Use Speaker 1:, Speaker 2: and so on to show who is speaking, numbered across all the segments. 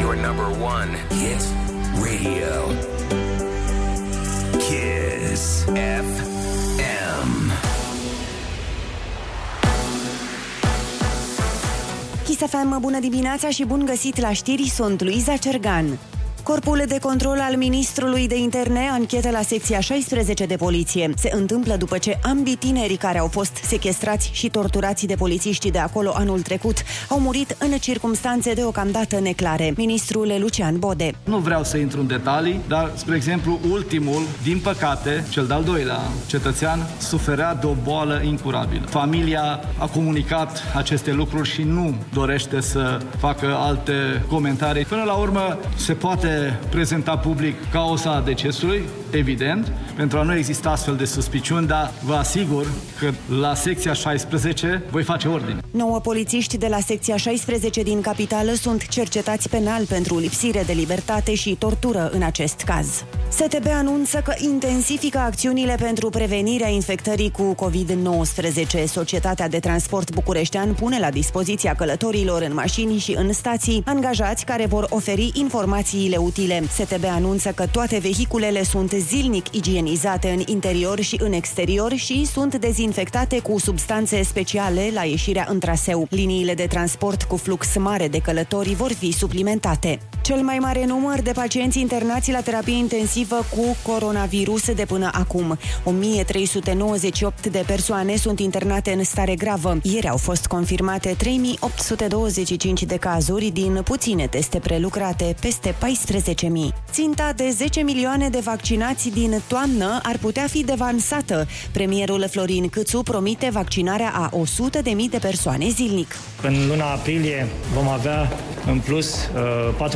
Speaker 1: your number one hit radio. Kiss FM.
Speaker 2: Kiss FM, bună dimineața și bun găsit la știri, sunt Luiza Cergan. Corpul de control al ministrului de interne anchetă la secția 16 de poliție. Se întâmplă după ce ambii tinerii care au fost sechestrați și torturați de polițiștii de acolo anul trecut au murit în circumstanțe deocamdată neclare. Ministrul Lucian Bode.
Speaker 3: Nu vreau să intru în detalii, dar, spre exemplu, ultimul, din păcate, cel de-al doilea cetățean, suferea de o boală incurabilă. Familia a comunicat aceste lucruri și nu dorește să facă alte comentarii. Până la urmă, se poate prezenta public cauza decesului, evident, pentru a nu exista astfel de suspiciuni, dar vă asigur că la secția 16 voi face ordine.
Speaker 2: Nouă polițiști de la secția 16 din capitală sunt cercetați penal pentru lipsire de libertate și tortură în acest caz. STB anunță că intensifică acțiunile pentru prevenirea infectării cu COVID-19. Societatea de Transport Bucureștean pune la dispoziția călătorilor în mașini și în stații angajați care vor oferi informațiile utile. STB anunță că toate vehiculele sunt zilnic igienizate în interior și în exterior și sunt dezinfectate cu substanțe speciale la ieșirea în traseu. Liniile de transport cu flux mare de călători vor fi suplimentate. Cel mai mare număr de pacienți internați la terapie intensivă cu coronavirus de până acum. 1398 de persoane sunt internate în stare gravă. Ieri au fost confirmate 3825 de cazuri din puține teste prelucrate, peste 14.000. Ținta de 10 milioane de vaccinați din toamnă ar putea fi devansată. Premierul Florin Câțu promite vaccinarea a 100.000 de persoane zilnic.
Speaker 4: În luna aprilie vom avea în plus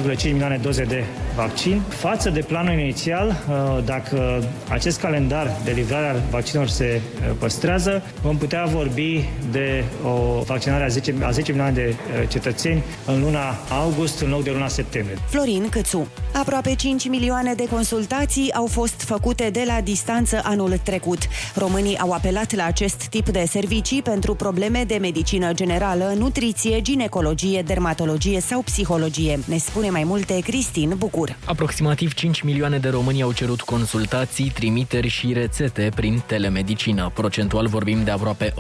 Speaker 4: uh, 4,5 milioane doze de vaccin. Față de planul inițial, uh, dacă acest calendar de livrare a vaccinurilor se uh, păstrează, vom putea vorbi de o vaccinare a 10, a 10 milioane de uh, cetățeni în luna august în loc de luna septembrie.
Speaker 2: Florin Câțu. Aproape 5 milioane de consultații au fost făcute de la distanță anul trecut. Românii au apelat la acest tip de servicii pentru probleme de medicină generală, nutriție, ginecologie, dermatologie sau psihologie. Ne spune mai multe Cristin Bucur.
Speaker 5: Aproximativ 5 milioane de români au cerut consultații, trimiteri și rețete prin telemedicină. Procentual vorbim de aproape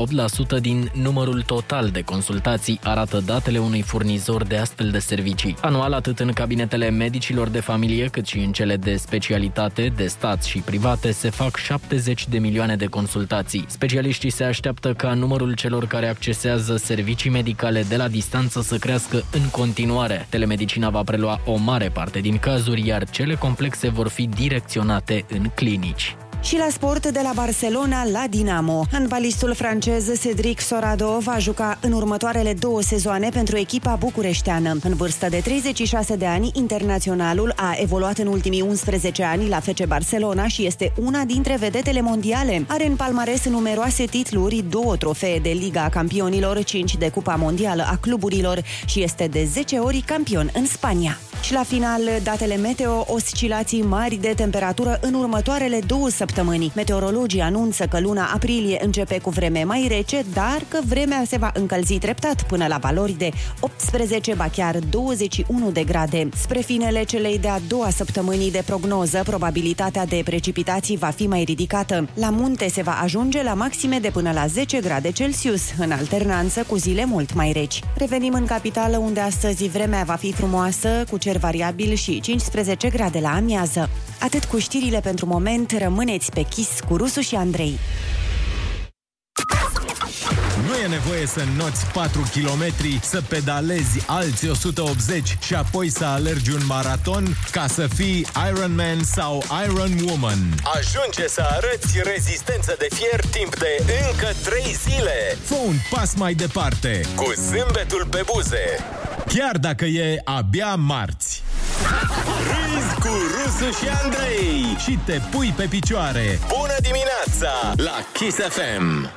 Speaker 5: 8% din numărul total de consultații, arată datele unui furnizor de astfel de servicii. Anual, atât în cabinetele medicilor de familie, cât și în cele de specialitate, de stat și private, se fac 70 de milioane de consultații. Specialiștii se așteaptă ca numărul celor care accesează servicii medicale de la distanță să crească în continuare. Telemedicina va prelua o mare parte din cazuri, iar cele complexe vor fi direcționate în clinici.
Speaker 2: Și la sport, de la Barcelona la Dinamo. Handbalistul francez Cedric Sorado va juca în următoarele două sezoane pentru echipa bucureșteană. În vârstă de 36 de ani, internaționalul a evoluat în ultimii 11 ani la FC Barcelona și este una dintre vedetele mondiale. Are în palmares numeroase titluri, două trofee de Liga a Campionilor, 5 de Cupa Mondială a Cluburilor și este de 10 ori campion în Spania. Și la final, datele meteo, oscilații mari de temperatură în următoarele două săptămâni săptămânii. Meteorologii anunță că luna aprilie începe cu vreme mai rece, dar că vremea se va încălzi treptat până la valori de 18, ba chiar 21 de grade. Spre finele celei de-a doua săptămânii de prognoză, probabilitatea de precipitații va fi mai ridicată. La munte se va ajunge la maxime de până la 10 grade Celsius, în alternanță cu zile mult mai reci. Revenim în capitală, unde astăzi vremea va fi frumoasă, cu cer variabil și 15 grade la amiază. Atât cu știrile pentru moment, rămâneți ascultați pe Kiss cu Rusu și Andrei.
Speaker 6: Nu e nevoie să înnoți 4 km, să pedalezi alți 180 și apoi să alergi un maraton ca să fii Iron Man sau Iron Woman.
Speaker 1: Ajunge să arăți rezistență de fier timp de încă 3 zile.
Speaker 6: Fă un pas mai departe.
Speaker 1: Cu zâmbetul pe buze.
Speaker 6: Chiar dacă e abia marți.
Speaker 1: Râzi cu Rusu și Andrei
Speaker 6: și te pui pe picioare.
Speaker 1: Bună dimineața la Kiss FM.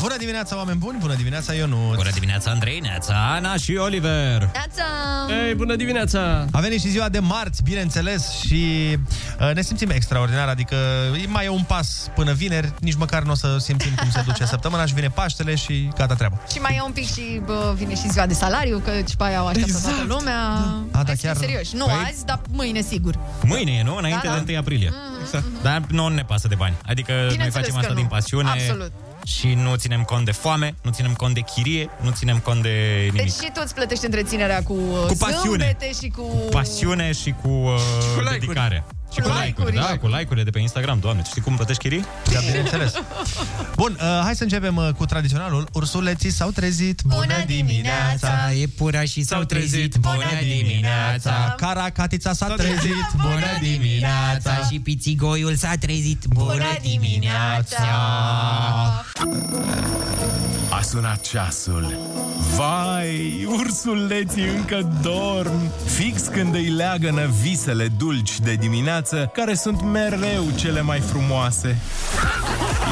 Speaker 7: Bună dimineața, oameni buni! Bună dimineața, Ionut!
Speaker 8: Bună dimineața, Andrei, Neața, Ana și Oliver!
Speaker 9: Neața!
Speaker 7: Ei, bună dimineața! A venit și ziua de marți, bineînțeles, și uh, ne simțim extraordinar, adică e mai e un pas până vineri, nici măcar nu o să simțim cum se duce săptămâna și vine Paștele și gata treaba.
Speaker 9: Și mai e un pic și bă, vine și ziua de salariu, că și pe aia o așteaptă exact. toată lumea. Da.
Speaker 7: da, chiar-
Speaker 9: Serios, nu
Speaker 8: Păi-
Speaker 9: azi, dar mâine sigur.
Speaker 8: Mâine e, nu? Înainte
Speaker 9: Da, da. mm.
Speaker 8: de 1 aprilie. Exact. Dar nouă nu ne pasă de bani. Adică noi
Speaker 9: Bineînțeles
Speaker 8: facem
Speaker 9: că
Speaker 8: asta
Speaker 9: nu.
Speaker 8: din pasiune.
Speaker 9: Absolut.
Speaker 8: Și nu ținem cont de foame, nu ținem cont de chirie, nu ținem cont de nimic.
Speaker 9: Deci și tu îți plătești întreținerea cu, uh,
Speaker 8: Cu pasiune.
Speaker 9: zâmbete și cu...
Speaker 8: pasiune și cu, uh,
Speaker 9: cu like-uri.
Speaker 8: dedicare. Și cu
Speaker 9: Like-uri.
Speaker 8: like-uri, da, cu like-urile de pe Instagram, doamne, știi cum plătești chirii?
Speaker 7: Da, bineînțeles. Bun, uh, hai să începem uh, cu tradiționalul. Ursuleții s-au trezit. Bună dimineața!
Speaker 8: Iepurașii s-au
Speaker 7: trezit. Bună dimineața! Caracatița s-a trezit. Bună dimineața!
Speaker 10: Și pițigoiul s-a trezit
Speaker 9: Bună dimineața!
Speaker 6: A sunat ceasul. Vai, ursuleții încă dorm! Fix când îi leagănă visele dulci de dimineață, care sunt mereu cele mai frumoase.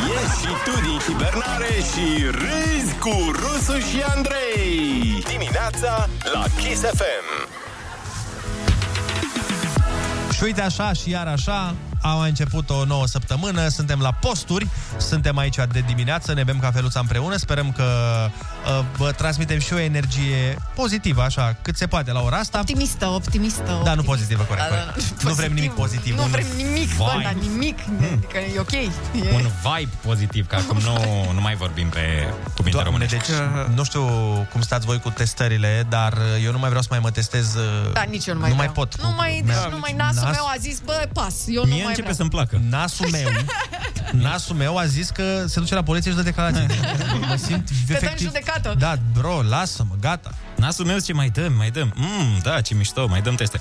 Speaker 1: Ieși și tu din hibernare și râzi cu Rusu și Andrei. Dimineața la Kiss FM.
Speaker 7: Și uite așa și iar așa a mai început o nouă săptămână, suntem la posturi, suntem aici de dimineață, ne bem cafeluța împreună, sperăm că uh, vă transmitem și o energie pozitivă, așa, cât se poate la ora asta.
Speaker 9: Optimistă, optimistă.
Speaker 7: Da, nu pozitivă, corect,
Speaker 9: Da, da,
Speaker 7: corect.
Speaker 9: da.
Speaker 7: Nu vrem nimic pozitiv.
Speaker 9: Nu
Speaker 7: un-
Speaker 9: vrem nimic, bă,
Speaker 8: Vai.
Speaker 9: dar nimic. Adică e ok. E...
Speaker 8: Un vibe pozitiv, că acum nu, nu mai vorbim pe cuvinte
Speaker 7: Doamne,
Speaker 8: românești.
Speaker 7: deci, nu știu cum stați voi cu testările, dar uh, eu nu mai vreau să mai mă testez. uh,
Speaker 9: Da, nici eu nu mai
Speaker 7: nu
Speaker 9: vreau.
Speaker 7: mai pot. Da,
Speaker 9: Nu mai, deci nu mai nasul
Speaker 7: Nas-
Speaker 9: meu a zis, bă, pas, eu nu
Speaker 8: Mie
Speaker 9: mai
Speaker 8: începe
Speaker 9: vreau.
Speaker 8: să-mi placă.
Speaker 7: Nasul meu, nasul meu a zis că se duce la poliție și dă declarații. mă simt
Speaker 9: Te dă în
Speaker 7: efectiv...
Speaker 9: judecată.
Speaker 7: Da, bro, lasă-mă, gata.
Speaker 8: Nasul meu zice, mai dăm, mai dăm. Mm, da, ce mișto, mai dăm teste.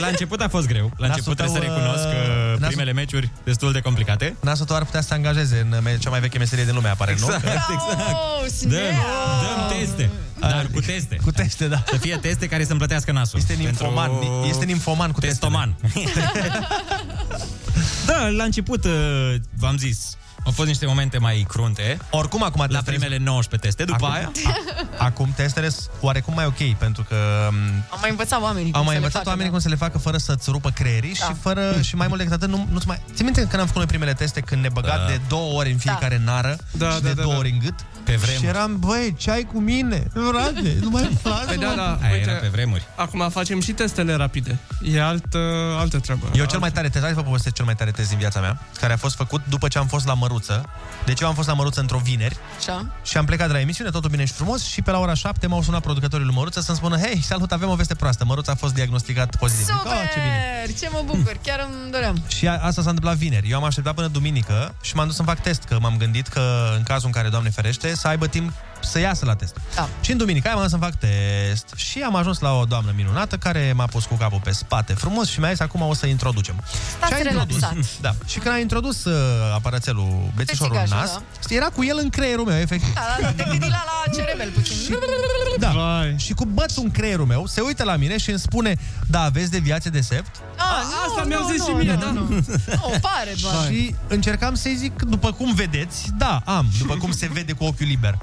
Speaker 8: La început a fost greu.
Speaker 7: Nasul
Speaker 8: La început trebuie să
Speaker 7: tău, uh,
Speaker 8: recunosc că
Speaker 7: nasul-
Speaker 8: primele meciuri destul de complicate.
Speaker 7: Nasul tău ar putea să se angajeze în me- cea mai veche meserie din lume, apare, exact. nu?
Speaker 9: Oh,
Speaker 8: Dăm,
Speaker 9: snap!
Speaker 8: dăm teste, dar cu teste.
Speaker 7: Cu teste, da.
Speaker 8: Să fie teste care să-mi plătească nasul.
Speaker 7: Este nimfoman,
Speaker 8: Pentru-
Speaker 7: este nimfoman cu testele.
Speaker 8: Testoman. da, la început, uh, v-am zis, au fost niște momente mai crunte.
Speaker 7: Oricum, acum
Speaker 8: La
Speaker 7: testele-
Speaker 8: primele 19 teste, după
Speaker 7: Acum,
Speaker 8: aia...
Speaker 7: a- acum testele sunt oarecum mai ok, pentru că m,
Speaker 9: Am mai învățat oamenii
Speaker 7: Am mai
Speaker 9: cum să le
Speaker 7: învățat
Speaker 9: facă,
Speaker 7: oamenii
Speaker 9: da.
Speaker 7: cum să le facă fără să-ți rupă creierii da. și fără și mai mult decât atât, nu, nu-ți mai... Ți minte când am făcut noi primele teste, când ne băga da. de două ori în fiecare da. nară da, și da, de da, două da. ori în gât?
Speaker 8: Pe vremuri.
Speaker 7: Și eram, băi, ce ai cu mine? Frate, nu mai fac.
Speaker 11: Păi da, da,
Speaker 8: Aia
Speaker 11: uite,
Speaker 8: era pe vremuri.
Speaker 11: acum facem și testele rapide. E altă, altă treabă.
Speaker 7: Eu cel mai tare test, hai să vă povestesc cel mai tare test din viața mea, care a fost făcut după ce am fost la Măruță. Deci eu am fost la Măruță într-o vineri
Speaker 9: Așa.
Speaker 7: și am plecat de la emisiune, totul bine și frumos și pe la ora 7 m-au sunat producătorul lui Măruță să-mi spună, hei, salut, avem o veste proastă, Măruța a fost diagnosticat pozitiv. Zic, "Oh, ce bine.
Speaker 9: Super! Ce mă bucur, chiar îmi doream.
Speaker 7: Și a- asta s-a întâmplat vineri. Eu am așteptat până duminică și m-am dus să fac test, că m-am gândit că în cazul în care, Doamne ferește, să aibă timp să iasă la test.
Speaker 9: Da.
Speaker 7: Și în duminică am să-mi fac test și am ajuns la o doamnă minunată care m-a pus cu capul pe spate frumos și mi-a zis acum o să introducem.
Speaker 9: Stați
Speaker 7: și a introdus,
Speaker 9: relaxat.
Speaker 7: da. Și când a introdus uh, aparațelul bețișorul în
Speaker 9: țigașul,
Speaker 7: nas, era cu el în creierul meu, efectiv.
Speaker 9: Da, da, da, te gândi la, la cerebel puțin.
Speaker 7: Da. Și cu bătul în creierul meu se uită la mine și îmi spune, da, aveți deviație de sept?
Speaker 9: Ah, nu,
Speaker 11: Asta mi-au
Speaker 9: nu,
Speaker 11: zis
Speaker 9: nu,
Speaker 11: și mie,
Speaker 9: nu,
Speaker 11: da.
Speaker 9: nu. Nu, pare doar.
Speaker 7: Și încercam să-i zic, după cum vedeți, da, am, după cum se vede cu ochiul liber.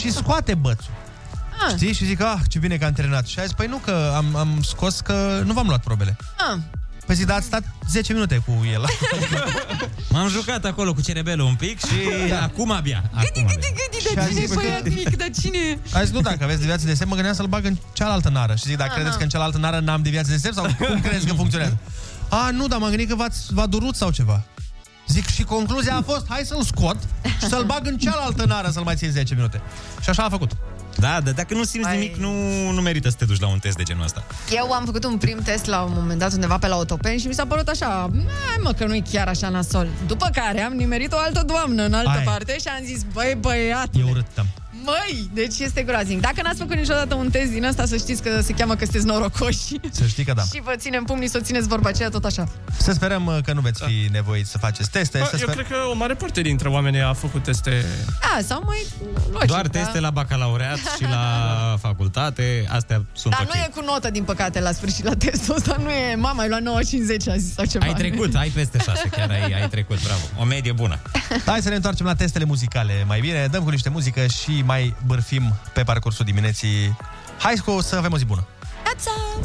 Speaker 7: și scoate bățul.
Speaker 9: Ah.
Speaker 7: Știi? Și zic, ah, ce bine că am terminat. Și a zis, păi nu, că am, am scos că nu v-am luat probele.
Speaker 9: Ah,
Speaker 7: Păi zic, dar ați stat 10 minute cu el.
Speaker 8: M-am jucat acolo cu cerebelul un pic și
Speaker 7: Da.
Speaker 8: acum abia. Acum abia.
Speaker 9: Gândi,
Speaker 7: Și a
Speaker 9: dar cine e
Speaker 7: zis că-
Speaker 9: băiat mic, dar cine
Speaker 7: A zis, nu, dacă aveți deviație de semn, mă gândeam să-l bag în cealaltă nară. Și zic, dar credeți că în cealaltă nară n-am deviație de semn sau cum crezi că funcționează? A, nu, dar m-am gândit că v-ați, v-a durut sau ceva. Zic, și concluzia a fost, hai să-l scot și să-l bag în cealaltă nară să-l mai țin 10 minute. Și așa a făcut.
Speaker 8: Da, da, dacă nu simți
Speaker 9: Ai.
Speaker 8: nimic, nu, nu merită să te duci la un test de genul ăsta.
Speaker 9: Eu am făcut un prim test la un moment dat undeva pe la Otopen și mi s-a părut așa, "Mai, mă, că nu-i chiar așa nasol. După care am nimerit o altă doamnă în altă
Speaker 7: Aia e.
Speaker 9: parte și am zis, băi, băiat,
Speaker 7: E urât, da.
Speaker 9: măi, deci este groaznic. Dacă n-ați făcut niciodată un test din ăsta, să știți că se cheamă că sunteți norocoși.
Speaker 7: Să știi că da.
Speaker 9: Și vă ținem pumnii să o țineți vorba aceea tot așa.
Speaker 7: Să sperăm uh, că nu veți fi nevoiți să faceți teste.
Speaker 11: Bă,
Speaker 7: să
Speaker 11: Da, eu
Speaker 7: sper...
Speaker 11: cred că o mare parte dintre oameni a făcut teste...
Speaker 9: Da, sau mai luați
Speaker 8: Doar
Speaker 9: ceva.
Speaker 8: teste la bacalaureat și la facult, jumătate, astea sunt
Speaker 9: Dar
Speaker 8: ok.
Speaker 9: nu e cu notă, din păcate, la sfârșit la testul ăsta. Nu e, mama, ai luat 9,50 azi sau ceva.
Speaker 8: Ai trecut, ai peste șase, chiar ai, ai trecut, bravo. O medie bună.
Speaker 7: Hai să ne întoarcem la testele muzicale mai bine, dăm cu niște muzică și mai bârfim pe parcursul dimineții. Hai scu- să avem o zi bună!
Speaker 9: um,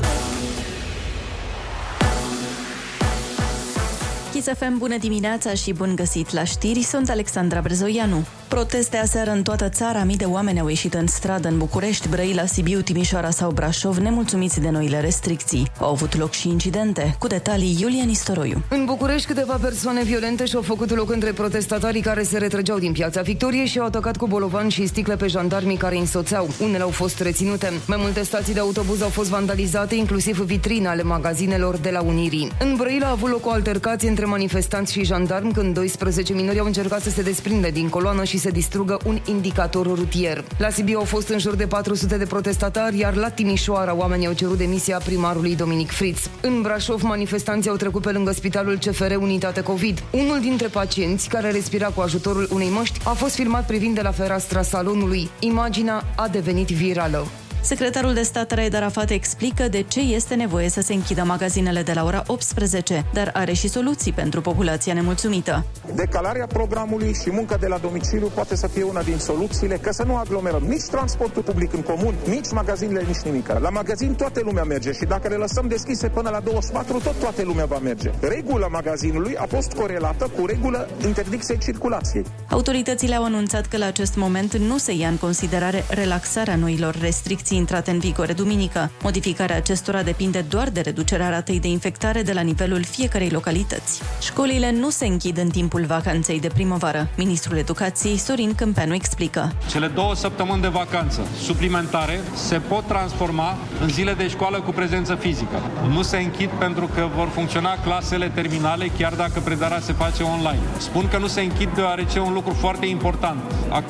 Speaker 12: Chisafem, bună dimineața și bun găsit la știri, sunt Alexandra Brezoianu. Proteste aseară în toată țara, mii de oameni au ieșit în stradă în București, Brăila, Sibiu, Timișoara sau Brașov, nemulțumiți de noile restricții. Au avut loc și incidente, cu detalii Iulian Istoroiu.
Speaker 13: În București, câteva persoane violente și-au făcut loc între protestatarii care se retrăgeau din piața Victoriei și au atacat cu bolovan și sticle pe jandarmii care îi însoțeau. Unele au fost reținute. Mai multe stații de autobuz au fost vandalizate, inclusiv vitrine ale magazinelor de la Unirii. În Brăila a avut loc o altercație între manifestanți și jandarmi când 12 minori au încercat să se desprinde din coloană și să distrugă un indicator rutier. La Sibiu au fost în jur de 400 de protestatari, iar la Timișoara oamenii au cerut demisia primarului Dominic Fritz. În Brașov, manifestanții au trecut pe lângă spitalul CFR Unitate COVID. Unul dintre pacienți, care respira cu ajutorul unei măști, a fost filmat privind de la fereastra salonului. Imaginea a devenit virală.
Speaker 12: Secretarul de stat Raed Arafat explică de ce este nevoie să se închidă magazinele de la ora 18, dar are și soluții pentru populația nemulțumită.
Speaker 14: Decalarea programului și munca de la domiciliu poate să fie una din soluțiile ca să nu aglomerăm nici transportul public în comun, nici magazinele, nici nimic. La magazin toată lumea merge și dacă le lăsăm deschise până la 24, tot toată lumea va merge. Regula magazinului a fost corelată cu regulă interdicției circulației.
Speaker 12: Autoritățile au anunțat că la acest moment nu se ia în considerare relaxarea noilor restricții intrate în vigoare duminică. Modificarea acestora depinde doar de reducerea ratei de infectare de la nivelul fiecarei localități. Școlile nu se închid în timpul vacanței de primăvară. Ministrul Educației Sorin Câmpeanu explică.
Speaker 15: Cele două săptămâni de vacanță suplimentare se pot transforma în zile de școală cu prezență fizică. Nu se închid pentru că vor funcționa clasele terminale chiar dacă predarea se face online. Spun că nu se închid deoarece un lucru foarte important.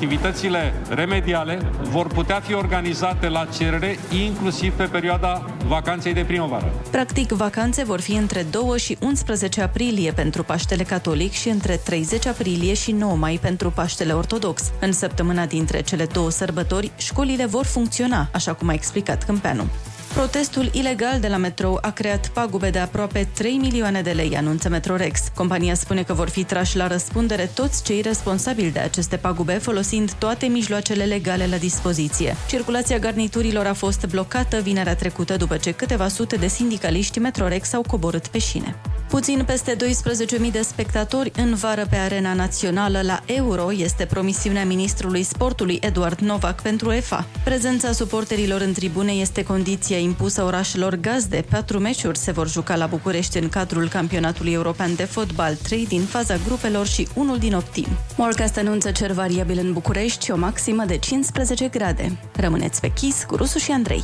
Speaker 15: Activitățile remediale vor putea fi organizate la cerere inclusiv pe perioada vacanței de primăvară.
Speaker 12: Practic, vacanțe vor fi între 2 și 11 aprilie pentru Paștele Catolic și între 30 aprilie și 9 mai pentru Paștele Ortodox. În săptămâna dintre cele două sărbători, școlile vor funcționa, așa cum a explicat Câmpeanu. Protestul ilegal de la metrou a creat pagube de aproape 3 milioane de lei, anunță Metrorex. Compania spune că vor fi trași la răspundere toți cei responsabili de aceste pagube, folosind toate mijloacele legale la dispoziție. Circulația garniturilor a fost blocată vinerea trecută după ce câteva sute de sindicaliști Metrorex au coborât pe șine. Puțin peste 12.000 de spectatori în vară pe arena națională la Euro este promisiunea ministrului sportului Eduard Novak pentru EFA. Prezența suporterilor în tribune este condiția impusă orașelor gazde. Patru meciuri se vor juca la București în cadrul campionatului european de fotbal, trei din faza grupelor și unul din optim. Morcast anunță cer variabil în București și o maximă de 15 grade. Rămâneți pe chis cu Rusu și Andrei.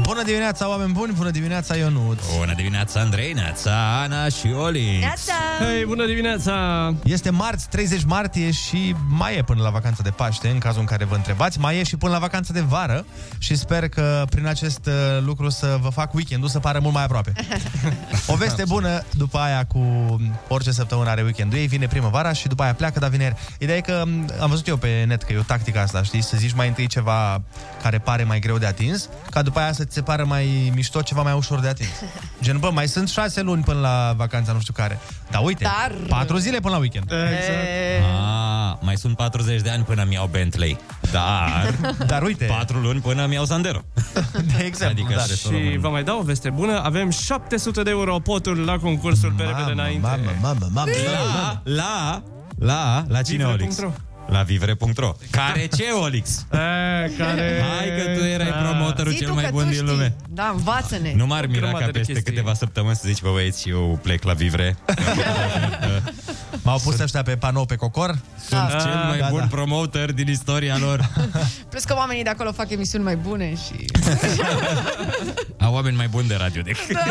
Speaker 7: Bună dimineața, oameni buni! Bună dimineața, Ionuț!
Speaker 8: Bună dimineața, Andrei, neața, Ana și Oli.
Speaker 7: Hei, bună dimineața! Este marți, 30 martie și mai e până la vacanța de Paște, în cazul în care vă întrebați. Mai e și până la vacanța de vară și sper că prin acest uh, lucru să vă fac weekendul să pară mult mai aproape. O veste bună după aia cu orice săptămână are weekendul ei, vine primăvara și după aia pleacă, dar vine ieri. Ideea e că m, am văzut eu pe net că e o tactică asta, știi? Să zici mai întâi ceva care pare mai greu de atins, ca după aia să ți se pară mai mișto ceva mai ușor de atins. Gen, bă, mai sunt șase luni până la vacanța nu știu care. Dar uite,
Speaker 9: Dar-
Speaker 7: patru zile până la weekend.
Speaker 8: Ah, mai sunt 40 de ani până mi iau Bentley. Dar...
Speaker 7: Dar uite...
Speaker 8: 4 luni până mi iau Sandero.
Speaker 7: De exemplu,
Speaker 8: Adică
Speaker 11: da.
Speaker 8: și-
Speaker 11: Și vă mai dau o veste bună. Avem 700 de euro poturi la concursul pe repede înainte.
Speaker 7: Mamă, mamă, mamă,
Speaker 8: La, la, la, la cine, Olix?
Speaker 11: Vivre.ro.
Speaker 8: La vivre.ro Care ce, Olix? Da. A, Da.
Speaker 9: care-
Speaker 8: Hai că tu erai promotorul
Speaker 9: Zi
Speaker 8: cel
Speaker 9: tu
Speaker 8: mai
Speaker 9: că
Speaker 8: bun
Speaker 9: tu
Speaker 8: din
Speaker 9: știi.
Speaker 8: lume
Speaker 9: Da, învață-ne.
Speaker 8: Nu m-ar mira
Speaker 9: grămadă
Speaker 8: ca
Speaker 9: de
Speaker 8: peste câteva săptămâni să zici, bă băieți, eu plec la vivre.
Speaker 9: Da.
Speaker 7: M-au pus ăștia pe panou pe cocor.
Speaker 8: Sunt
Speaker 7: Ah,
Speaker 8: cel mai
Speaker 7: da,
Speaker 8: bun
Speaker 7: da.
Speaker 8: promoter din istoria lor.
Speaker 9: Plus că oamenii de acolo fac emisiuni mai bune și...
Speaker 8: Au oameni mai buni de radio decât...
Speaker 9: Da.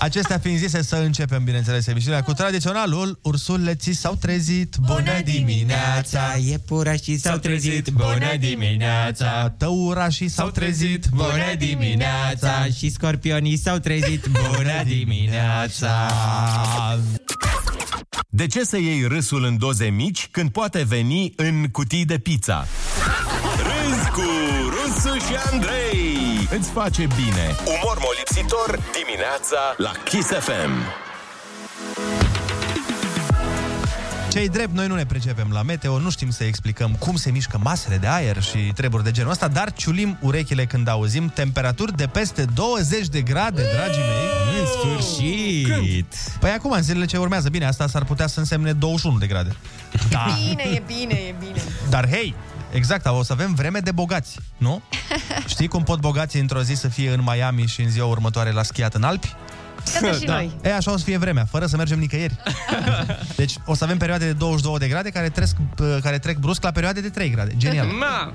Speaker 7: Acestea fiind zise, să începem, bineînțeles, emisiunea cu tradiționalul Ursuleții s-au trezit, bună dimineața! Iepurașii s-au trezit, bună dimineața! Tăurașii s-au trezit, bună dimineața!
Speaker 10: Și scorpionii s-au trezit Bună dimineața
Speaker 6: De ce să iei râsul în doze mici când poate veni în cutii de pizza? Râzi cu Rusu și Andrei! Îți face bine!
Speaker 1: Umor molipsitor dimineața la Kiss FM.
Speaker 7: Cei drept, noi nu ne pricepem la meteo, nu știm să explicăm cum se mișcă masele de aer și treburi de genul ăsta, dar ciulim urechile când auzim temperaturi de peste 20 de grade, dragii mei. În sfârșit! Păi acum, în zilele ce urmează, bine, asta s-ar putea să însemne 21 de grade. Da.
Speaker 9: Bine, e bine, e bine.
Speaker 7: Dar hei, exact, o să avem vreme de bogați, nu? Știi cum pot bogații într-o zi să fie în Miami și în ziua următoare la schiat în Alpi?
Speaker 9: Iată și Da. noi.
Speaker 7: E, așa o să fie vremea, fără să mergem nicăieri. Deci o să avem perioade de 22 de grade care, tresc, care trec brusc la perioade de 3 grade. Genial.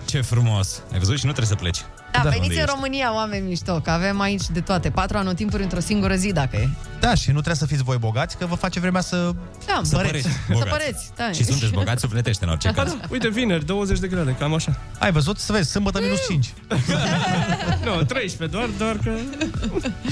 Speaker 8: Ce frumos! Ai văzut și nu trebuie să pleci.
Speaker 9: Da,
Speaker 8: Unde
Speaker 9: veniți în
Speaker 8: ești?
Speaker 9: România, oameni mișto, că avem aici de toate. Patru anotimpuri într-o singură zi, dacă e.
Speaker 7: Da, și nu trebuie să fiți voi bogați, că vă face vremea să...
Speaker 9: Da,
Speaker 7: Să păreți.
Speaker 9: Să păreți, da.
Speaker 7: Și sunteți bogați.
Speaker 8: Bogați sufletește în orice
Speaker 11: Da,
Speaker 8: caz.
Speaker 11: da, uite, vineri, 20 de grade, cam așa.
Speaker 7: Ai văzut? Să vezi, sâmbătă minus 5.
Speaker 11: nu, 13, doar, doar că...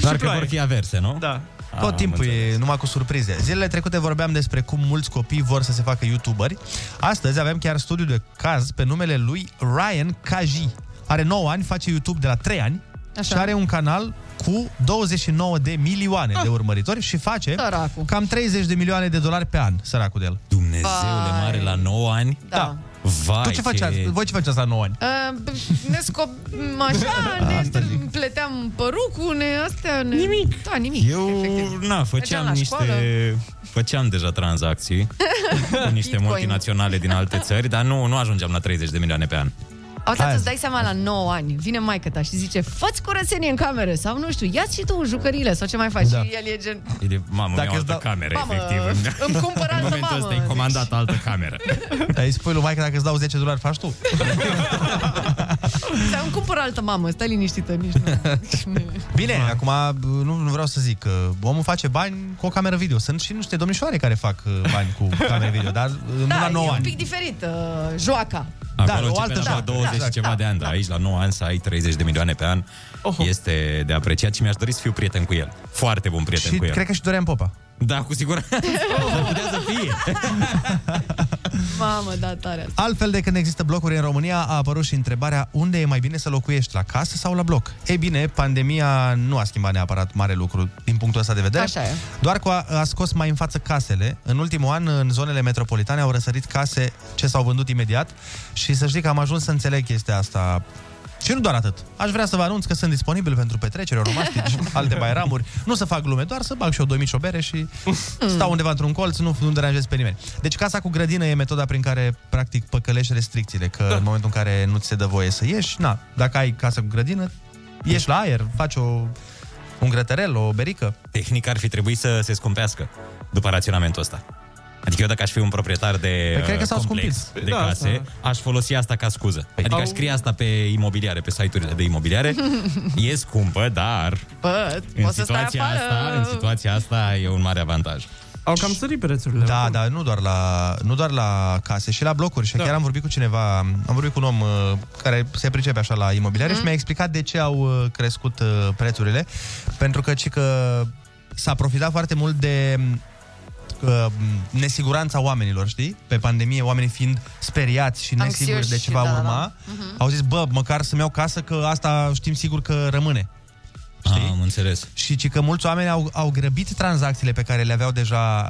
Speaker 8: Doar
Speaker 11: Și
Speaker 8: că
Speaker 11: ploaie.
Speaker 8: vor fi averse, nu? Da.
Speaker 7: Tot timpul e numai cu surprize. Zilele trecute vorbeam despre cum mulți copii vor să se facă youtuberi. Astăzi avem chiar studiu de caz pe numele lui Ryan Kaji. Are 9 ani, face YouTube de la 3 ani Așa. și are un canal cu 29 de milioane ah. de urmăritori și face Săracu. cam 30 de milioane de dolari pe an, săracul de el.
Speaker 8: Dumnezeule mare, la 9 ani?
Speaker 9: Da.
Speaker 8: Vai,
Speaker 7: tu ce faceați? Voi ce faceați la 9 ani?
Speaker 9: Uh, ne scop...
Speaker 8: Da,
Speaker 9: Așa, ne pleteam părucul, ne astea... Ne... Nimic. Da, nimic.
Speaker 8: Eu, na,
Speaker 9: Mergeam
Speaker 8: făceam
Speaker 9: la
Speaker 8: niște...
Speaker 9: școală.
Speaker 8: Făceam deja tranzacții cu niște
Speaker 9: Bitcoin.
Speaker 8: multinaționale din alte țări, dar nu, nu ajungeam la 30 de milioane pe an.
Speaker 9: Auzi, îți dai seama la 9 ani, vine maica ta și zice, fă-ți curățenie în cameră sau nu știu, ia și tu jucările sau ce mai faci.
Speaker 8: Da.
Speaker 9: Și el e gen,
Speaker 8: E de, mamă,
Speaker 7: Dacă
Speaker 8: mi-au
Speaker 7: îți
Speaker 8: altă
Speaker 7: dau-
Speaker 8: cameră,
Speaker 9: Mamă,
Speaker 8: efectiv.
Speaker 9: îmi cumpăr altă
Speaker 8: În momentul
Speaker 9: mamă,
Speaker 8: ăsta e comandat altă cameră.
Speaker 7: Dar îi spui lui Maica dacă îți dau 10 dolari, faci tu?
Speaker 9: ți-am cumpărat altă mamă, stai liniștită, nici nu.
Speaker 7: Bine, acum nu, nu vreau să zic că omul face bani cu o cameră video. Sunt și niște domnișoare care fac uh, bani cu camere video, dar uh, nu
Speaker 9: da,
Speaker 7: la 9
Speaker 9: e un
Speaker 7: ani.
Speaker 9: pic diferit, uh, joaca.
Speaker 8: Acolo
Speaker 7: o
Speaker 8: da, o
Speaker 7: altă
Speaker 8: altă la
Speaker 7: șapte,
Speaker 8: 20
Speaker 7: da,
Speaker 8: și ceva
Speaker 7: da,
Speaker 8: de ani, dar aici la 9 ani să ai 30 de milioane pe an este de apreciat și mi-aș dori să fiu prieten cu el. Foarte bun prieten
Speaker 7: Și
Speaker 8: cu el.
Speaker 7: cred că și Dorian Popa.
Speaker 8: Da, cu siguranță. Ar putea să fie.
Speaker 9: Mamă, da, tare asta.
Speaker 7: Altfel de când există blocuri în România, a apărut și întrebarea unde e mai bine să locuiești, la casă sau la bloc? Ei bine, pandemia nu a schimbat neapărat mare lucru din punctul ăsta de vedere.
Speaker 9: Așa e.
Speaker 7: Doar că a, a scos mai în față casele. În ultimul an, în zonele metropolitane, au răsărit case ce s-au vândut imediat și să știi că am ajuns să înțeleg chestia asta. Și nu doar atât. Aș vrea să vă anunț că sunt disponibil pentru petreceri romantici, alte bairamuri. Nu să fac glume, doar să bag și eu 2000 bere și stau undeva într-un colț, nu, nu deranjez pe nimeni. Deci casa cu grădină e metoda prin care practic păcălești restricțiile, că da. în momentul în care nu ți se dă voie să ieși, na, dacă ai casă cu grădină, ieși la aer, faci o, un grătărel, o berică.
Speaker 8: Tehnic ar fi trebuit să se scumpească după raționamentul ăsta. Adică eu dacă aș fi un proprietar de
Speaker 7: Păi cred că
Speaker 8: uh,
Speaker 7: s-au
Speaker 8: complex
Speaker 7: scumpit.
Speaker 8: de
Speaker 7: Da,
Speaker 8: case,
Speaker 7: asta-
Speaker 8: aș folosi asta ca scuză. Adică
Speaker 7: au-
Speaker 8: aș scrie asta pe imobiliare, pe site-urile de imobiliare. e scumpă, dar
Speaker 9: Bă,
Speaker 8: în
Speaker 9: poți să stai
Speaker 8: situația,
Speaker 9: afară.
Speaker 8: asta, în situația asta e un mare avantaj.
Speaker 7: Au cam sărit prețurile. Da, da, nu doar la, nu doar la case, și la blocuri. Și da. chiar am vorbit cu cineva, am vorbit cu un om uh, care se pricepe așa la imobiliare mm-hmm.
Speaker 16: Mhm.
Speaker 7: și mi-a explicat de ce au uh, crescut uh, prețurile. Pentru că, ci că s-a profitat foarte mult de uh, nesiguranța oamenilor, știi? Pe pandemie, oamenii fiind speriați și
Speaker 16: Anxioși,
Speaker 7: nesiguri de ce va
Speaker 16: da, da.
Speaker 7: urma,
Speaker 16: Mhm.
Speaker 7: au zis, bă, măcar să-mi iau casă, că asta știm sigur că rămâne.
Speaker 8: Știi? Am înțeles.
Speaker 7: Și ci că mulți oameni au, au grăbit tranzacțiile pe care le aveau deja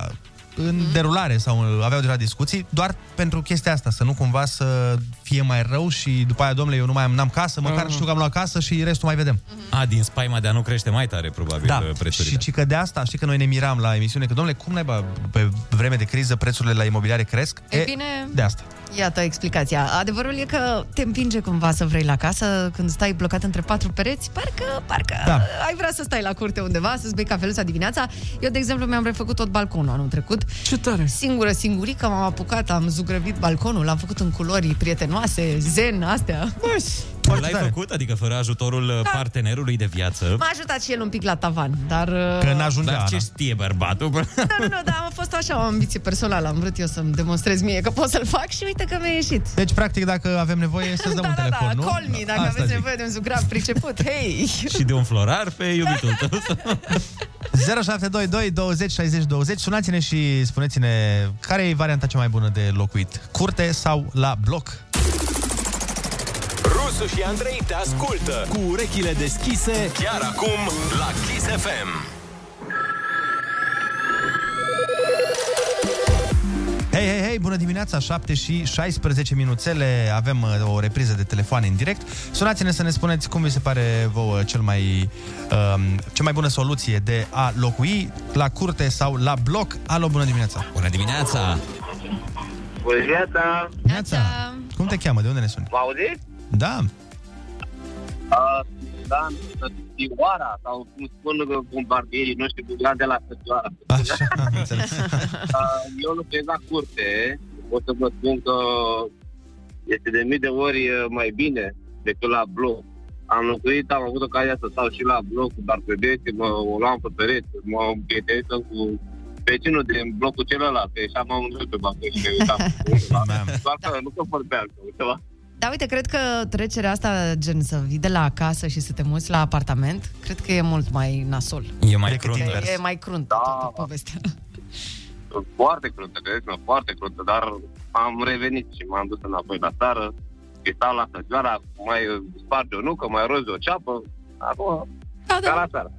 Speaker 7: în
Speaker 9: Mm-hmm.
Speaker 7: mm. derulare sau în- aveau deja discuții, doar pentru chestia asta, să nu cumva să fie mai rău și după aia, domnule, eu nu mai am, n-am casă, măcar
Speaker 9: Mm.
Speaker 8: Mhm.
Speaker 7: știu că am luat casă și restul mai vedem.
Speaker 8: A, din spaima de a nu crește mai tare, probabil,
Speaker 7: Mhm. Da.
Speaker 8: prețurile.
Speaker 7: Și ci că de asta, știi că noi ne miram la emisiune, că, domnule, cum naiba, pe vreme de criză prețurile la imobiliare cresc?
Speaker 9: E bine-
Speaker 7: De asta.
Speaker 9: Iată explicația. Adevărul e că te împinge cumva să vrei la casă când stai blocat între patru pereți, parcă, parcă da. ai vrea să stai la curte undeva, să-ți bei cafeluța dimineața. Eu, de exemplu, mi-am refăcut tot balconul anul trecut.
Speaker 11: Ce tare!
Speaker 9: Singură, singurică, m-am apucat, am zugrăvit balconul, l-am făcut în culori prietenoase, zen, astea.
Speaker 8: Tu l-ai făcut, adică fără ajutorul uh, partenerului de viață.
Speaker 9: M-a ajutat și el un pic la tavan, dar... uh,
Speaker 8: Că n-ajungea Dar ce știe bărbatul?
Speaker 9: Nu, nu, nu, dar a fost așa o ambiție personală. Am vrut eu să-mi demonstrez mie că pot să-l fac și uite că mi-a ieșit.
Speaker 7: Deci, practic, dacă avem nevoie, să-ți dăm un
Speaker 9: Da,
Speaker 7: telefon, nu?
Speaker 9: call me dacă
Speaker 7: Asta
Speaker 9: aveți
Speaker 7: zic.
Speaker 9: nevoie de un zugrav priceput. Hei!
Speaker 8: și de un florar pe iubitul tău.
Speaker 7: 0722 20 60 20 Sunați-ne și spuneți-ne care e varianta cea mai bună de locuit. Curte sau la bloc?
Speaker 1: Rusu și Andrei te ascultă cu urechile deschise chiar acum la Kiss FM.
Speaker 7: Hei, hei, hei, bună dimineața, 7 și 16 minuțele, avem uh, o repriză de telefoane în direct. Sunați-ne să ne spuneți cum vi se pare vouă cel mai, um, cea mai bună soluție de a locui la curte sau la bloc. Alo, bună dimineața!
Speaker 8: Bună dimineața!
Speaker 16: Bună dimineața!
Speaker 7: Neața! Cum te cheamă? De unde ne suni?
Speaker 16: Mă auziți?
Speaker 7: Da,
Speaker 16: Uh, da, Tioara, sau cum spun uh, bombardierii noștri, bulan de la Tioara.
Speaker 7: Așa, am înțeles.
Speaker 16: Uh, eu lucrez la curte, o să vă spun că este de mii de ori uh, mai bine decât la bloc. Am locuit, am avut ocazia să stau și la bloc, dar pe dete, mă o luam pe perete, mă împrietenesem cu vecinul din blocul celălalt, că ieșeam amândoi pe balcon și ne uitam. Doar că nu că vorbeam, că uitam.
Speaker 9: Da, uite, cred că trecerea asta, gen să vii de la acasă și să te muți la apartament, cred că e mult mai nasol.
Speaker 8: E mai
Speaker 9: Decât
Speaker 8: crunt,
Speaker 9: E,
Speaker 8: vers.
Speaker 9: e mai cruntă da. toată povestea.
Speaker 16: Sunt foarte cruntă, credeți-mă, foarte cruntă, dar am revenit și m-am dus înapoi la țară, că stau la săgeoara, mai uh, sparge o nucă, mai rozi o ceapă, acum, da, da. ca la țară.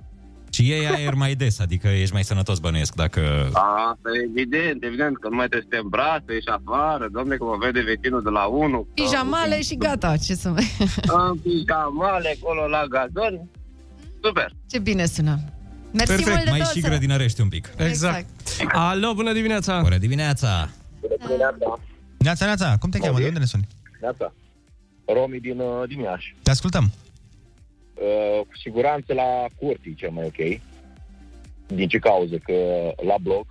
Speaker 8: Și ei aer mai des, adică ești mai sănătos bănuiesc dacă...
Speaker 16: Asta e evident, evident, că nu mai trebuie să te îmbraci, să ieși afară, domne, că mă vede vecinul de la 1.
Speaker 9: Pijamale și gata, ce să mai...
Speaker 16: În pijamale, acolo la gazon, super.
Speaker 9: Ce bine sună. Mersi
Speaker 16: Perfect,
Speaker 9: mult de
Speaker 16: mai
Speaker 9: tot,
Speaker 16: și
Speaker 9: să-
Speaker 16: grădină.
Speaker 8: Dinărești un pic.
Speaker 11: Exact. Alo, bună dimineața!
Speaker 8: Bună dimineața!
Speaker 17: Ah.
Speaker 7: Neața, neața, cum te cheamă? De unde ne suni?
Speaker 17: Gata. Romii din, uh, din Iași.
Speaker 7: Te ascultăm.
Speaker 17: Uh, cu siguranță la curte e cel mai ok. Din ce cauză? Că la bloc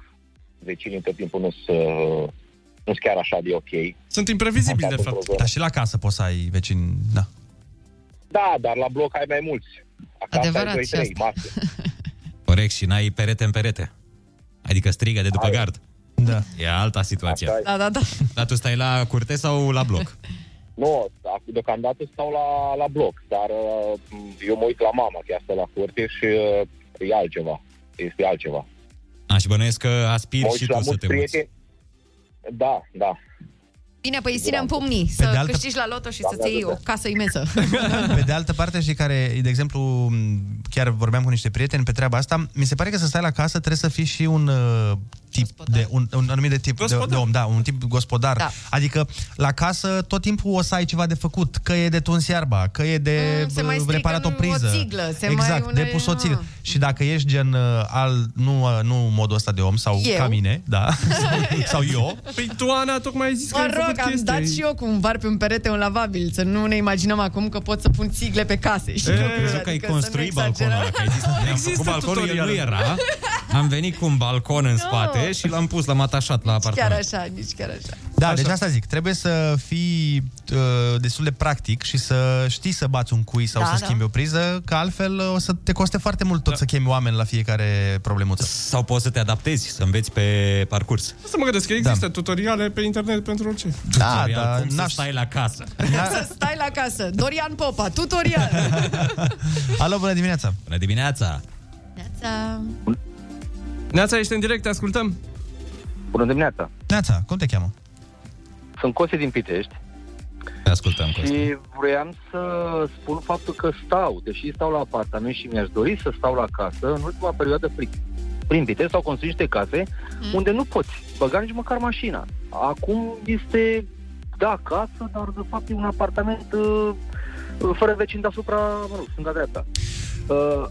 Speaker 17: vecinii tot timpul nu sunt uh, nu chiar așa de ok.
Speaker 11: Sunt imprevizibil, de fapt.
Speaker 7: Dar și la casă poți să ai vecini, da.
Speaker 17: Da, dar la bloc ai mai mulți. Acasă
Speaker 9: Adevărat
Speaker 17: ai
Speaker 9: și
Speaker 17: 2-3, Păi maxim.
Speaker 8: Corect, și n-ai perete în perete. Adică strigă de după gard.
Speaker 7: Da.
Speaker 8: E alta situație.
Speaker 17: Asta e. Da,
Speaker 9: da, da.
Speaker 8: Dar tu stai la curte sau la bloc?
Speaker 17: Nu, acum deocamdată stau la, la bloc, dar uh, eu mă uit la mama, că ea stă la curte și uh, e altceva. Este altceva.
Speaker 8: A, și bănuiesc că
Speaker 17: Mă
Speaker 8: aspiri
Speaker 17: uit
Speaker 8: și
Speaker 17: la
Speaker 8: tu să
Speaker 17: mulți
Speaker 8: te uiți.
Speaker 17: prieteni. Da, da.
Speaker 9: Bine, păi ține în pumnii să
Speaker 7: de
Speaker 9: altă...
Speaker 7: altă-
Speaker 9: câștigi la loto și
Speaker 17: Da,
Speaker 9: să-ți
Speaker 17: da,
Speaker 9: iei
Speaker 17: da, da.
Speaker 9: o casă imensă.
Speaker 7: Pe de altă parte, și care, de exemplu, m, chiar vorbeam cu niște prieteni pe treaba asta, mi se pare că să stai la casă trebuie să fii și un uh, tip de un, un anumit de tip de, de, om, da, un tip gospodar. Da. Adică la casă tot timpul o să ai ceva de făcut, că e de tuns iarba, că e de
Speaker 9: Mm, se mai
Speaker 7: uh,
Speaker 9: strică
Speaker 7: reparat o
Speaker 9: o
Speaker 7: priză.
Speaker 9: țiglă, se mai
Speaker 7: exact,
Speaker 9: une- Ah.
Speaker 7: de pus o țiglă. Și dacă ești gen uh, al nu uh, nu modul ăsta de om sau
Speaker 9: Eu?
Speaker 7: ca mine, da, sau eu,
Speaker 11: Păi tu, Ana, tocmai ai zis că
Speaker 9: Mă
Speaker 11: ai
Speaker 9: rog,
Speaker 11: făcut
Speaker 9: am
Speaker 11: chestii.
Speaker 9: dat și eu cu un var pe un perete un lavabil, să nu ne imaginăm acum că pot să pun țigle pe case. știi?
Speaker 8: Eu crezut că ai
Speaker 9: Adică să
Speaker 8: construit
Speaker 9: nu
Speaker 8: balconul ăla, că ai zis, am
Speaker 11: Există
Speaker 8: făcut balconul, el nu
Speaker 11: tutorial.
Speaker 8: era. Am venit cu un balcon în spate și l-am pus, l-am atașat la
Speaker 9: Nici chiar
Speaker 8: apartament.
Speaker 9: așa, nici chiar așa.
Speaker 7: Da, Așa. deci asta zic, trebuie să fii uh, destul de practic și să știi să bați un cui sau
Speaker 9: Da,
Speaker 7: da, să
Speaker 9: da.
Speaker 7: schimbi o priză, că altfel uh, o să te coste foarte mult tot da. să chemi oameni la fiecare problemuță.
Speaker 8: Sau poți să te adaptezi, să înveți pe parcurs.
Speaker 11: Să mă gândesc că există da. tutoriale pe internet pentru orice.
Speaker 7: Da,
Speaker 8: da, cum să stai la casă.
Speaker 9: Să stai la casă. Dorian Popa, tutorial.
Speaker 7: Alo, bună dimineața!
Speaker 8: Bună dimineața!
Speaker 9: Neața.
Speaker 11: Neața, ești în direct, te ascultăm.
Speaker 17: Bună dimineața!
Speaker 7: Neața, cum te cheamă?
Speaker 17: Sunt Costi din Pitești.
Speaker 8: Te ascultăm, Costi.
Speaker 17: Și vroiam să spun faptul că stau, deși stau la apartament și mi-aș dori să stau la casă, în ultima perioadă prin, prin Pitești s-au construit niște case mm. unde nu poți băga nici măcar mașina. Acum este, da, casă, dar de fapt e un apartament uh, fără vecini deasupra, mă rog, stânga dreapta. Uh,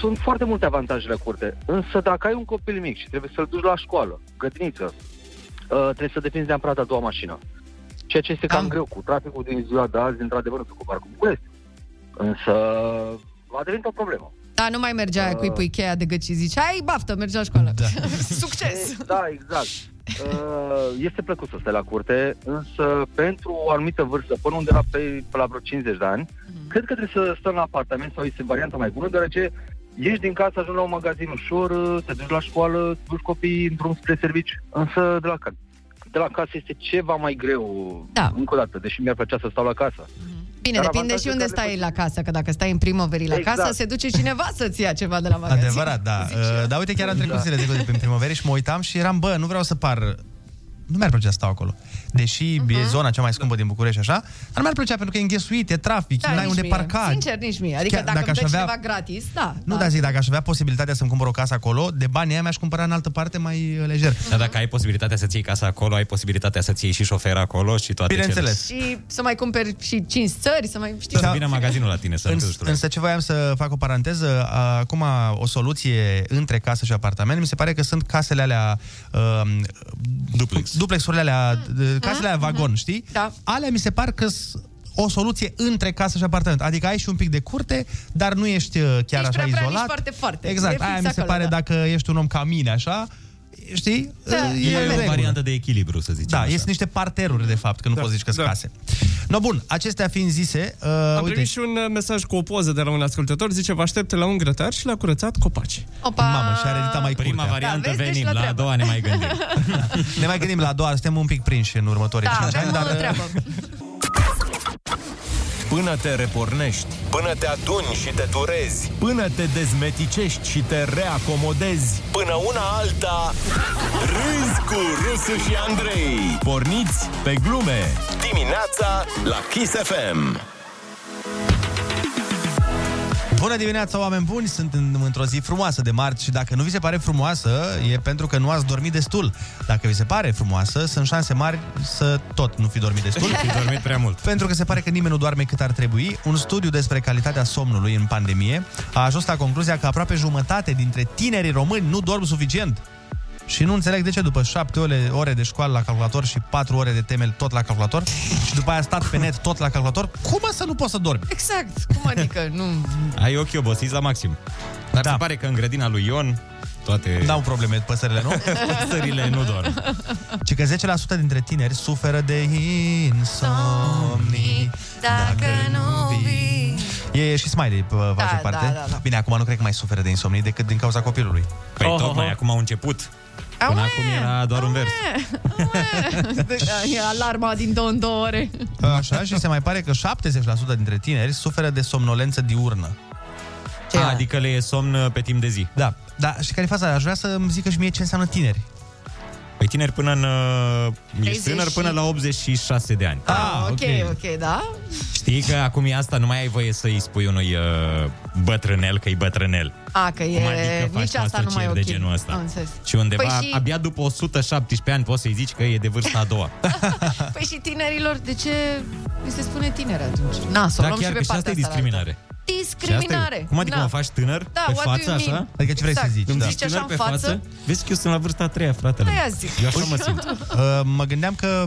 Speaker 17: sunt foarte multe avantaje la curte, însă dacă ai un copil mic și trebuie să-l duci la școală, grădiniță, uh, trebuie să depinzi de amprata a doua mașină. Ceea ce este cam greu cu traficul din ziua de azi, într-adevăr, nu se compar cu București. Însă a devenit o problemă.
Speaker 9: Da, nu mai mergea aia cui pui cheia de gât și zici, hai, baftă, mergi la școală. Da. Succes!
Speaker 17: Da, exact. Uh, Este plăcut să stai la curte, însă pentru o anumită vârstă, până undeva pe, pe la vreo 50 de ani, cred că trebuie să stăm la apartament sau este varianta mai bună, deoarece ieși din casă, ajungi la un magazin ușor, uh, te duci la școală, îți duci copiii în drum spre servici, însă de la, ca- de la casă este ceva mai greu, da. încă o dată, deși mi-ar plăcea să stau la casă.
Speaker 9: Bine,
Speaker 17: Dar
Speaker 9: depinde și
Speaker 17: avantajul
Speaker 9: unde
Speaker 17: care le
Speaker 9: stai la casă, că dacă stai în primăverii la
Speaker 17: Exact.
Speaker 9: casă, se duce cineva să-ți ia ceva de la magazin.
Speaker 7: Adevărat, da. Uh, Dar uite, chiar am trecut
Speaker 9: Da.
Speaker 7: zile trecute prin primăveră și mă uitam și eram, bă, nu vreau să par... Nu mi-ar plăcea să stau acolo. Deși
Speaker 9: Mhm.
Speaker 7: uh-huh. e zona cea mai scumpă din București, așa, dar nu mi-ar plăcea pentru că e înghesuit, e trafic,
Speaker 9: Da,
Speaker 7: da, n-ai
Speaker 9: nici
Speaker 7: unde
Speaker 9: mie.
Speaker 7: parca.
Speaker 9: Sincer, nici mie. Adică
Speaker 7: Chiar
Speaker 9: dacă, dacă
Speaker 7: dacă
Speaker 9: îmi dă
Speaker 7: aș
Speaker 9: avea...
Speaker 7: avea-
Speaker 9: cineva gratis, da.
Speaker 7: Nu, dar zic, dacă aș avea posibilitatea să-mi cumpăr o casă acolo, de banii aia mi-aș cumpăra în altă parte mai uh, lejer.
Speaker 8: Dar dacă ai posibilitatea să-ți iei casa acolo, ai posibilitatea să-ți iei și șofer acolo și toate
Speaker 7: Bineînțeles.
Speaker 9: Și să mai cumperi și cinci țări, să mai știu.
Speaker 8: Cele. Să vină magazinul la tine să nu te
Speaker 7: Îns- Însă ce voiam să fac o paranteză, acum o soluție între casă și apartament, mi se pare că sunt casele alea um, duplex. duplexurile alea,
Speaker 9: Mm, mm-hmm,
Speaker 7: uh, casele alea vagon, știi? Da. Alea mi se par că sunt o soluție între casă și apartament. Adică ai și un pic de curte, dar nu ești uh, chiar așa
Speaker 9: Nici prea prea,
Speaker 7: izolat.
Speaker 9: nici foarte, foarte. E
Speaker 7: Exact,
Speaker 9: fix
Speaker 7: aia mi se
Speaker 9: acolo,
Speaker 7: pare
Speaker 9: da.
Speaker 7: dacă ești un om ca mine, așa, știi?
Speaker 9: Da,
Speaker 7: Uh,
Speaker 9: e
Speaker 7: în
Speaker 8: o
Speaker 7: regulă.
Speaker 8: variantă de echilibru, să zicem
Speaker 7: Da,
Speaker 8: așa.
Speaker 7: sunt niște parteruri, de fapt, că nu da, poți zici că sunt da. case. No, bun, acestea fiind zise, uh,
Speaker 11: Am
Speaker 7: uite,
Speaker 11: primit și un uh, mesaj cu o poză de la un ascultător, zice, vă aștept la un grătar și la curățat copaci.
Speaker 9: Opa!
Speaker 7: Mamă, și-a reeditat mai
Speaker 8: Prima
Speaker 7: curtea.
Speaker 8: variantă
Speaker 9: Da, vezi, deci
Speaker 8: venim,
Speaker 9: la
Speaker 8: la, a
Speaker 9: treabă.
Speaker 8: doua ne mai gândim.
Speaker 7: ne mai gândim la a doua, suntem un pic prinși în următorii
Speaker 9: Da,
Speaker 7: 5 ani,
Speaker 9: avem
Speaker 7: dar... uh,
Speaker 9: o treabă.
Speaker 1: Da. Până te repornești, până te aduni și te turezi, până te dezmeticești și te reacomodezi, până una alta, râzi cu Rusu și Andrei. Porniți pe glume dimineața la Kiss FM.
Speaker 7: Bună dimineața, oameni buni! Sunt în, într-o zi frumoasă de marți și dacă nu vi se pare frumoasă, e pentru că nu ați dormit destul. Dacă vi se pare frumoasă, sunt șanse mari să tot nu fi dormit destul.
Speaker 8: Nu fi dormit prea mult.
Speaker 7: Pentru că se pare că nimeni nu doarme cât ar trebui, un studiu despre calitatea somnului în pandemie a ajuns la concluzia că aproape jumătate dintre tinerii români nu dorm suficient. Și nu înțeleg de ce după șapte ore, ore de școală la calculator și patru ore de temel tot la calculator și după aia stat pe net tot la calculator, cum mă să nu poți să dormi?
Speaker 9: Exact, cum adică? Nu...
Speaker 8: Ai ochii obosiți la maxim. Dar da. se pare că în grădina lui Ion toate...
Speaker 7: N-au probleme păsările, nu?
Speaker 8: Păsările nu dorm.
Speaker 7: Ci că 10% dintre tineri suferă de insomnii.
Speaker 9: Dacă nu vii...
Speaker 7: E și Smiley p- va
Speaker 9: Da,
Speaker 7: face
Speaker 9: da,
Speaker 7: parte.
Speaker 9: da, da.
Speaker 7: Bine, acum nu cred că mai suferă de insomnii decât din cauza copilului.
Speaker 8: Păi oh, tocmai, oh. acum au început. Până
Speaker 9: Aue!
Speaker 8: acum era doar un vers.
Speaker 9: E alarma din două în două ore.
Speaker 7: Așa, și se mai pare că 70% dintre tineri suferă de somnolență diurnă.
Speaker 8: Ce adică le e somn pe timp de zi.
Speaker 7: Da, da, și care e faza? Aș vrea să îmi zică și mie ce înseamnă tineri.
Speaker 8: Păi tineri până în... uh, Ești
Speaker 9: 30
Speaker 8: tânăr până la 86 de ani.
Speaker 9: Ah, ok, ok, da?
Speaker 8: Știi că acum e asta, nu mai ai voie să-i spui unui uh, bătrânel că e bătrânel.
Speaker 9: A, că e...
Speaker 8: Cum adică faci
Speaker 9: Nici asta nu mai e
Speaker 8: astrăcieri
Speaker 9: ok.
Speaker 8: de genul ăsta?
Speaker 9: Am înțeles.
Speaker 8: Și undeva,
Speaker 9: Păi
Speaker 8: păi și... abia după 117 ani poți să-i zici că e de vârsta a doua.
Speaker 9: Păi și tinerilor, de ce mi se spune tineri atunci? Na, să o
Speaker 8: Dar
Speaker 9: luăm și
Speaker 8: chiar
Speaker 9: pe
Speaker 8: că și asta
Speaker 9: partea
Speaker 8: e
Speaker 9: asta.
Speaker 8: discriminare. Și asta
Speaker 9: Discriminare.
Speaker 8: e- Cum adică
Speaker 9: Na.
Speaker 8: mă faci tânăr
Speaker 9: Da,
Speaker 8: pe
Speaker 9: what do
Speaker 8: față
Speaker 9: you mean?
Speaker 8: așa?
Speaker 9: Adică ce vrei să Exact. zici,
Speaker 8: Îmi
Speaker 9: da.
Speaker 8: zici
Speaker 9: Zici așa
Speaker 8: tânăr pe
Speaker 9: în față?
Speaker 8: față? Vezi că eu sunt la vârsta a treia, fratele.
Speaker 9: Aia
Speaker 8: meu.
Speaker 9: zic.
Speaker 8: Eu așa mă simt.
Speaker 7: Uh, mă gândeam că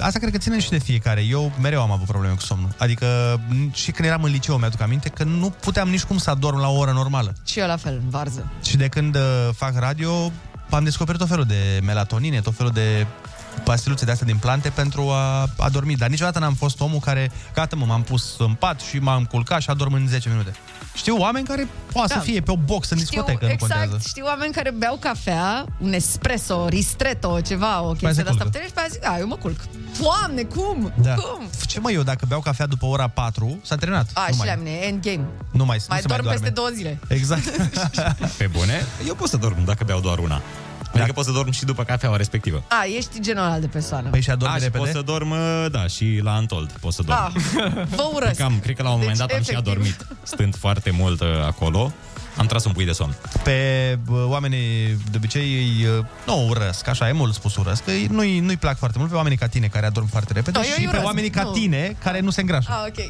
Speaker 7: Asta cred că ține și de fiecare. Eu mereu am avut probleme cu somnul. Adică n- și când eram în liceu mi-aduc aminte că nu puteam nici cum să adorm la o oră normală.
Speaker 9: Și eu la fel, în varză.
Speaker 7: Și de când uh, fac radio, am descoperit tot felul de melatonine, tot felul de pastiluțe de astea din plante pentru a, a dormi. Dar niciodată n-am fost omul care, gata mă, m-am pus în pat și m-am culcat și adorm în 10 minute. Știu oameni care poate
Speaker 9: Da.
Speaker 7: să fie pe o box în
Speaker 9: Știu,
Speaker 7: discotecă,
Speaker 9: exact,
Speaker 7: nu contează.
Speaker 9: știu oameni care beau cafea, un espresso, ristretto, ceva, o
Speaker 7: se
Speaker 9: chestie de asta
Speaker 7: culcă.
Speaker 9: putere și pe aia zic, a, eu mă culc. Doamne, cum?
Speaker 7: Da.
Speaker 9: Cum?
Speaker 7: Ce mă eu, dacă beau cafea după ora 4, s-a terminat.
Speaker 9: A,
Speaker 7: nu,
Speaker 9: și
Speaker 7: mai,
Speaker 9: la mine, e endgame.
Speaker 7: nu mai, nu
Speaker 9: Mai
Speaker 7: se
Speaker 9: dorm
Speaker 7: mai
Speaker 9: peste două zile.
Speaker 7: Exact.
Speaker 8: Pe bune, eu pot să dorm dacă beau doar una. Adică pot să dorm și după cafeaua respectivă.
Speaker 9: A, ești genul ăla de persoană.
Speaker 7: Păi
Speaker 8: A, Păi și pot să dorm, uh, da, și la Antold pot să dorm.
Speaker 9: A, Ah, vă
Speaker 8: Cred
Speaker 9: urăsc.
Speaker 8: că, am, cred că la un moment
Speaker 9: Deci,
Speaker 8: dat am și
Speaker 9: efectiv.
Speaker 8: adormit. Stând foarte mult uh, acolo, am tras un pui de somn.
Speaker 7: pe bă, oamenii de obicei îi, uh, nu urăsc, așa e mult spus urăsc, că ei- nu-i, nu-i plac foarte mult pe oamenii ca tine care adorm foarte repede
Speaker 9: Da, eu
Speaker 7: și
Speaker 9: îi
Speaker 7: pe
Speaker 9: urăsc,
Speaker 7: oamenii ca
Speaker 9: nu.
Speaker 7: tine care nu se îngrașă.
Speaker 9: A, ok.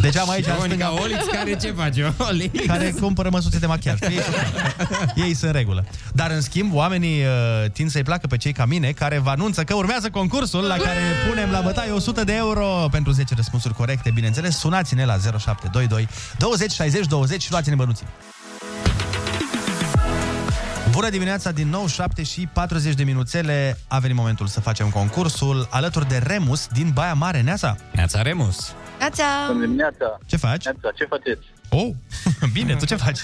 Speaker 7: Deci am aici... în
Speaker 10: Veronica
Speaker 7: stânga-
Speaker 10: Olix, care ce face? Olix?
Speaker 7: Care cumpără măsuțe de machiaj. Ei, ei sunt în regulă. Dar, în schimb, oamenii uh, tind să-i placă pe cei ca mine, care vă anunță că urmează concursul la care punem la bătaie 100 de euro pentru 10 răspunsuri corecte, bineînțeles. Sunați-ne la 0722 20 60 20 și luați-ne bănuții. Bună dimineața, din nou 7 și 40 de minuțele. A venit momentul să facem concursul alături de Remus din Baia Mare. Neața! Neața Remus!
Speaker 9: Gata!
Speaker 17: Bună dimineața!
Speaker 7: Ce faci?
Speaker 17: Da. Neața, ce faceți?
Speaker 7: Oh, bine, tu ce faci?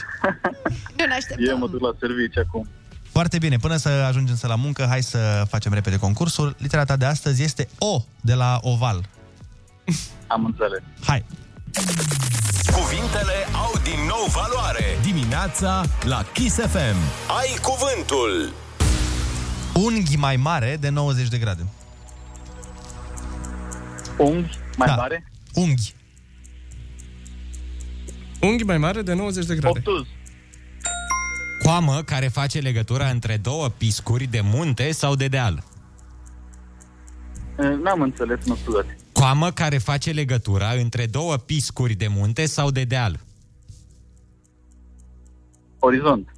Speaker 9: Nu ne așteptăm.
Speaker 17: Eu mă duc la serviciu acum.
Speaker 7: Foarte bine, până să ajungem să la muncă, hai să facem repede concursul. Litera ta de astăzi este O de la Oval.
Speaker 17: Am înțeles.
Speaker 7: Hai!
Speaker 1: Cuvintele au din nou valoare.
Speaker 6: Dimineața la Kiss FM.
Speaker 1: Ai cuvântul.
Speaker 7: Unghi mai mare de 90 de grade.
Speaker 17: Unghi mai
Speaker 7: Da.
Speaker 17: mare?
Speaker 7: Unghi.
Speaker 11: Unghi mai mare de 90 de grade.
Speaker 17: Obtuz.
Speaker 8: Coamă care face legătura între două piscuri de munte sau de deal.
Speaker 17: Eh, N-am înțeles, mă scuzați.
Speaker 8: Coamă care face legătura între două piscuri de munte sau de deal.
Speaker 17: Orizont.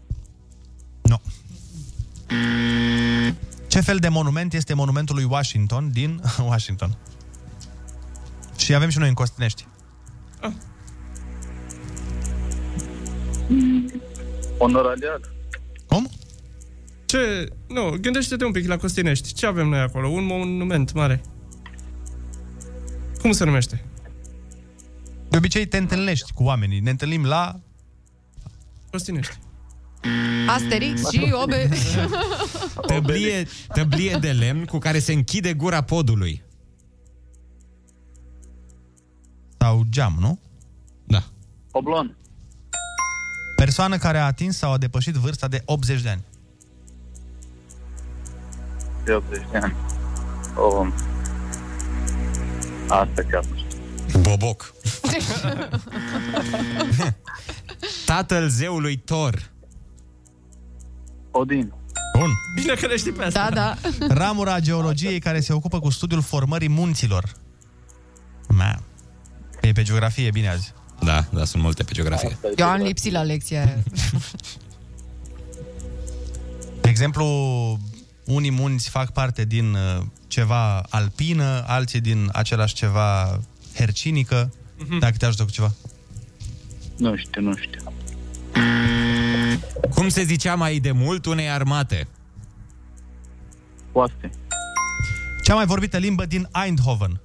Speaker 7: Ce fel de monument este monumentul lui Washington din Washington? Și avem și noi în Costinești.
Speaker 17: Onor aliat.
Speaker 11: Ce? Nu, gândește-te un pic la Costinești. Ce avem noi acolo? Un monument mare. Cum se numește?
Speaker 7: De obicei te întâlnești cu oamenii. Ne întâlnim la...
Speaker 11: Costinești.
Speaker 9: Asterix și obe.
Speaker 8: Tăblie, tăblie de lemn cu care se închide gura podului.
Speaker 7: Sau geam, nu?
Speaker 11: Da.
Speaker 17: Oblon.
Speaker 7: Persoană care a atins sau a depășit vârsta de 80 de ani.
Speaker 17: De 80 de ani. O... Asta chiar nu știu.
Speaker 8: Boboc. Tatăl zeului Thor.
Speaker 17: Odin.
Speaker 7: Bun.
Speaker 11: Bine că le știi pe
Speaker 9: asta. Da, da.
Speaker 7: Ramura geologiei care se ocupă cu studiul formării munților. Ma. E pe geografie bine azi.
Speaker 8: Da, da, sunt multe pe geografie.
Speaker 9: Eu am lipsit la lecția aia.
Speaker 7: De exemplu, unii munți fac parte din uh, ceva alpină, alții din același ceva hercinică.
Speaker 11: Mhm.
Speaker 7: Dacă te ajută cu ceva.
Speaker 17: Nu știu, nu știu.
Speaker 8: Cum se zicea mai de mult unei armate?
Speaker 17: Oaste.
Speaker 7: Cea mai vorbită limbă din Eindhoven.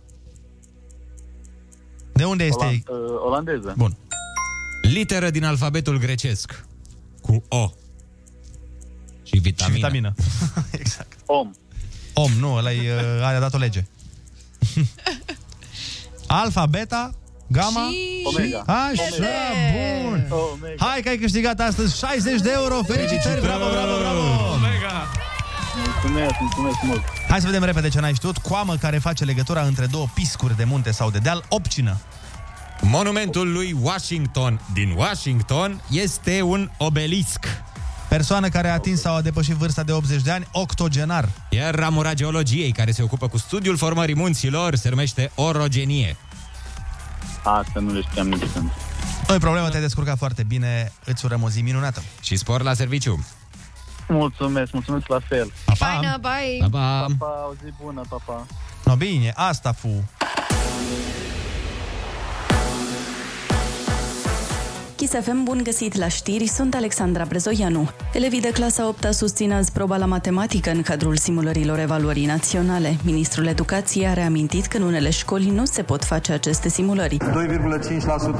Speaker 7: De unde este?
Speaker 8: Oland-
Speaker 17: eh, Olandeză.
Speaker 7: Bun.
Speaker 8: Literă din alfabetul grecesc. Cu O. Și vitamină. Și
Speaker 7: vitamină.
Speaker 8: exact.
Speaker 17: Om.
Speaker 7: Om, nu, ăla e, uh, a dat o lege. Alfa, beta, gamma
Speaker 17: Și-
Speaker 7: și...
Speaker 17: Omega.
Speaker 7: Așa,
Speaker 17: Omega.
Speaker 7: bun! Hai că ai câștigat astăzi 60 de euro! Felicitări! Bravo, bravo, bravo!
Speaker 11: Omega!
Speaker 17: Mulțumesc, mulțumesc mult.
Speaker 7: Hai să vedem repede ce n-ai știut. Coamă care face legătura între două piscuri de munte sau de deal, opcină.
Speaker 8: Monumentul lui Washington din Washington este un obelisc.
Speaker 7: Persoană care a atins sau a depășit vârsta de 80 de ani, octogenar.
Speaker 8: Iar ramura geologiei care se ocupă cu studiul formării munților se numește orogenie.
Speaker 17: Asta nu le știam nici când.
Speaker 7: Nu-i problemă, te-ai descurcat foarte bine. Îți urăm o zi minunată.
Speaker 8: Și spor la serviciu.
Speaker 17: Mulțumesc, mulțumesc la fel.
Speaker 7: Pa,
Speaker 9: Faină, bye!
Speaker 8: pa!
Speaker 17: Pa, o zi bună, pa, pa.
Speaker 7: No, bine, asta fu.
Speaker 12: Chisafem, bun găsit la știri, sunt Alexandra Brezoianu. Elevii de clasa 8 susțin azi proba la matematică în cadrul simulărilor evaluării naționale. Ministrul Educației a reamintit că în unele școli nu se pot face aceste simulări.
Speaker 18: 2,5%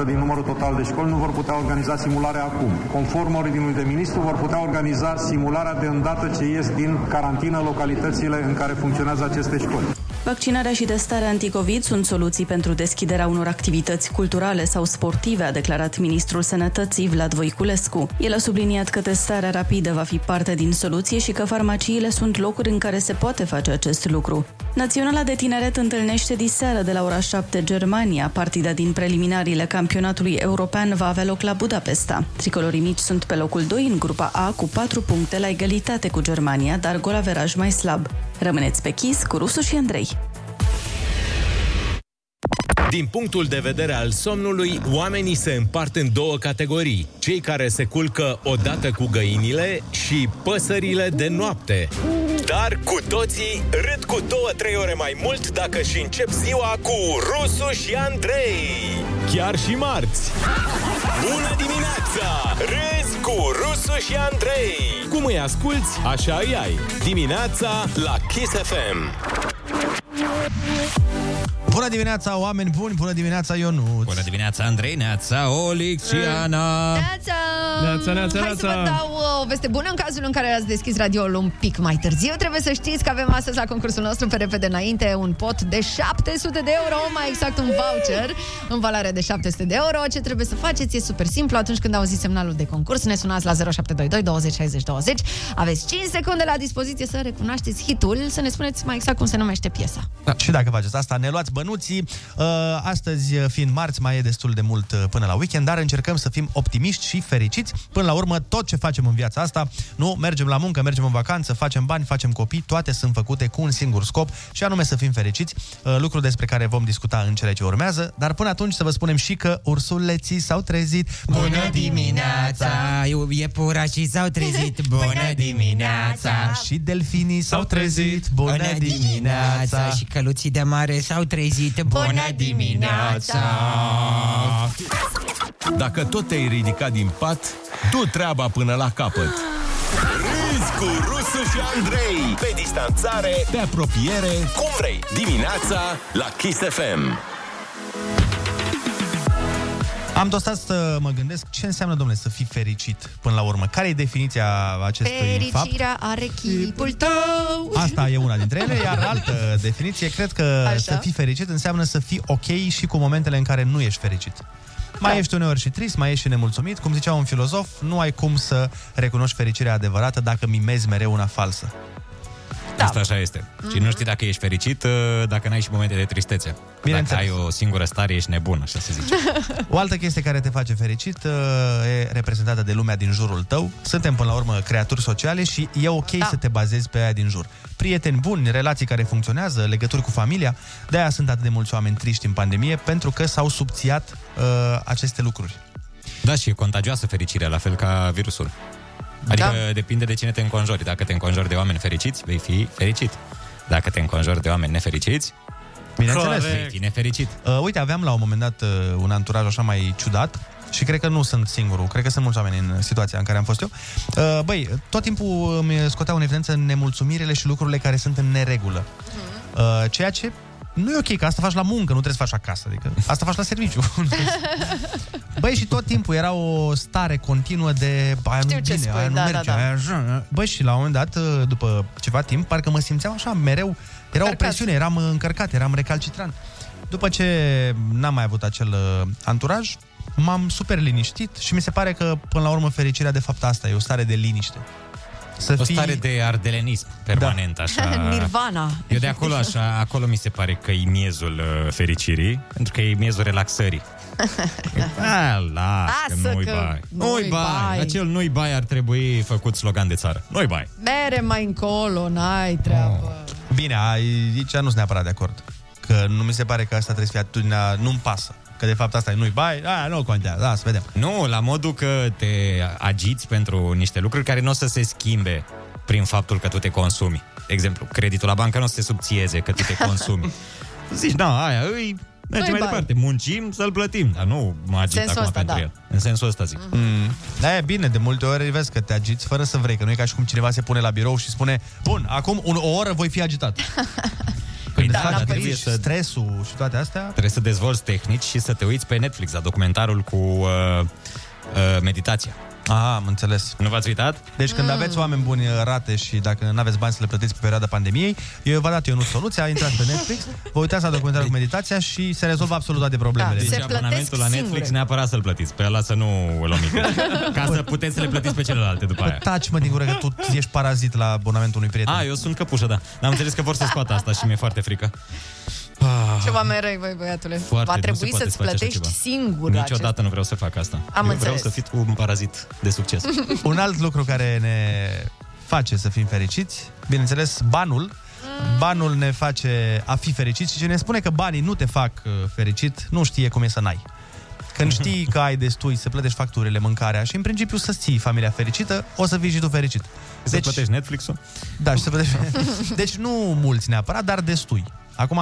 Speaker 18: din numărul total de școli nu vor putea organiza simularea acum. Conform ordinului de ministru, vor putea organiza simularea de îndată ce ies din carantină localitățile în care funcționează aceste școli.
Speaker 12: Vaccinarea și testarea anticovid sunt soluții pentru deschiderea unor activități culturale sau sportive, a declarat ministrul sănătății Vlad Voiculescu. El a subliniat că testarea rapidă va fi parte din soluție și că farmaciile sunt locuri în care se poate face acest lucru. Naționala de Tineret întâlnește diseară de la ora 7 Germania. Partida din preliminariile campionatului european va avea loc la Budapesta. Tricolorii mici sunt pe locul 2 în grupa A cu 4 puncte la egalitate cu Germania, dar gol averaj mai slab. Rămâneți pe chis cu Rusu și Andrei.
Speaker 1: Din punctul de vedere al somnului, oamenii se împart în două categorii. Cei care se culcă odată cu găinile și păsările de noapte. Dar cu toții râd cu două, trei ore mai mult dacă și încep ziua cu Rusu și Andrei. Chiar și marți. Bună dimineața! Râzi cu Rusu și Andrei. Cum îi asculți, așa îi ai. Dimineața la Kiss FM.
Speaker 7: Bună dimineața, oameni buni! Bună dimineața, Ionuț! Bună
Speaker 8: dimineața, Andrei, neața, Olix și Ana!
Speaker 9: Neața!
Speaker 8: Neața, neața,
Speaker 9: Hai să vă
Speaker 8: neața!
Speaker 9: dau uh, o veste bună în cazul în care ați deschis radioul un pic mai târziu. Trebuie să știți că avem astăzi la concursul nostru pe repede înainte un pot de 700 de euro, mai exact un voucher în valoare de 700 de euro. Ce trebuie să faceți e super simplu. Atunci când auziți semnalul de concurs, ne sunați la 0722 20 60 20. Aveți 5 secunde la dispoziție să recunoașteți hitul, să ne spuneți mai exact cum se numește piesa.
Speaker 7: Da. Și dacă faceți asta, ne luați bănuții. Uh, Astăzi, uh, fiind marți, mai e destul de mult uh, până la weekend, dar încercăm să fim optimiști și fericiți. Până la urmă, tot ce facem în viața asta, nu mergem la muncă, mergem în vacanță, facem bani, facem copii, toate sunt făcute cu un singur scop și anume să fim fericiți, Uh, lucru despre care vom discuta în cele ce urmează, dar până atunci să vă spunem și că ursuleții s-au trezit.
Speaker 10: Bună dimineața, eu- iepurașii s-au trezit Bună Păi da, dimineața
Speaker 7: Și delfinii s-au trezit
Speaker 10: Bună dimineața Și căluții de mare s-au trezit Bună dimineața
Speaker 6: Dacă tot te-ai ridicat din pat, du treaba până la capăt.
Speaker 1: Râzi cu Rusu și Andrei. Pe distanțare, pe apropiere, cum vrei. Dimineața la Kiss FM.
Speaker 7: Am tot stat să mă gândesc ce înseamnă, domnule, să fii fericit până la urmă. Care e definiția acestui fapt?
Speaker 9: Fericirea are chipul tău.
Speaker 7: Asta e una dintre ele, iar altă definiție, cred că
Speaker 9: Așa.
Speaker 7: Așa. să fii fericit înseamnă să fii ok și cu momentele în care nu ești fericit. Mai ești uneori și trist, mai ești și nemulțumit. Cum zicea un filozof, nu ai cum să recunoști fericirea adevărată dacă mimezi mereu una falsă.
Speaker 8: Da. Asta așa este. Și nu știi dacă ești fericit, uh, dacă n-ai și momente de tristețe. Dacă ai o singură stare, ești nebun, așa se zice.
Speaker 7: O altă chestie care te face fericit uh, e reprezentată de lumea din jurul tău. Suntem, până la urmă, creaturi sociale și e ok da. să te bazezi pe aia din jur. Prieteni buni, relații care funcționează, legături cu familia. De-aia sunt atât de mulți oameni triști în pandemie, pentru că s-au subțiat uh, aceste lucruri.
Speaker 8: Da, și e contagioasă fericirea, la fel ca virusul. Adică da. depinde de cine te înconjori. Dacă te înconjori de oameni fericiți, vei fi fericit. Dacă te înconjori de oameni nefericiți,
Speaker 7: Bineînțeles.
Speaker 8: vei fi nefericit.
Speaker 7: Uh, uite, aveam la un moment dat uh, un anturaj așa mai ciudat și cred că nu sunt singurul, cred că sunt mulți oameni în situația în care am fost eu. Uh, băi, tot timpul îmi scoteau în evidență nemulțumirile și lucrurile care sunt în neregulă. Uh, ceea ce nu e ok, că asta faci la muncă, nu trebuie să faci acasă, adică asta faci la serviciu. Băi, și tot timpul era o stare continuă de aia nu
Speaker 19: Știu ce
Speaker 7: bine,
Speaker 19: spui,
Speaker 7: aia nu
Speaker 19: da,
Speaker 7: merge,
Speaker 19: da, da.
Speaker 7: aia așa. Băi, și la un moment dat, după ceva timp, parcă mă simțeam așa mereu, era o presiune, eram încărcat, eram recalcitrant. După ce n-am mai avut acel uh, anturaj, m-am super liniștit și mi se pare că, până la urmă, fericirea de fapt asta e o stare de liniște. Să
Speaker 8: o
Speaker 7: fii-
Speaker 8: stare de ardelenism permanent, da. așa.
Speaker 9: Nirvana.
Speaker 8: Eu de acolo așa, acolo mi se pare că e miezul uh, fericirii, pentru că e miezul relaxării. A, lasă,
Speaker 9: Lasă
Speaker 8: că nu-i
Speaker 9: că
Speaker 8: bai.
Speaker 9: nu-i
Speaker 8: Nu-i bai.
Speaker 9: bai.
Speaker 8: Acel nu-i bai ar trebui făcut slogan de țară. Nu-i bai.
Speaker 9: Mere mai încolo, n-ai treabă.
Speaker 7: Bine, aici nu sunt neapărat de acord. Că nu mi se pare că asta trebuie să fie atitudinea, nu-mi pasă. Că de fapt asta e, nu-i bai, aia nu contează, da, să vedem.
Speaker 8: Nu, la modul că te agiți pentru niște lucruri care nu o să se schimbe prin faptul că tu te consumi. De exemplu, creditul la bancă nu o să se subțieze că tu te consumi. Zici, da, aia, îi mergem
Speaker 7: Nu-i bai.
Speaker 8: mai departe, muncim să-l plătim, dar nu mă agit
Speaker 7: Sensul
Speaker 8: acum
Speaker 7: ăsta,
Speaker 8: pentru
Speaker 7: da.
Speaker 8: el. În sensul ăsta zic.
Speaker 7: Mm. Da, e bine, de multe ori vezi că te agiți fără să vrei, că nu e ca și cum cineva se pune la birou și spune, bun, acum un, o oră voi fi agitat. Păi
Speaker 8: da, dar trebuie să-
Speaker 7: stresul și toate astea,
Speaker 8: Trebuie să dezvolți tehnici și să te uiți pe Netflix la documentarul cu uh, uh, meditația.
Speaker 7: Ah, am înțeles.
Speaker 8: Nu v-ați uitat?
Speaker 7: Deci
Speaker 9: Mm.
Speaker 7: când aveți oameni buni uh, rate și dacă nu aveți bani să le plătiți pe perioada pandemiei, eu v-am dat eu nu soluția, intrați pe Netflix, vă uitați la documentarul cu meditația și se rezolvă absolut toate problemele.
Speaker 9: Da.
Speaker 8: Deci abonamentul la Netflix neapărat să-l plătiți, pe ăla să nu îl omiți. Ca să puteți să le plătiți pe celelalte după aia.
Speaker 7: Taci, mă, din gură, că tu ești parazit la abonamentul unui prieten.
Speaker 8: A, eu sunt căpușă, da. Dar am înțeles că vor să scoată asta și mi-e foarte frică.
Speaker 9: Ce oameni răi, voi, băiatule.
Speaker 8: Oh. Ah. Foarte,
Speaker 9: Ah, Va
Speaker 8: nu se
Speaker 9: trebui
Speaker 8: poate
Speaker 9: să-ți
Speaker 8: face așa
Speaker 9: plătești
Speaker 8: ceva.
Speaker 9: singur
Speaker 8: Niciodată
Speaker 9: acest-
Speaker 8: nu vreau să fac asta.
Speaker 9: Am
Speaker 8: eu vreau
Speaker 9: înțeles.
Speaker 8: să fiu un parazit de succes.
Speaker 7: Un alt lucru care ne face să fim fericiți, bineînțeles, banul, Banul ne face a fi fericit și ce ne spune că banii nu te fac uh, fericit, nu știe cum e să n-ai. Când știi că ai destui să plătești facturile, mâncarea și în principiu să-ți ții familia fericită, o să fii și tu fericit. Deci, să plătești
Speaker 8: Netflix-ul?
Speaker 7: Da, și să plătești... deci nu mulți neapărat, dar destui. Acum,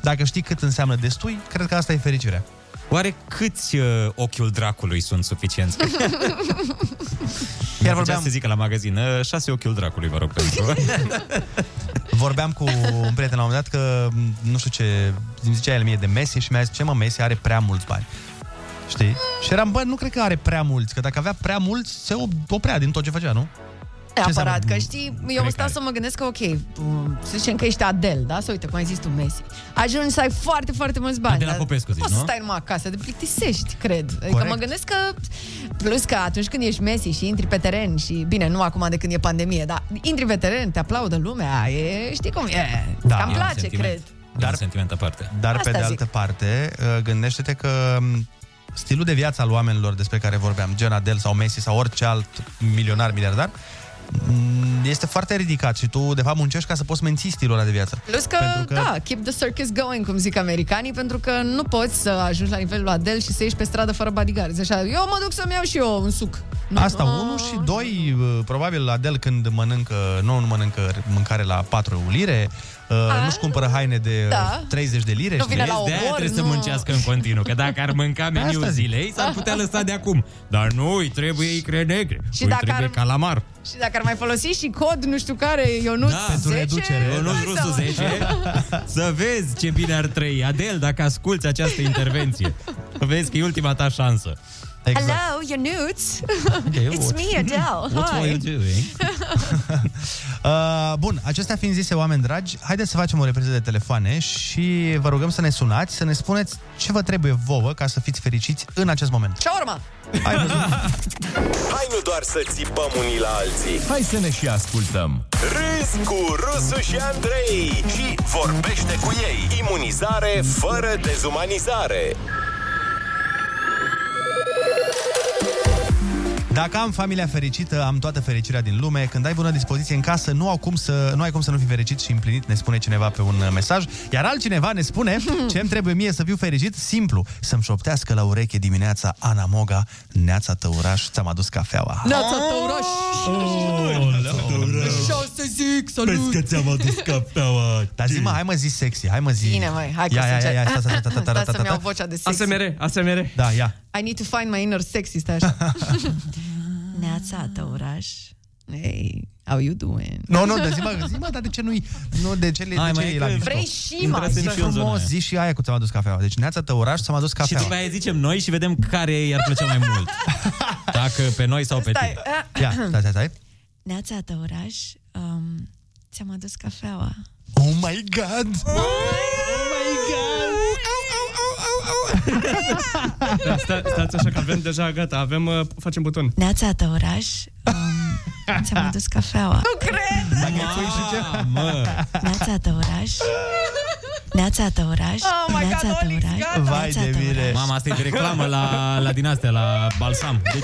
Speaker 7: dacă știi cât înseamnă destui, cred că asta e fericirea.
Speaker 8: Oare câți uh, ochiul dracului sunt suficienți?
Speaker 7: Chiar
Speaker 8: vorbeam... să zică la magazin, uh, șase ochiul dracului, vă rog, pentru...
Speaker 7: Vorbeam cu un prieten la un moment dat că, m, nu știu ce, îmi zicea el mie de Messi și mi-a zis, ce mă, Messi are prea mulți bani. Știi? Și eram, bă, nu cred că are prea mulți, că dacă avea prea mulți, se oprea din tot ce făcea, nu?
Speaker 9: Neapărat,
Speaker 7: înseamnă?
Speaker 9: că știi, eu
Speaker 7: Cred
Speaker 9: stau
Speaker 7: că
Speaker 9: să mă gândesc că, ok, um, să zicem că ești Adel, da? Să uite, cum ai zis tu, Messi. Ajungi să ai foarte, foarte mulți bani.
Speaker 8: Adela
Speaker 9: dar
Speaker 8: Popescu zici,
Speaker 9: poți să
Speaker 8: nu?
Speaker 9: stai numai acasă, te plictisești, cred. Adică
Speaker 8: Corect.
Speaker 9: mă gândesc că, plus că atunci când ești Messi și intri pe teren și, bine, nu acum de când e pandemie, dar intri pe teren, te aplaudă lumea, e, știi cum e? Cam
Speaker 8: Da,
Speaker 7: e un
Speaker 9: place,
Speaker 7: sentiment.
Speaker 9: cred.
Speaker 7: Dar,
Speaker 8: sentiment aparte.
Speaker 7: Dar
Speaker 9: Asta
Speaker 7: pe de
Speaker 9: zic.
Speaker 7: altă parte, uh, gândește-te că m, stilul de viață al oamenilor despre care vorbeam, gen Adel sau Messi sau orice alt milionar, miliardar, m, este foarte ridicat și tu, de fapt, muncești ca să poți menții stilul ăla de viață.
Speaker 9: Plus că,
Speaker 7: Pentru că-
Speaker 9: că, da, keep the circus going, cum zic americanii, pentru că nu poți să ajungi la nivelul Adel și să ieși pe stradă fără bodyguards. Așa, eu mă duc să-mi iau și eu un suc. Nu.
Speaker 7: Asta, unul și doi, uh, probabil Adel când mănâncă, nu, nu mănâncă mâncare la 4 lire, uh, nu-și cumpără haine de uh,
Speaker 9: da.
Speaker 7: 30 de lire.
Speaker 9: Nu
Speaker 7: știi?
Speaker 9: vine la
Speaker 8: De aia
Speaker 9: obor,
Speaker 8: trebuie să
Speaker 9: nu.
Speaker 8: muncească în continuu, că dacă ar mânca meniul
Speaker 7: Asta zic.
Speaker 8: zilei, s-ar putea lăsa de acum. Dar nu, îi trebuie icre negre,
Speaker 9: Și
Speaker 8: îi
Speaker 9: dacă
Speaker 8: trebuie
Speaker 9: ar-
Speaker 8: calamar.
Speaker 9: Și dacă ar mai folosi și cod, nu știu care, eu nu
Speaker 8: Da, pentru reducere. Eu nu
Speaker 9: Da.
Speaker 8: rusul 10. Să vezi ce bine ar trăi. Adel, dacă asculti această intervenție, vezi că e ultima ta șansă.
Speaker 7: Exact.
Speaker 9: Hello, you're Oh, nudes.
Speaker 7: Okay,
Speaker 9: It's
Speaker 7: what-
Speaker 9: me, Adele.
Speaker 7: What were you
Speaker 9: Hi.
Speaker 8: doing?
Speaker 7: Uh, bun, acestea fiind zise, oameni dragi, haideți să facem o repriză de telefoane și vă rugăm să ne sunați, să ne spuneți ce vă trebuie vouă ca să fiți fericiți în acest moment.
Speaker 9: Ce urmă?
Speaker 1: Hai nu doar să țipăm unii la alții
Speaker 6: Hai să ne și ascultăm.
Speaker 1: Râs cu Rusu și Andrei Și vorbește cu ei Imunizare fără dezumanizare
Speaker 7: Dacă am familia fericită, am toată fericirea din lume. Când ai bună dispoziție în casă, nu, au cum să, nu ai cum să nu fii fericit și împlinit, ne spune cineva pe un uh, mesaj. Iar altcineva ne spune ce îmi trebuie mie să fiu fericit, simplu, să-mi șoptească la ureche dimineața Ana Moga, neața tăuraș, ți-am adus cafeaua.
Speaker 9: Neața Tăuraș. Mm. Și o să zic, salut.
Speaker 7: ți-am adus cafeaua. Dar zi mă, hai mă zi sexy, hai mă zi.
Speaker 9: Bine, măi, hai că
Speaker 7: ia, ia, ia,
Speaker 9: sunt
Speaker 7: ia,
Speaker 9: gen-
Speaker 7: sta, sta, sta, sta, sta,
Speaker 9: Da,
Speaker 7: sta,
Speaker 9: să-mi
Speaker 7: sta.
Speaker 9: iau vocea de sexy.
Speaker 7: ASMR. Da, ia.
Speaker 9: I need to find my inner sexy, stai așa. Neața Tăuraș. Hey, how you doing?
Speaker 7: Nu, nu, dar zi mă, zi mă, dar de ce nu-i... Nu, de ce, le- de
Speaker 8: Hai, mai
Speaker 7: ce
Speaker 8: e
Speaker 7: e la
Speaker 8: că
Speaker 7: mișto?
Speaker 9: vrei și mai.
Speaker 7: Intrați în
Speaker 9: Zi
Speaker 7: fiul în
Speaker 9: frumos,
Speaker 7: zona aia. zi și aia cu ți-am adus cafeaua. Deci neața tăuraș, ți-am adus
Speaker 8: Și
Speaker 7: cafeaua.
Speaker 8: după aia zicem noi și vedem care i-ar plăcea mai mult. Dacă pe noi sau pe
Speaker 9: Stai.
Speaker 8: tine.
Speaker 7: Ia, stai, stai, stai.
Speaker 9: Neața Tăuraș, um, ți-am adus cafeaua.
Speaker 7: Oh my god! Oh
Speaker 11: Da, sta, stați așa că avem deja, gata, avem, uh, facem buton.
Speaker 9: Neața Tăuraș, um, ți-am adus cafeaua. Nu cred!
Speaker 8: Mă,
Speaker 9: Neața Tăuraș, Neața Tăuraș, oh Neața Tăuraș,
Speaker 7: Vai de mine.
Speaker 8: Mama, asta e de reclamă la, la din astea, la balsam. Deci,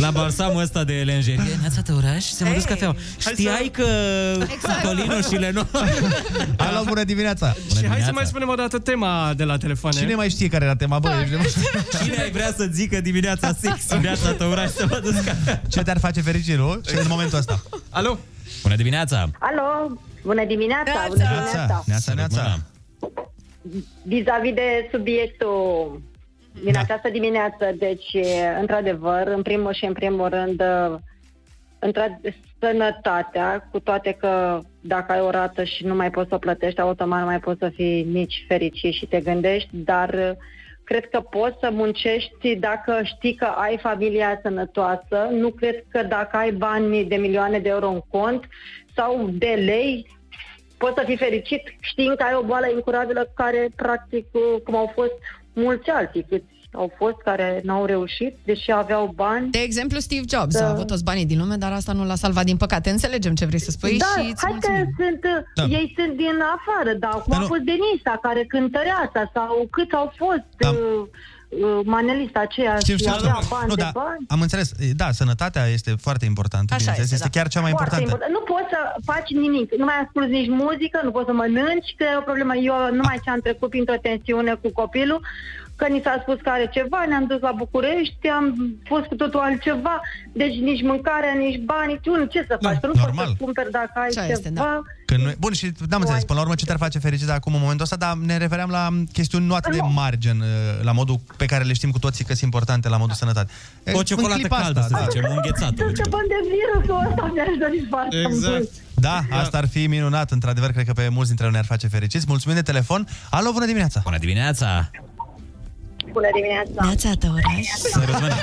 Speaker 8: la balsamul ăsta de lenjerie. Neața de oraș, se mă dus cafeaua. Știai că
Speaker 11: Exact.
Speaker 8: Tolino și Leno...
Speaker 7: Alo, bună dimineața!
Speaker 11: Și hai să mai spunem o dată tema de la telefoane.
Speaker 7: Cine mai știe care era tema, bă? ești de-
Speaker 8: Cine ai vrea să zică dimineața sexy, neața de oraș, să mă dus cafeaua?
Speaker 7: Ce te-ar face fericit, nu? Și în momentul ăsta.
Speaker 8: Alo? Bună dimineața!
Speaker 19: Alo, bună dimineața! Bună dimineața!
Speaker 7: Neața, neața.
Speaker 19: Vis-a-vis de subiectul din această dimineață, deci, într-adevăr, în primul și în primul rând, între sănătatea, cu toate că dacă ai o rată și nu mai poți să o plătești, automat nu mai poți să fii nici fericit și te gândești, dar cred că poți să muncești dacă știi că ai familia sănătoasă, nu cred că dacă ai bani de milioane de euro în cont sau de lei, poți să fii fericit știind că ai o boală incurabilă care, practic, cum au fost mulți alții câți au fost care n-au reușit, deși aveau bani.
Speaker 9: De exemplu, Steve Jobs a avut toți banii din lume, dar asta nu l-a salvat, din păcate. Înțelegem ce vrei să spui
Speaker 19: da,
Speaker 9: păi și îți
Speaker 19: hai că
Speaker 9: mulțumim.
Speaker 19: sunt,
Speaker 9: Da.
Speaker 19: da. ei sunt din afară, dar acum
Speaker 9: Dar
Speaker 19: a
Speaker 9: nu-
Speaker 19: fost Denisa care cântărea asta sau cât au fost... Da. uh, manelista aceea
Speaker 7: Știu,
Speaker 19: și
Speaker 7: știu, știu.
Speaker 19: avea bani
Speaker 7: Nu,
Speaker 19: de
Speaker 7: da,
Speaker 19: bani.
Speaker 7: am înțeles. E, Da, sănătatea este foarte importantă,
Speaker 19: Așa
Speaker 7: bineînțeles.
Speaker 19: este,
Speaker 7: Este
Speaker 19: da.
Speaker 7: chiar cea mai
Speaker 19: Foarte
Speaker 7: importantă.
Speaker 19: important. Nu poți să faci nimic. Nu mai asculti nici muzică, nu poți să mănânci, că e o problemă. Eu numai ce am trecut printr-o tensiune cu copilul, că ni s-a spus că are ceva, ne-am dus la București, am fost cu totul altceva, deci nici mâncarea, nici bani, tu nu ce să faci? Da, nu normal. poți să cumperi dacă ai ceva. Este, da.
Speaker 7: Când noi... Bun, și n-am înțeles, până la urmă, ce te-ar face fericită acum în momentul ăsta, dar ne refeream la chestiuni nu
Speaker 9: Ah,
Speaker 7: atât de mari, gen, uh, la modul pe care le știm cu toții că sunt importante la modul sănătate. E,
Speaker 8: O
Speaker 7: în
Speaker 8: ciocolată
Speaker 7: clipa
Speaker 8: caldă,
Speaker 7: asta,
Speaker 8: să
Speaker 7: da.
Speaker 8: zicem, o înghețată. deci. Exact.
Speaker 19: Să scăpăm de virusul ăsta, mi-aș dori foarte
Speaker 9: Exact.
Speaker 19: mult.
Speaker 7: Da, asta ar fi minunat, într-adevăr, cred că pe mulți dintre noi ne-ar face fericiți. Mulțumim de telefon. Alo, bună dimineața! Bună dimineața!
Speaker 19: Bună dimineața!
Speaker 9: Neața ta, oraș.
Speaker 8: Să răzbună.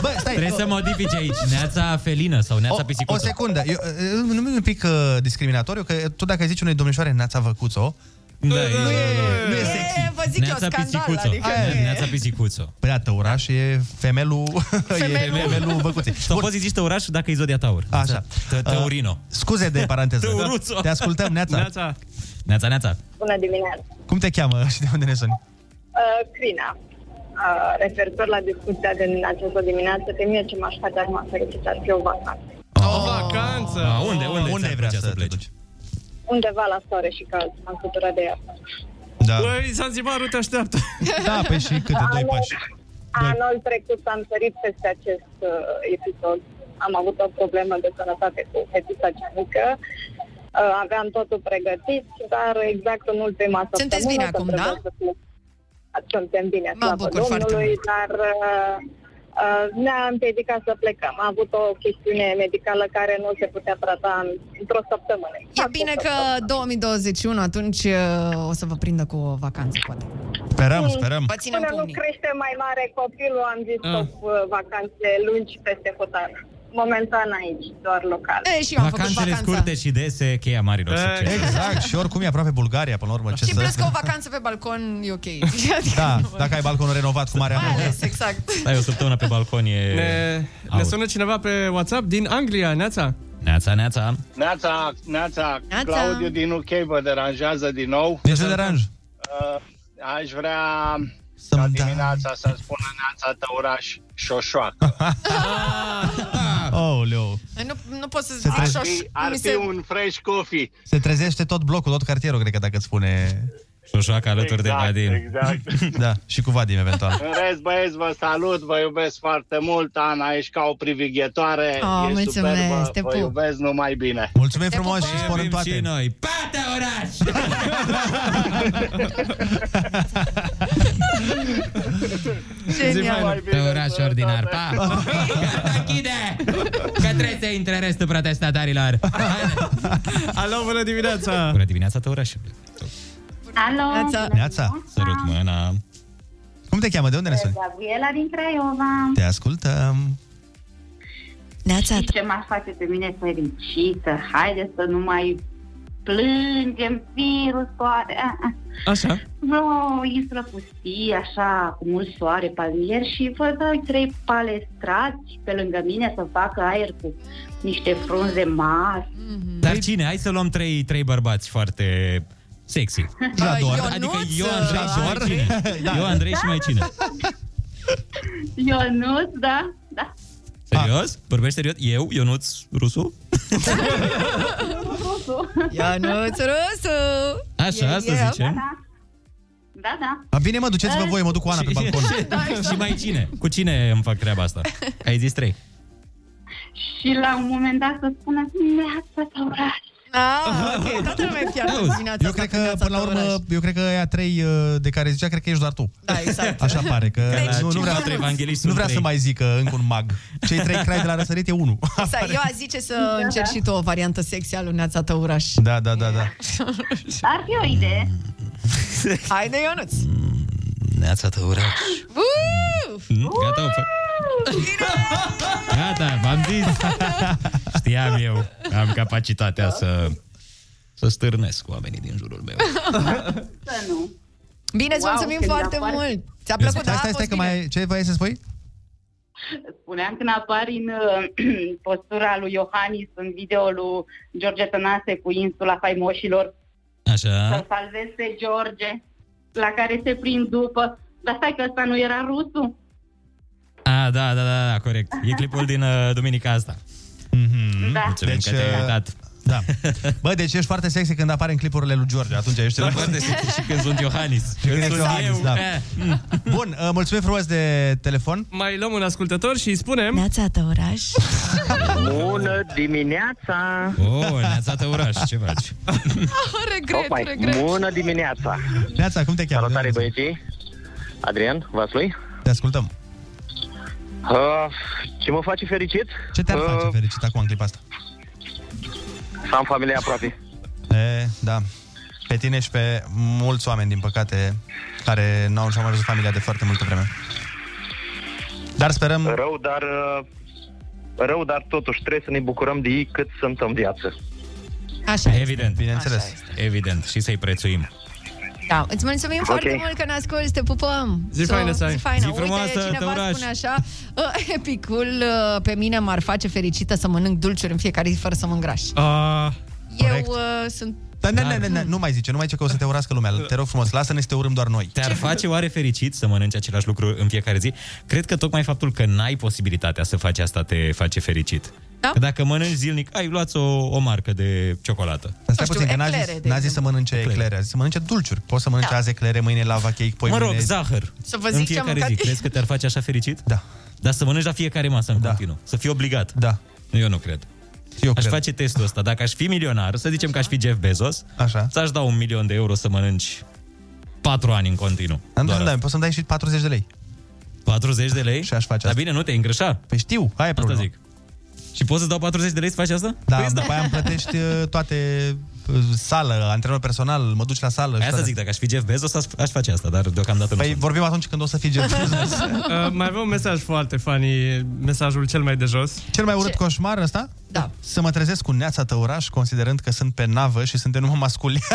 Speaker 8: Bă, stai, Oh. Trebuie să modifici aici. Neața felină sau neața
Speaker 7: O
Speaker 8: pisicuță.
Speaker 7: secundă, eu, eu, nu e un pic uh, discriminatoriu, că tu dacă ai zici unei domnișoare neața văcuțo,
Speaker 8: Da,
Speaker 7: nu, nu, e, nu e
Speaker 9: sexy. E, vă zic
Speaker 8: Neața
Speaker 9: eu, scandal,
Speaker 8: pisicuțo.
Speaker 9: adică
Speaker 8: Aia
Speaker 9: nu
Speaker 8: e.
Speaker 9: e.
Speaker 8: Neața pisicuțo.
Speaker 7: Păi da, tăuraș e femelul,
Speaker 8: Femelul.
Speaker 7: e femelul văcuței.
Speaker 8: Sau poți zici tăurașul dacă e zodia taur.
Speaker 7: Așa. Uh,
Speaker 8: Tă- Taurino.
Speaker 7: Scuze de paranteză.
Speaker 8: Tăuruțo.
Speaker 7: Te ascultăm, Neața.
Speaker 8: Neața. Neața, neața.
Speaker 20: Bună dimineața!
Speaker 7: Cum te cheamă și de unde ne suni?
Speaker 20: Uh, Crina, uh, referitor la discuția din această dimineață, pe mine ce m-aș face acum fericit ar fi o vacanță.
Speaker 7: O vacanță! Ah, unde, unde, unde ai vrea să pleci?
Speaker 20: Undeva la soare și cald, am cuturat de ea.
Speaker 7: Da.
Speaker 11: Băi, Zanzibarul te așteaptă.
Speaker 7: Da, pe și câte doi pași.
Speaker 20: Anul trecut am sărit peste acest uh, episod. Am avut o problemă de sănătate cu fetița cea mică. Uh, aveam totul pregătit, dar exact în ultima săptămână...
Speaker 9: Sunteți bine
Speaker 20: că
Speaker 9: acum,
Speaker 20: trebuia
Speaker 9: da?
Speaker 20: să plec. Suntem bine,
Speaker 9: Mă
Speaker 20: slavă
Speaker 9: bucur foarte
Speaker 20: Domnului, dar uh, uh, ne-a împiedicat să plecăm. A avut o chestiune medicală care nu se putea trata în- într-o săptămână.
Speaker 9: E bine că 2021 atunci uh, o să vă prindă cu o vacanță, poate.
Speaker 7: Sperăm, sperăm.
Speaker 9: Vă ținem
Speaker 20: Până nu
Speaker 9: pumnii.
Speaker 20: crește mai mare copilul, am zis
Speaker 7: Ah.
Speaker 20: ah. stop uh, vacanțe lungi peste hotar. Momentan aici, doar local.
Speaker 9: E, și
Speaker 8: Vacanțele scurte și dese, cheia marilor succes.
Speaker 7: Exact, și oricum e aproape Bulgaria, până la urmă. Ce
Speaker 9: Și
Speaker 7: să...
Speaker 9: plus că o vacanță pe balcon e ok. Adică,
Speaker 7: Da, dacă ai balconul renovat cu marea
Speaker 9: Mai
Speaker 7: mea.
Speaker 9: ales, exact.
Speaker 8: Stai o săptămână pe balcon e...
Speaker 11: Ne, ne
Speaker 8: Aud.
Speaker 11: sună cineva pe WhatsApp din Anglia, Neața.
Speaker 8: Neața, neața.
Speaker 21: Neața, Neața,
Speaker 11: Neața.
Speaker 21: Claudiu din UK vă deranjează din nou.
Speaker 7: De ce deranj?
Speaker 21: Uh, aș vrea ca
Speaker 7: da.
Speaker 21: dimineața să-mi spună Neața Tăuraș Șoșoacă. Da.
Speaker 7: Oh, leu.
Speaker 9: Nu, nu pot să
Speaker 7: Se
Speaker 9: zic
Speaker 7: trece.
Speaker 9: așa.
Speaker 21: Ar fi- Ar
Speaker 9: mi
Speaker 21: fi
Speaker 9: se-
Speaker 21: un fresh coffee.
Speaker 7: Se trezește tot blocul, tot cartierul, cred că dacă îți spune...
Speaker 8: Șoșoacă
Speaker 21: alături de Exact, Vadim. Da. exact.
Speaker 7: da, și cu Vadim, eventual.
Speaker 21: În rest, băieți, vă salut, vă iubesc foarte mult. Ana, ești ca o privighetoare.
Speaker 9: Oh,
Speaker 21: e
Speaker 9: mulțumesc,
Speaker 21: superbă,
Speaker 9: te
Speaker 21: vă
Speaker 9: pup.
Speaker 21: iubesc numai bine.
Speaker 7: Mulțumim frumos și spor în toate.
Speaker 8: Și noi.
Speaker 21: Pate oraș!
Speaker 9: Genial.
Speaker 10: Pe oraș ordinar. Pa!
Speaker 8: Gata, închide! Că trebuie să intre restul protestatarilor.
Speaker 11: Alo, bună dimineața!
Speaker 8: Bună dimineața, Tăuraș.
Speaker 22: Alo!
Speaker 9: Neața.
Speaker 7: Neața.
Speaker 8: Sărut mâna.
Speaker 7: Da. Cum te cheamă? De unde ne suni?
Speaker 22: Gabriela din Craiova.
Speaker 7: Te ascultăm.
Speaker 9: Neața. da.
Speaker 22: Și ce m-aș face pe mine fericită? Haide să nu mai plângem virus, soare. Ah, ah.
Speaker 11: Așa.
Speaker 22: Vreo insulă pustie, așa, cu mult soare, palmier și vă dau trei palestrați pe lângă mine să facă aer cu niște frunze mari.
Speaker 8: Dar
Speaker 7: Păi-
Speaker 8: cine? Hai să luăm trei, trei bărbați foarte sexy.
Speaker 7: Da,
Speaker 22: Jador.
Speaker 8: Adică
Speaker 22: Ionuț,
Speaker 8: eu, Andrei și mai
Speaker 22: Jador.
Speaker 8: cine?
Speaker 22: Da.
Speaker 8: Eu, Andrei și mai cine?
Speaker 22: Ionuț, da? Da.
Speaker 8: Serios? Vorbești serios? Eu, Ionuț Rusu?
Speaker 9: Ionuț Rusu!
Speaker 8: Așa,
Speaker 9: E
Speaker 8: să
Speaker 9: el.
Speaker 8: zicem.
Speaker 22: Da, da.
Speaker 7: A, bine, mă,
Speaker 8: Eh?
Speaker 7: duceți-vă voi, mă duc cu Ana pe balcon.
Speaker 8: Da, exact. și mai cine? Cu cine îmi fac treaba asta? Că Ai zis trei.
Speaker 22: Și la un moment dat să spună, neața sau oraș.
Speaker 9: Ah, ok, toată lumea e fiară
Speaker 7: Auzi,
Speaker 9: dimineața
Speaker 7: Eu cred că, până la urmă, eu cred că aia trei uh, de care zicea, cred că ești doar tu.
Speaker 9: Da, exact.
Speaker 7: Așa pare, că
Speaker 9: Deci,
Speaker 7: nu, nu,
Speaker 9: patru
Speaker 7: vrea,
Speaker 9: evangeliști
Speaker 7: nu
Speaker 9: sunt
Speaker 7: vrea să
Speaker 9: trei.
Speaker 7: mai zică încă un mag. Cei trei crai de la răsărit e unul.
Speaker 9: Asta, eu a zice
Speaker 22: Da.
Speaker 9: să încerci și tu o variantă sexy a lui Neața Tăuraș.
Speaker 7: Da, da, da, da.
Speaker 22: Ar fi o idee.
Speaker 9: Haide, Ionuț!
Speaker 8: Neața Tăuraș.
Speaker 9: Uf!
Speaker 8: Gata, o fac. Gata, v-am zis. Știam eu. Am capacitatea să să stârnesc oamenii din jurul meu.
Speaker 22: Să nu.
Speaker 9: Bine, îți
Speaker 22: Wow,
Speaker 9: mulțumim
Speaker 22: când
Speaker 9: foarte
Speaker 22: apar-
Speaker 9: mult! Ți-a plăcut?
Speaker 7: Stai,
Speaker 9: Da,
Speaker 7: stai, stai, că mai... Ce vrei să spui?
Speaker 22: Spuneam când apar în uh, postura lui Iohannis în videoul lui George Tănase cu insula faimoșilor,
Speaker 8: Așa.
Speaker 7: Ah.
Speaker 22: să salveze George, la care se prind după. Dar stai că ăsta nu era rusul?
Speaker 8: A, da, da, da, da, corect. E clipul din uh, duminica asta. Mm-hmm.
Speaker 22: Da.
Speaker 8: Mulțumim deci, că te-ai
Speaker 7: uh,
Speaker 8: uitat.
Speaker 7: Da. Bă, deci ești foarte sexy când apare în clipurile lui George. Atunci ești
Speaker 8: Da, foarte sexy și când sunt Iohannis.
Speaker 7: Și când sunt
Speaker 8: Exact.
Speaker 7: Iohannis, da. Bun, uh, mulțumim frumos de telefon.
Speaker 11: Mai luăm un ascultător și îi spunem...
Speaker 9: Neața Tăuraș.
Speaker 3: Bună dimineața!
Speaker 8: Oh, neața Tăuraș, ce faci?
Speaker 9: regret,
Speaker 3: Tocmai.
Speaker 9: regret.
Speaker 3: Bună dimineața!
Speaker 7: Neața, cum te cheamă?
Speaker 3: Salutare băieții! Adrian, Vaslui?
Speaker 7: Te ascultăm.
Speaker 3: Uh, ce mă face fericit?
Speaker 7: Ce te-ar face fericit acum în clipa asta?
Speaker 3: Să am familie aproape.
Speaker 7: E, da. Pe tine și pe mulți oameni, din păcate, care n-au și-au mai văzut familia de foarte multă vreme. Dar sperăm...
Speaker 3: Rău, dar... uh, Rău, dar totuși trebuie să ne bucurăm de ei cât sunt în viață.
Speaker 9: Așa
Speaker 8: Evident.
Speaker 7: Bineînțeles.
Speaker 8: Evident. Și să-i prețuim.
Speaker 9: Da, îți mulțumim
Speaker 8: Ok.
Speaker 9: okay. foarte mult că ne asculti, te pupăm.
Speaker 8: Zi
Speaker 9: So,
Speaker 8: faină să ai.
Speaker 9: Zi faină.
Speaker 8: Zi
Speaker 9: Uite,
Speaker 8: frumoasă,
Speaker 9: cineva
Speaker 8: Tăuraș.
Speaker 9: spune așa, "Uh, epicul uh, pe mine m-ar face fericită să mănânc dulciuri în fiecare zi fără să mă îngraș.
Speaker 7: A,
Speaker 9: Eu uh, sunt...
Speaker 7: Dar Da, ne, ne, ne, ne, nu mai zice, nu mai zice că o să te urască lumea. Te rog frumos, lasă-ne să te urâm doar noi.
Speaker 8: Te-ar face oare fericit să mănânci același lucru în fiecare zi? Cred că tocmai faptul că n-ai posibilitatea să faci asta te face fericit.
Speaker 9: Da?
Speaker 8: Că dacă mănânci zilnic, ai luat o, o marcă de ciocolată.
Speaker 7: Dar stai puțin, că n-a zis, n-a zis să mănânce eclere, a zis să mănânce dulciuri. Poți să mănânci
Speaker 8: Da.
Speaker 7: azi eclere, mâine lava cake, poi
Speaker 8: Mă rog,
Speaker 7: mâine...
Speaker 8: zahăr.
Speaker 9: Să vă
Speaker 8: în
Speaker 9: zic ce am
Speaker 8: fiecare zi.
Speaker 9: mâncat.
Speaker 8: Crezi că te-ar face așa fericit?
Speaker 7: Da.
Speaker 8: Dar să mănânci la fiecare masă în da. continuu. Să fii obligat.
Speaker 7: Da.
Speaker 8: Eu nu cred.
Speaker 7: Eu
Speaker 8: aș face testul ăsta. Dacă aș fi milionar, să zicem că aș fi Jeff Bezos,
Speaker 7: Așa.
Speaker 8: ți-aș da un milion de euro să mănânci patru ani în continuu.
Speaker 7: Da,
Speaker 8: Doar
Speaker 7: da, da,
Speaker 8: asta.
Speaker 7: poți să-mi dai și 40 de lei.
Speaker 8: 40 de lei? Și
Speaker 7: aș face
Speaker 8: Dar bine, nu te îngrășa.
Speaker 7: Păi știu, aia e problema.
Speaker 8: Asta zic. Și poți să dau 40 de lei să faci asta?
Speaker 7: Da, păi după aia îmi plătești uh, toate uh, sală, antrenor personal, mă duci la sală. și
Speaker 8: Aia să
Speaker 7: toate.
Speaker 8: zic, dacă aș fi Jeff Bezos, aș, aș face asta, dar deocamdată nu
Speaker 7: Păi vorbim atunci când o să fii Jeff Bezos.
Speaker 11: Uh, mai avem un mesaj foarte funny, mesajul cel mai de jos.
Speaker 7: Cel mai urât coșmar ăsta?
Speaker 9: Da.
Speaker 7: Să mă trezesc cu neața tăuraș, considerând că sunt pe navă și sunt de numai masculin.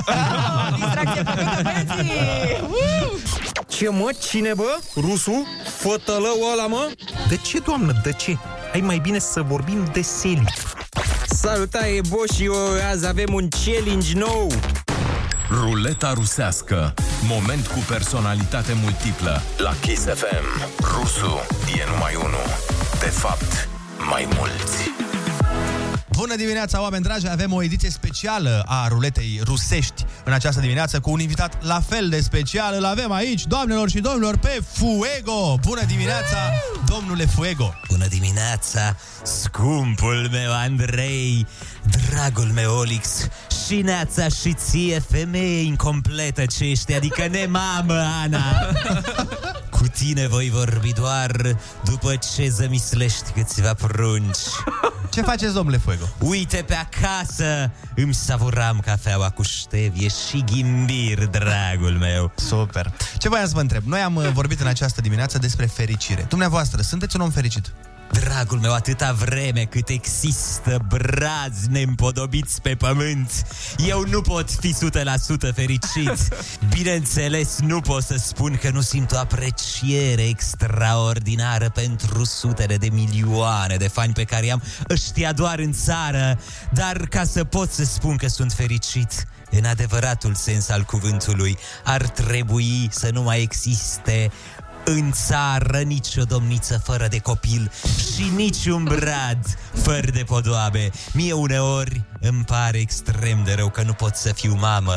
Speaker 4: Ce mă? Cine bă? Rusu? Fătălău ăla mă? De ce, doamnă, de ce? Hai mai bine să vorbim de seli.
Speaker 23: Salutare, Boșio! Azi avem un challenge nou!
Speaker 1: Ruleta rusească. Moment cu personalitate multiplă. La Kiss FM. Rusu e numai unul. De fapt, mai mulți.
Speaker 7: Bună dimineața, oameni dragi! Avem o ediție specială a ruletei rusești în această dimineață cu un invitat la fel de special. Îl avem aici, doamnelor și domnilor, pe Fuego! Bună dimineața, domnule Fuego!
Speaker 23: Bună dimineața, scumpul meu Andrei, dragul meu Olix și neața și ție, femeie incompletă ce ești, adică nemamă, Ana. Cu tine voi vorbi doar după ce zămislești câțiva prunci.
Speaker 7: Ce faceți, domnule Fuego?
Speaker 23: Uite pe acasă, îmi savuram cafeaua cu ștevie și ghimbir, dragul meu.
Speaker 7: Super. Ce voiam să vă întreb? Noi am uh, vorbit în această dimineață despre fericire. Dumneavoastră, sunteți un om fericit?
Speaker 23: Dragul meu, atâta vreme cât există brazi neîmpodobiți pe pământ, eu nu pot fi 100% fericit. Bineînțeles, nu pot să spun că nu simt o apreciere extraordinară pentru sutele de milioane de fani pe care i-am ăștia doar în țară, dar ca să pot să spun că sunt fericit, în adevăratul sens al cuvântului, ar trebui să nu mai existe în țară nici o domniță fără de copil și nici un brad fără de podoabe. Mie uneori îmi pare extrem de rău că nu pot să fiu mamă.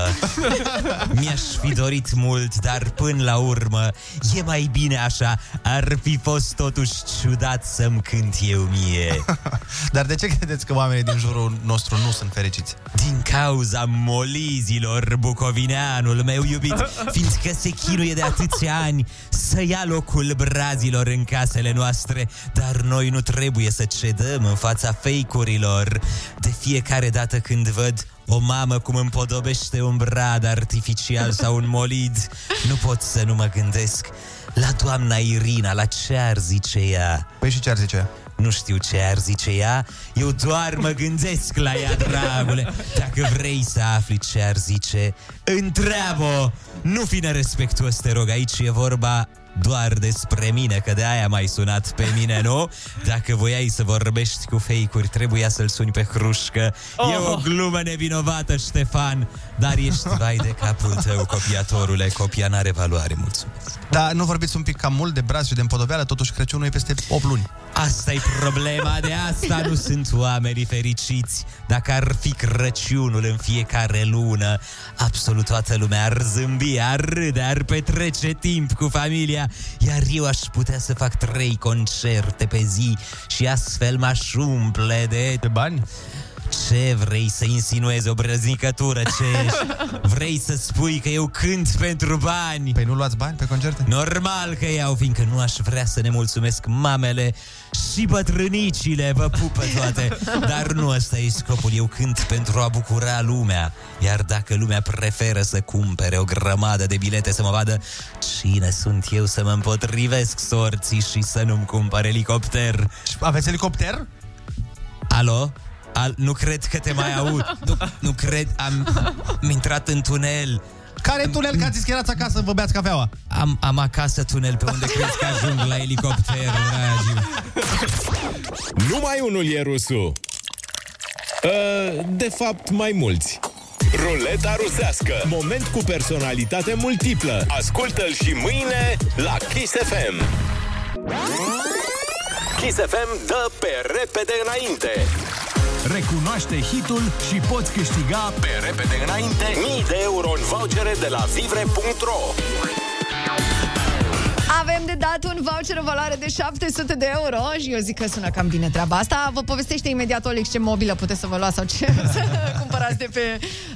Speaker 23: Mi-aș fi dorit mult, dar până la urmă e mai bine așa. Ar fi fost totuși ciudat să-mi cânt eu mie.
Speaker 7: Dar de ce credeți că oamenii din jurul nostru nu sunt fericiți?
Speaker 23: Din cauza molizilor, bucovineanul meu iubit, fiindcă se chinuie de atâția ani să ia locul brazilor în casele noastre, dar noi nu trebuie să cedăm în fața fake-urilor. De fiecare dată când văd o mamă cum împodobește un brad artificial sau un molid, nu pot să nu mă gândesc la doamna Irina, la ce ar zice ea.
Speaker 7: Păi și ce ar zice ea?
Speaker 23: Nu știu ce ar zice ea, eu doar mă gândesc la ea, dragule. Dacă vrei să afli ce ar zice, întreabă Nu fi nerespectuos, te rog, aici e vorba doar despre mine, că de aia m-ai sunat pe mine, nu? Dacă voiai să vorbești cu fake-uri, trebuia să-l suni pe Hrușcă. Oh. E o glumă nevinovată, Ștefan, dar ești vai de capul tău, copiatorule. Copia n-are valoare, mulțumesc.
Speaker 7: Dar nu vorbiți un pic cam mult de braț și de împodobeală, totuși Crăciunul e peste 8 luni.
Speaker 23: asta e problema, de asta nu sunt oamenii fericiți. Dacă ar fi Crăciunul în fiecare lună, absolut toată lumea ar zâmbi, ar râde, ar petrece timp cu familia, iar eu aș putea să fac trei concerte pe zi și astfel m-aș umple de... De bani? Ce vrei să insinuezi o brăznicătură? Ce ești? Vrei să spui că eu cânt pentru bani? Păi nu luați bani pe concerte? Normal că iau, fiindcă nu aș vrea să ne mulțumesc mamele și bătrânicile, vă pupă toate. Dar nu ăsta e scopul, eu cânt pentru a bucura lumea. Iar dacă lumea preferă să cumpere o grămadă de bilete să mă vadă, cine sunt eu să mă împotrivesc sorții și să nu-mi cumpăr elicopter? Aveți elicopter? Alo? Al, nu cred că te mai aud. Nu, nu cred, am, am intrat în tunel.
Speaker 7: Care tunel că ați zis că erați acasă, vă beați cafeaua?
Speaker 23: Am, am acasă tunel pe unde crezi că ajung la elicopter, dragi.
Speaker 6: Numai unul e rusul. Uh, De fapt, mai mulți. Ruleta rusească. Moment cu personalitate multiplă. Ascultă-l și mâine la Kiss FM.
Speaker 1: Kiss FM dă pe repede înainte.
Speaker 6: Recunoaște hitul și poți câștiga
Speaker 1: Pe repede înainte, mii de euro în vouchere de la vivre.ro
Speaker 9: Avem de dat un voucher în valoare de 700 de euro și eu zic că sună cam bine treaba asta. Vă povestește imediat Olix ce mobilă puteți să vă luați sau ce să cumpărați de pe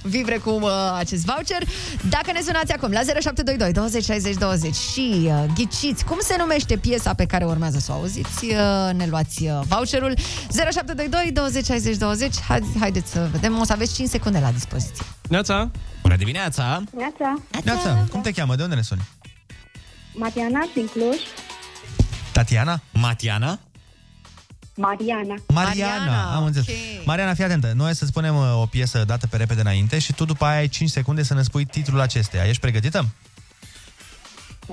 Speaker 9: Vivre cu uh, acest voucher. Dacă ne sunați acum la 0722 20 60 20 și uh, ghiciți cum se numește piesa pe care urmează să o auziți, uh, ne luați uh, voucherul 0722 20 60 20. Hai, haideți să vedem, o să aveți 5 secunde la dispoziție.
Speaker 23: Neața! Bună dimineața!
Speaker 20: Neața.
Speaker 7: Neața, cum te cheamă? De unde ne suni?
Speaker 20: Mariana din Cluj.
Speaker 7: Tatiana?
Speaker 23: Matiana?
Speaker 20: Mariana.
Speaker 7: Mariana, Mariana am înțeles. Okay. Mariana, fii atentă. Noi să spunem uh, o piesă dată pe repede înainte și tu după aia ai 5 secunde să ne spui titlul acesteia. Ești pregătită?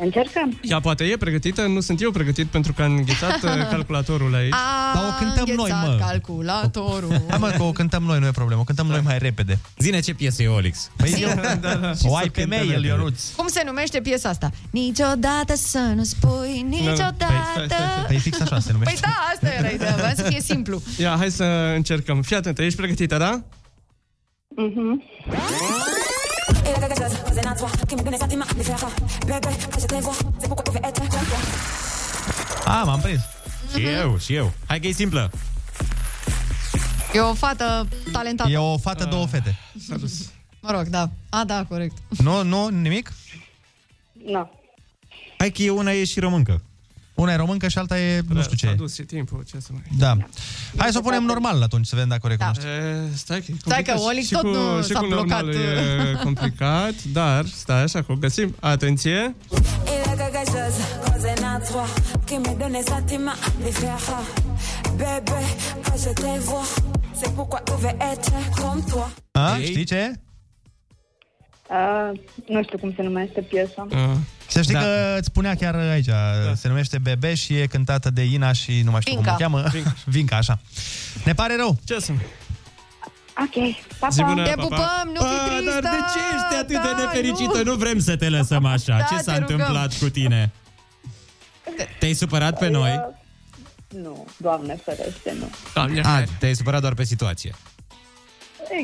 Speaker 20: Încercăm.
Speaker 11: Ea poate e pregătită, nu sunt eu pregătit pentru că am înghețat uh, calculatorul aici.
Speaker 9: Deci, Dar o cântăm noi, mă. calculatorul.
Speaker 7: Hai mă, că o cântăm noi, nu e problemă. O cântăm noi mai repede.
Speaker 23: Da. Zine ce piesă e Olix.
Speaker 7: Păi eu...
Speaker 9: Da,
Speaker 7: O ai pe mail, Ionuț.
Speaker 9: Cum se numește piesa asta? Niciodată să nu spui,
Speaker 11: Păi, stai,
Speaker 9: niciodată.
Speaker 11: stai, stai.
Speaker 7: Păi fix așa se numește.
Speaker 9: Păi da, asta era ideea, vreau să fie simplu.
Speaker 11: Ia, hai să încercăm. Fii atentă, ești pregătită, da?
Speaker 23: A, m-am prins.
Speaker 9: Mhm.
Speaker 23: Și eu, și eu. Hai că e simplă.
Speaker 9: E o fată talentată. Ah.
Speaker 7: E o fată, două fete.
Speaker 9: Mă rog, da. A, da, corect.
Speaker 7: Nu, nu, nimic?
Speaker 20: Nu.
Speaker 23: Hai că e una e și româncă.
Speaker 7: Una e româncă și alta e nu știu ce
Speaker 11: S-a
Speaker 7: e.
Speaker 11: dus și timpul, ce să mai...
Speaker 7: Da. Hai să o punem normal atunci, să vedem dacă o recunoști.
Speaker 11: E, stai că e
Speaker 9: Da. Stai că
Speaker 11: complicat.
Speaker 9: Olic
Speaker 11: Și
Speaker 9: tot
Speaker 11: cu-
Speaker 9: nu
Speaker 11: și
Speaker 9: s-a
Speaker 11: cu
Speaker 9: blocat.
Speaker 11: normalul E complicat, dar stai așa, că o găsim. Atenție!
Speaker 7: A, știi ce?
Speaker 20: Uh, nu știu cum se numește piesa.
Speaker 7: Să știi da. că îți spunea chiar aici, da. se numește Bebe și e cântată de Ina și nu mai știu
Speaker 20: Vinca.
Speaker 7: cum o cheamă. Vinca. Vinca, așa. Ne pare rău.
Speaker 11: Ce să
Speaker 20: Ok, pa,
Speaker 23: Zi
Speaker 20: pa.
Speaker 23: bună,
Speaker 9: Te
Speaker 23: pa, pa.
Speaker 9: pupăm, nu fi tristă!
Speaker 23: dar de ce ești atât
Speaker 9: da,
Speaker 23: de nefericită? Nu. nu vrem să te lăsăm așa.
Speaker 9: Da,
Speaker 23: Ce s-a
Speaker 9: te rugăm.
Speaker 23: întâmplat cu tine? Te-ai supărat
Speaker 9: Da.
Speaker 23: pe noi?
Speaker 20: Nu, doamne ferește, nu.
Speaker 9: Da,
Speaker 23: A, te-ai supărat doar pe situație.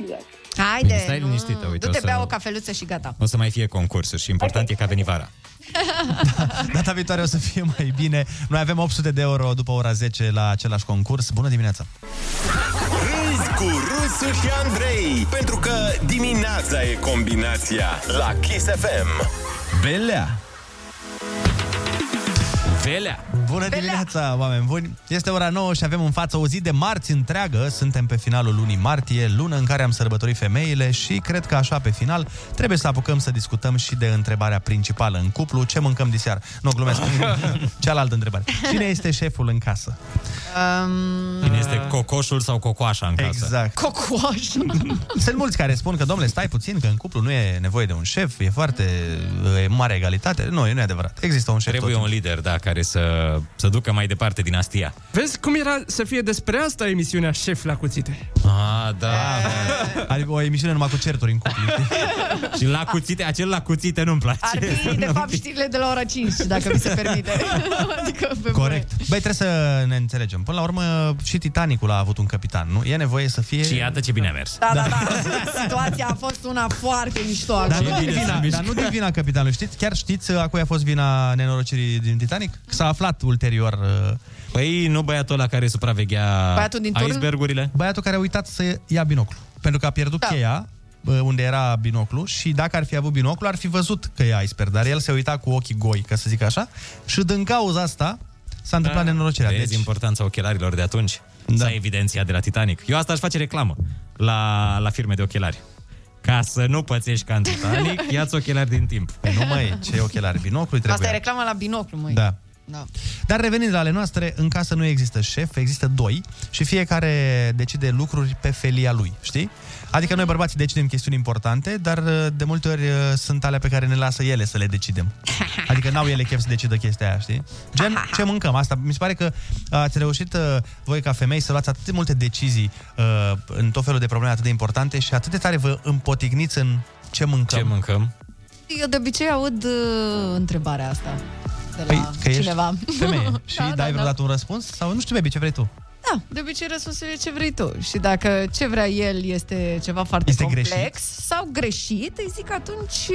Speaker 20: Exact.
Speaker 7: Păi,
Speaker 9: Haide,
Speaker 23: Stai
Speaker 9: nu.
Speaker 23: liniștită, uite,
Speaker 9: Du-te,
Speaker 23: o să-
Speaker 9: bea o cafeluță și gata.
Speaker 23: O să mai fie concursul și important e că a venit vara.
Speaker 7: Data viitoare o să fie mai bine. Noi avem 800 de euro după ora 10 la același concurs. Bună dimineața!
Speaker 1: Râzi cu Rusu și Andrei Pentru că dimineața e combinația La Kiss FM
Speaker 6: Belea
Speaker 23: Velea!
Speaker 7: Bună dimineața, oameni buni! Este ora 9 și avem în față o zi de marți întreagă. Suntem pe finalul lunii martie, lună în care am sărbătorit femeile și cred că așa pe final trebuie să apucăm să discutăm și de întrebarea principală în cuplu. Ce mâncăm diseară? Nu, glumesc. Cealaltă întrebare. Cine este șeful în casă?
Speaker 9: Um,
Speaker 8: Cine este cocoșul sau cocoașa în casă?
Speaker 7: Exact.
Speaker 9: Cocoaș.
Speaker 7: Sunt mulți care spun că, domnule, stai puțin, că în cuplu nu e nevoie de un șef, e foarte e mare egalitate. Nu, nu e adevărat. Există un șef.
Speaker 8: Trebuie
Speaker 7: tot
Speaker 8: un lider, da, care să, să ducă mai departe dinastia.
Speaker 11: Vezi cum era să fie despre asta emisiunea Șef la cuțite?
Speaker 8: Ah, da.
Speaker 7: Are o emisiune numai cu certuri în cuplu.
Speaker 8: și la cuțite, acel la cuțite nu-mi place.
Speaker 9: Ar fi, de fapt, știrile de la ora 5, dacă mi se permite. adică, pe
Speaker 7: Corect. Băi, trebuie să ne înțelegem. Până la urmă, și Titanicul a avut un capitan, nu? E nevoie să fie... Și
Speaker 8: iată ce bine a mers.
Speaker 9: Da, da, da. Situația a fost una foarte mișto
Speaker 7: Dar
Speaker 9: acolo.
Speaker 7: nu, din vina, dar nu din vina capitanului, știți? Chiar știți uh, a cui a fost vina nenorocirii din Titanic? Că S-a aflat ulterior... uh,
Speaker 8: Păi nu băiatul ăla care supraveghea
Speaker 7: Băiatul din turn?
Speaker 8: icebergurile?
Speaker 7: Băiatul care a uitat să ia binoclu. Pentru că a pierdut da. cheia bă, unde era binoclu și dacă ar fi avut binoclu, ar fi văzut că e iceberg, dar el se uita cu ochii goi, ca să zic așa, și din cauza asta s-a întâmplat da. nenorocirea.
Speaker 8: Vezi deci... importanța ochelarilor de atunci? Da. S-a evidențiat de la Titanic. Eu asta aș face reclamă la, la firme de ochelari. Ca să nu pățești ca în Titanic, ia-ți ochelari din timp.
Speaker 7: Păi nu mai ce ochelari, binoclu trebuie.
Speaker 9: Asta e reclama la binoclu, măi.
Speaker 7: Da.
Speaker 9: da.
Speaker 7: Dar revenind la ale noastre, în casă nu există șef, există doi și fiecare decide lucruri pe felia lui, știi? Adică noi bărbații decidem chestiuni importante, dar uh, de multe ori uh, sunt alea pe care ne lasă ele să le decidem. Adică n-au ele chef să decidă chestia aia, știi? Gen, ce mâncăm? Asta mi se pare că ați reușit uh, voi ca femei să luați atât de multe decizii uh, în tot felul de probleme atât de importante și atât de tare vă împotigniți în ce mâncăm. Ce
Speaker 8: mâncăm?
Speaker 9: Eu de obicei aud uh, întrebarea asta de la
Speaker 7: Păi, că
Speaker 9: cineva.
Speaker 7: ești femeie și
Speaker 9: Da,
Speaker 7: dai
Speaker 9: da, da.
Speaker 7: vreodată un răspuns? Sau nu știu, baby, ce vrei tu?
Speaker 9: Da, de obicei răspunsul e ce vrei tu. Și dacă ce vrea el este ceva foarte
Speaker 7: Este
Speaker 9: complex
Speaker 7: greșit?
Speaker 9: sau greșit, îi zic atunci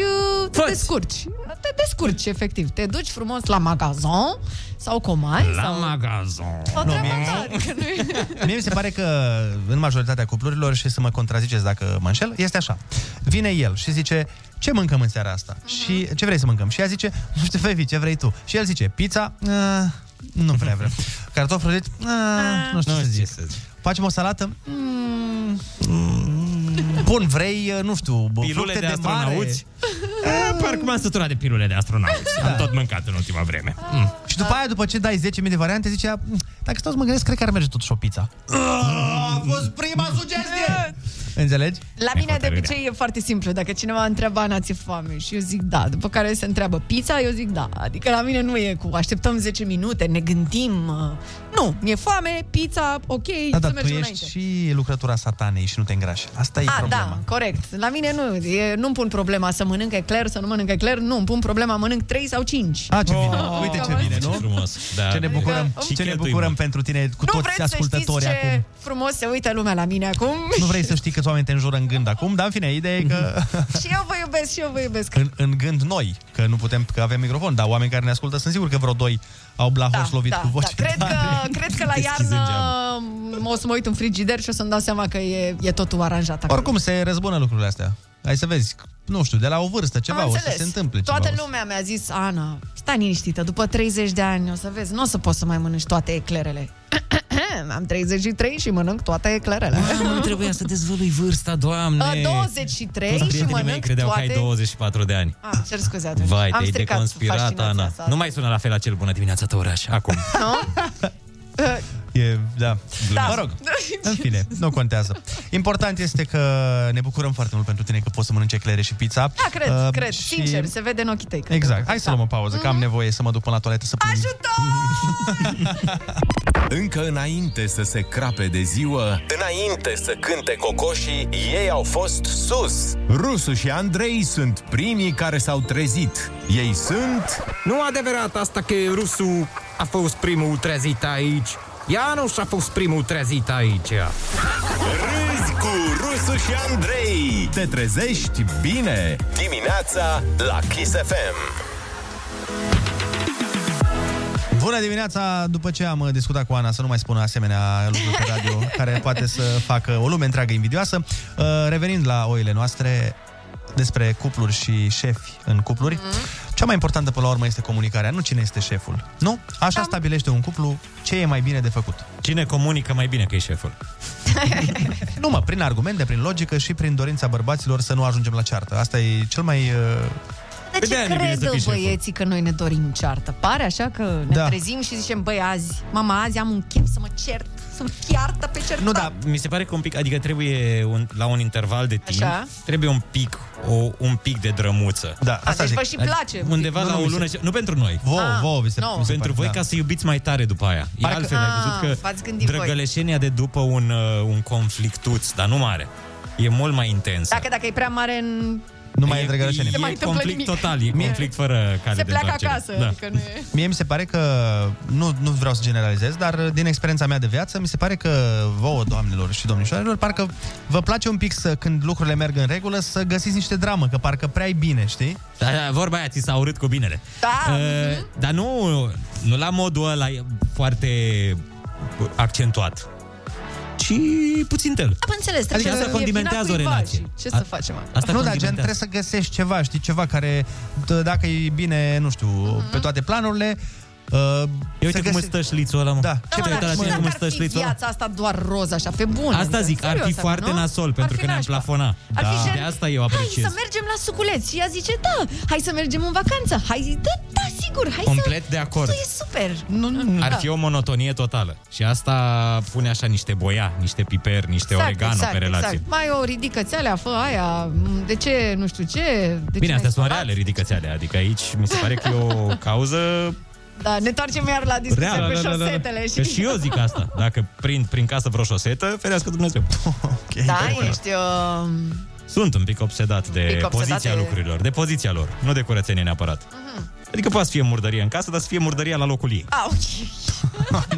Speaker 9: uh, te descurci. Te descurci, efectiv. Te duci frumos la magazon sau comari
Speaker 8: La
Speaker 9: sau...
Speaker 8: magazon.
Speaker 9: Sau
Speaker 7: Nu,
Speaker 9: treaba
Speaker 7: mie-
Speaker 9: ta, adică nu e-
Speaker 7: Mie mi se pare că în majoritatea cuplurilor, și să mă contraziceți dacă mă înșel, este așa. Vine el și zice, ce mâncăm în seara asta?
Speaker 9: Mhm.
Speaker 7: Și ce vrei să mâncăm? Și ea zice, nu știu, Fevi, ce vrei tu? Și el zice, pizza? "Ah, nu prea vreau. Cartof frălit? "Ah, Nu știu ce să zic. Facem o salată? "Mm, mm, Bun, vrei, nu știu, bă,
Speaker 8: Pilule
Speaker 7: fructe
Speaker 8: de
Speaker 7: de, mare?
Speaker 8: astronauți? Da. E, Parcă m-am săturat de pilule de astronauți. Am tot mâncat în ultima vreme. Mm.
Speaker 7: Și
Speaker 9: Ah.
Speaker 7: după aia, după ce dai 10.000 de variante, zicea, "Mm, dacă stau să mă gândesc, cred că ar merge totuși o pizza.
Speaker 17: Ah,
Speaker 7: A fost prima sugestie! Înțelegi?
Speaker 9: La mine de obicei e foarte simplu. Dacă cineva întreabă Ana, ți foame? Și eu zic da. După care se întreabă pizza, eu zic da. Adică la mine nu e cu așteptăm 10 minute, ne gândim. uh, Nu, mi-e foame, pizza, ok,
Speaker 7: Da,
Speaker 9: să
Speaker 7: dar tu
Speaker 9: mergem
Speaker 7: ești
Speaker 9: înainte.
Speaker 7: și lucrătura satanei și nu te îngrași. Asta e
Speaker 9: A,
Speaker 7: problema.
Speaker 9: da, corect. La mine nu, e, nu-mi pun problema să mănânc ecler, să nu mănânc ecler, nu, îmi pun problema mănânc 3 sau 5.
Speaker 7: A, Ah, ce bine.
Speaker 9: Oh,
Speaker 7: Uite ce bine, nu?
Speaker 8: frumos. Da.
Speaker 7: Ce ne bucurăm,
Speaker 8: Și
Speaker 7: ce ne
Speaker 8: cheltuim
Speaker 7: bucurăm
Speaker 8: mult.
Speaker 7: pentru tine cu
Speaker 9: Adică nu
Speaker 7: toți
Speaker 9: vreți să știți
Speaker 7: ascultătorii
Speaker 9: ce
Speaker 7: acum.
Speaker 9: frumos se uită lumea la mine acum?
Speaker 7: Nu vrei să știi câți oameni te înjură în gând acum, dar în fine, ideea e că
Speaker 9: și eu vă iubesc, și eu vă iubesc.
Speaker 7: în, în gând noi, că nu putem, că avem microfon, dar oameni care ne ascultă sunt sigur că vreo doi au blahos lovit cu Da. voce.
Speaker 9: Da, Cred că, cred că la iarnă o să mă uit în frigider și o să-mi dau seama că e, e totul aranjat acolo.
Speaker 7: Oricum se răzbună lucrurile astea. Hai să vezi, nu știu, de la o vârstă ceva
Speaker 9: Am
Speaker 7: o să
Speaker 9: înțeles.
Speaker 7: se întâmple
Speaker 9: Toată
Speaker 7: ceva. o să-
Speaker 9: lumea mi-a zis, Ana, stai liniștită, după 30 de ani o să vezi, nu o să poți să mai mănânci toate eclerele. Am 33 și mănânc toate eclerele.
Speaker 23: Mamă, nu trebuia să dezvălui vârsta, doamne.
Speaker 9: A, 23
Speaker 23: Toți
Speaker 9: și
Speaker 23: prietenii
Speaker 8: Prietenii mei
Speaker 9: mănânc
Speaker 8: credeau
Speaker 9: toate...
Speaker 8: că ai 24 de ani.
Speaker 9: Ah, cer scuze atunci.
Speaker 8: Vai,
Speaker 9: Am
Speaker 8: te-ai
Speaker 9: stricat
Speaker 8: deconspirat,
Speaker 9: fascinația
Speaker 8: Ana.
Speaker 9: asta.
Speaker 8: Nu mai sună la fel acel bună dimineața, tău oraș, acum.
Speaker 9: Uh,
Speaker 7: E, da.
Speaker 9: Da.
Speaker 7: Mă rog, în fine, nu contează. Important este că ne bucurăm foarte mult pentru tine că poți să mănânci eclere și pizza.
Speaker 9: Da, cred,
Speaker 7: Uh,
Speaker 9: cred, sincer, Da. Mhm. se vede în ochii tăi. că
Speaker 7: Exact.
Speaker 9: te
Speaker 7: Hai să luăm o pauză, că am nevoie să mă duc până la toaletă să pun...
Speaker 9: Da,
Speaker 1: Încă înainte să se crape de ziua, înainte să cânte cocoșii, ei au fost sus.
Speaker 6: Rusu și Andrei sunt primii care s-au trezit. Ei sunt...
Speaker 2: Nu adevărat asta că rusul a fost primul trezit aici. Ea nu și-a fost primul trezit aici.
Speaker 1: Râzi cu Rusu și Andrei.
Speaker 6: Te trezești bine!
Speaker 1: Dimineața la Kiss FM.
Speaker 7: Bună dimineața! După ce am uh, discutat cu Ana să nu mai spună asemenea lucruri pe radio, care poate să facă o lume întreagă invidioasă, uh, revenind la oile noastre, despre cupluri și șefi în cupluri.
Speaker 9: Mhm.
Speaker 7: Mm-hmm. Cea mai importantă, până la urmă, este comunicarea, nu cine este șeful. Nu?
Speaker 9: Da.
Speaker 7: Așa stabilește un cuplu ce e mai bine de făcut.
Speaker 8: Cine comunică mai bine că e șeful?
Speaker 7: Nu mă, prin argumente, prin logică și prin dorința bărbaților să nu ajungem la ceartă. Asta e cel mai... Uh...
Speaker 9: Dar
Speaker 8: Păi
Speaker 9: ce cred băieții că noi ne dorim ceartă? Pare așa că ne
Speaker 7: Da.
Speaker 9: trezim și zicem, băi, azi, mama, azi am un chef să mă cert, să mă chiartă pe certat.
Speaker 8: Nu, da, mi se pare că un pic, adică trebuie un, la un interval de timp,
Speaker 9: Așa.
Speaker 8: trebuie un pic, o, un pic de drămuță. Adică
Speaker 7: Da,
Speaker 9: asta deci zic. vă și place un
Speaker 8: Undeva
Speaker 9: pic.
Speaker 8: la
Speaker 9: Nu,
Speaker 8: o
Speaker 9: nu, mi se-
Speaker 8: lună, și- nu pentru noi.
Speaker 9: Vouă, Ah, vouă vi se- nouă. mi se
Speaker 8: Pentru
Speaker 9: pare,
Speaker 8: voi
Speaker 9: da.
Speaker 8: ca să iubiți mai tare după aia. E
Speaker 9: Pare că-
Speaker 8: altfel, ai văzut
Speaker 9: Ah,
Speaker 8: că
Speaker 9: v-ați gândit voi.
Speaker 8: drăgăleșenia de după un, uh, un conflictuț, dar nu mare. E mult mai intens.
Speaker 9: Dacă, dacă e prea mare, în...
Speaker 7: Nu mai e drăgălășenie.
Speaker 9: Se mai întâmplă
Speaker 8: conflict
Speaker 9: nimic.
Speaker 8: total, e conflict fără cale de
Speaker 9: se pleacă
Speaker 8: întoarcere.
Speaker 9: acasă.
Speaker 8: Da.
Speaker 9: Adică nu e...
Speaker 7: Mie mi se pare că, nu, nu vreau să generalizez, dar din experiența mea de viață, mi se pare că vouă, doamnelor și domnișoarelor, parcă vă place un pic să, când lucrurile merg în regulă, să găsiți niște dramă, că parcă prea e bine, știi?
Speaker 8: Da, da, vorba aia, ți s-a urât cu binele.
Speaker 9: Da.
Speaker 8: Uh, dar nu, nu la modul ăla foarte accentuat. Ci puțin tel.
Speaker 9: Am înțeles,
Speaker 8: Adică
Speaker 9: trebuie
Speaker 8: asta
Speaker 9: să fie
Speaker 8: condimentează
Speaker 9: vina
Speaker 8: o
Speaker 9: cuiva
Speaker 8: relație.
Speaker 9: și Ce
Speaker 8: A-
Speaker 9: să facem acum?
Speaker 8: Asta
Speaker 7: nu, dar gen,
Speaker 8: condimentează.
Speaker 7: trebuie să găsești ceva, știi, ceva care, d- dacă e bine, nu știu,
Speaker 9: Mm-hmm.
Speaker 7: pe toate planurile, uh,
Speaker 8: Ia uite cum îți stă șlițul ăla, mă. Da. Ce
Speaker 9: Da,
Speaker 8: te
Speaker 9: mă,
Speaker 8: uita
Speaker 9: dar
Speaker 8: la
Speaker 9: și
Speaker 8: tine
Speaker 9: dacă
Speaker 8: cum îți
Speaker 9: ar
Speaker 8: stă
Speaker 9: fi
Speaker 8: șlițul ăla?
Speaker 9: viața asta doar roz, așa, pe bune.
Speaker 8: Asta
Speaker 9: adică,
Speaker 8: zic, ar fi
Speaker 9: serios,
Speaker 8: foarte
Speaker 9: nu?
Speaker 8: nasol, pentru
Speaker 9: fi
Speaker 8: că ne-am
Speaker 9: nașpa.
Speaker 8: plafonat.
Speaker 9: Ar fi
Speaker 8: Da.
Speaker 9: gen,
Speaker 8: De asta eu
Speaker 9: Hai
Speaker 8: apreciez.
Speaker 9: să mergem la suculeți. Și ea zice, da, hai să mergem în vacanță. Hai, da, da, sigur, hai
Speaker 8: Complet
Speaker 9: să...
Speaker 8: de acord.
Speaker 9: Tu e super. Nu, nu, nu.
Speaker 8: Ar
Speaker 9: da.
Speaker 8: fi o monotonie totală. Și asta pune așa niște boia, niște piper, niște oregano pe relație.
Speaker 9: Exact. Mai o ridică-ți alea, fă aia, de ce, nu știu ce, de
Speaker 8: Bine, astea
Speaker 9: ce n-ai
Speaker 8: sunt
Speaker 9: spălat?
Speaker 8: reale ridicățele, adică aici mi se pare că e o cauză
Speaker 9: Da, ne întoarcem iar la discuția
Speaker 8: reală.
Speaker 9: cu șosetele.
Speaker 8: Că da, și eu zic asta. Dacă prind prin casă vreo șosetă, ferească Dumnezeu.
Speaker 9: Da, ești... um,
Speaker 8: Sunt un pic obsedat de
Speaker 9: Pic obsedat
Speaker 8: poziția
Speaker 9: de- Mhm.
Speaker 8: lucrurilor, de poziția lor, nu de curățenie neapărat. Adică poate să fie murdărie în casă, dar să fie murdăria la locul ei.
Speaker 9: Au,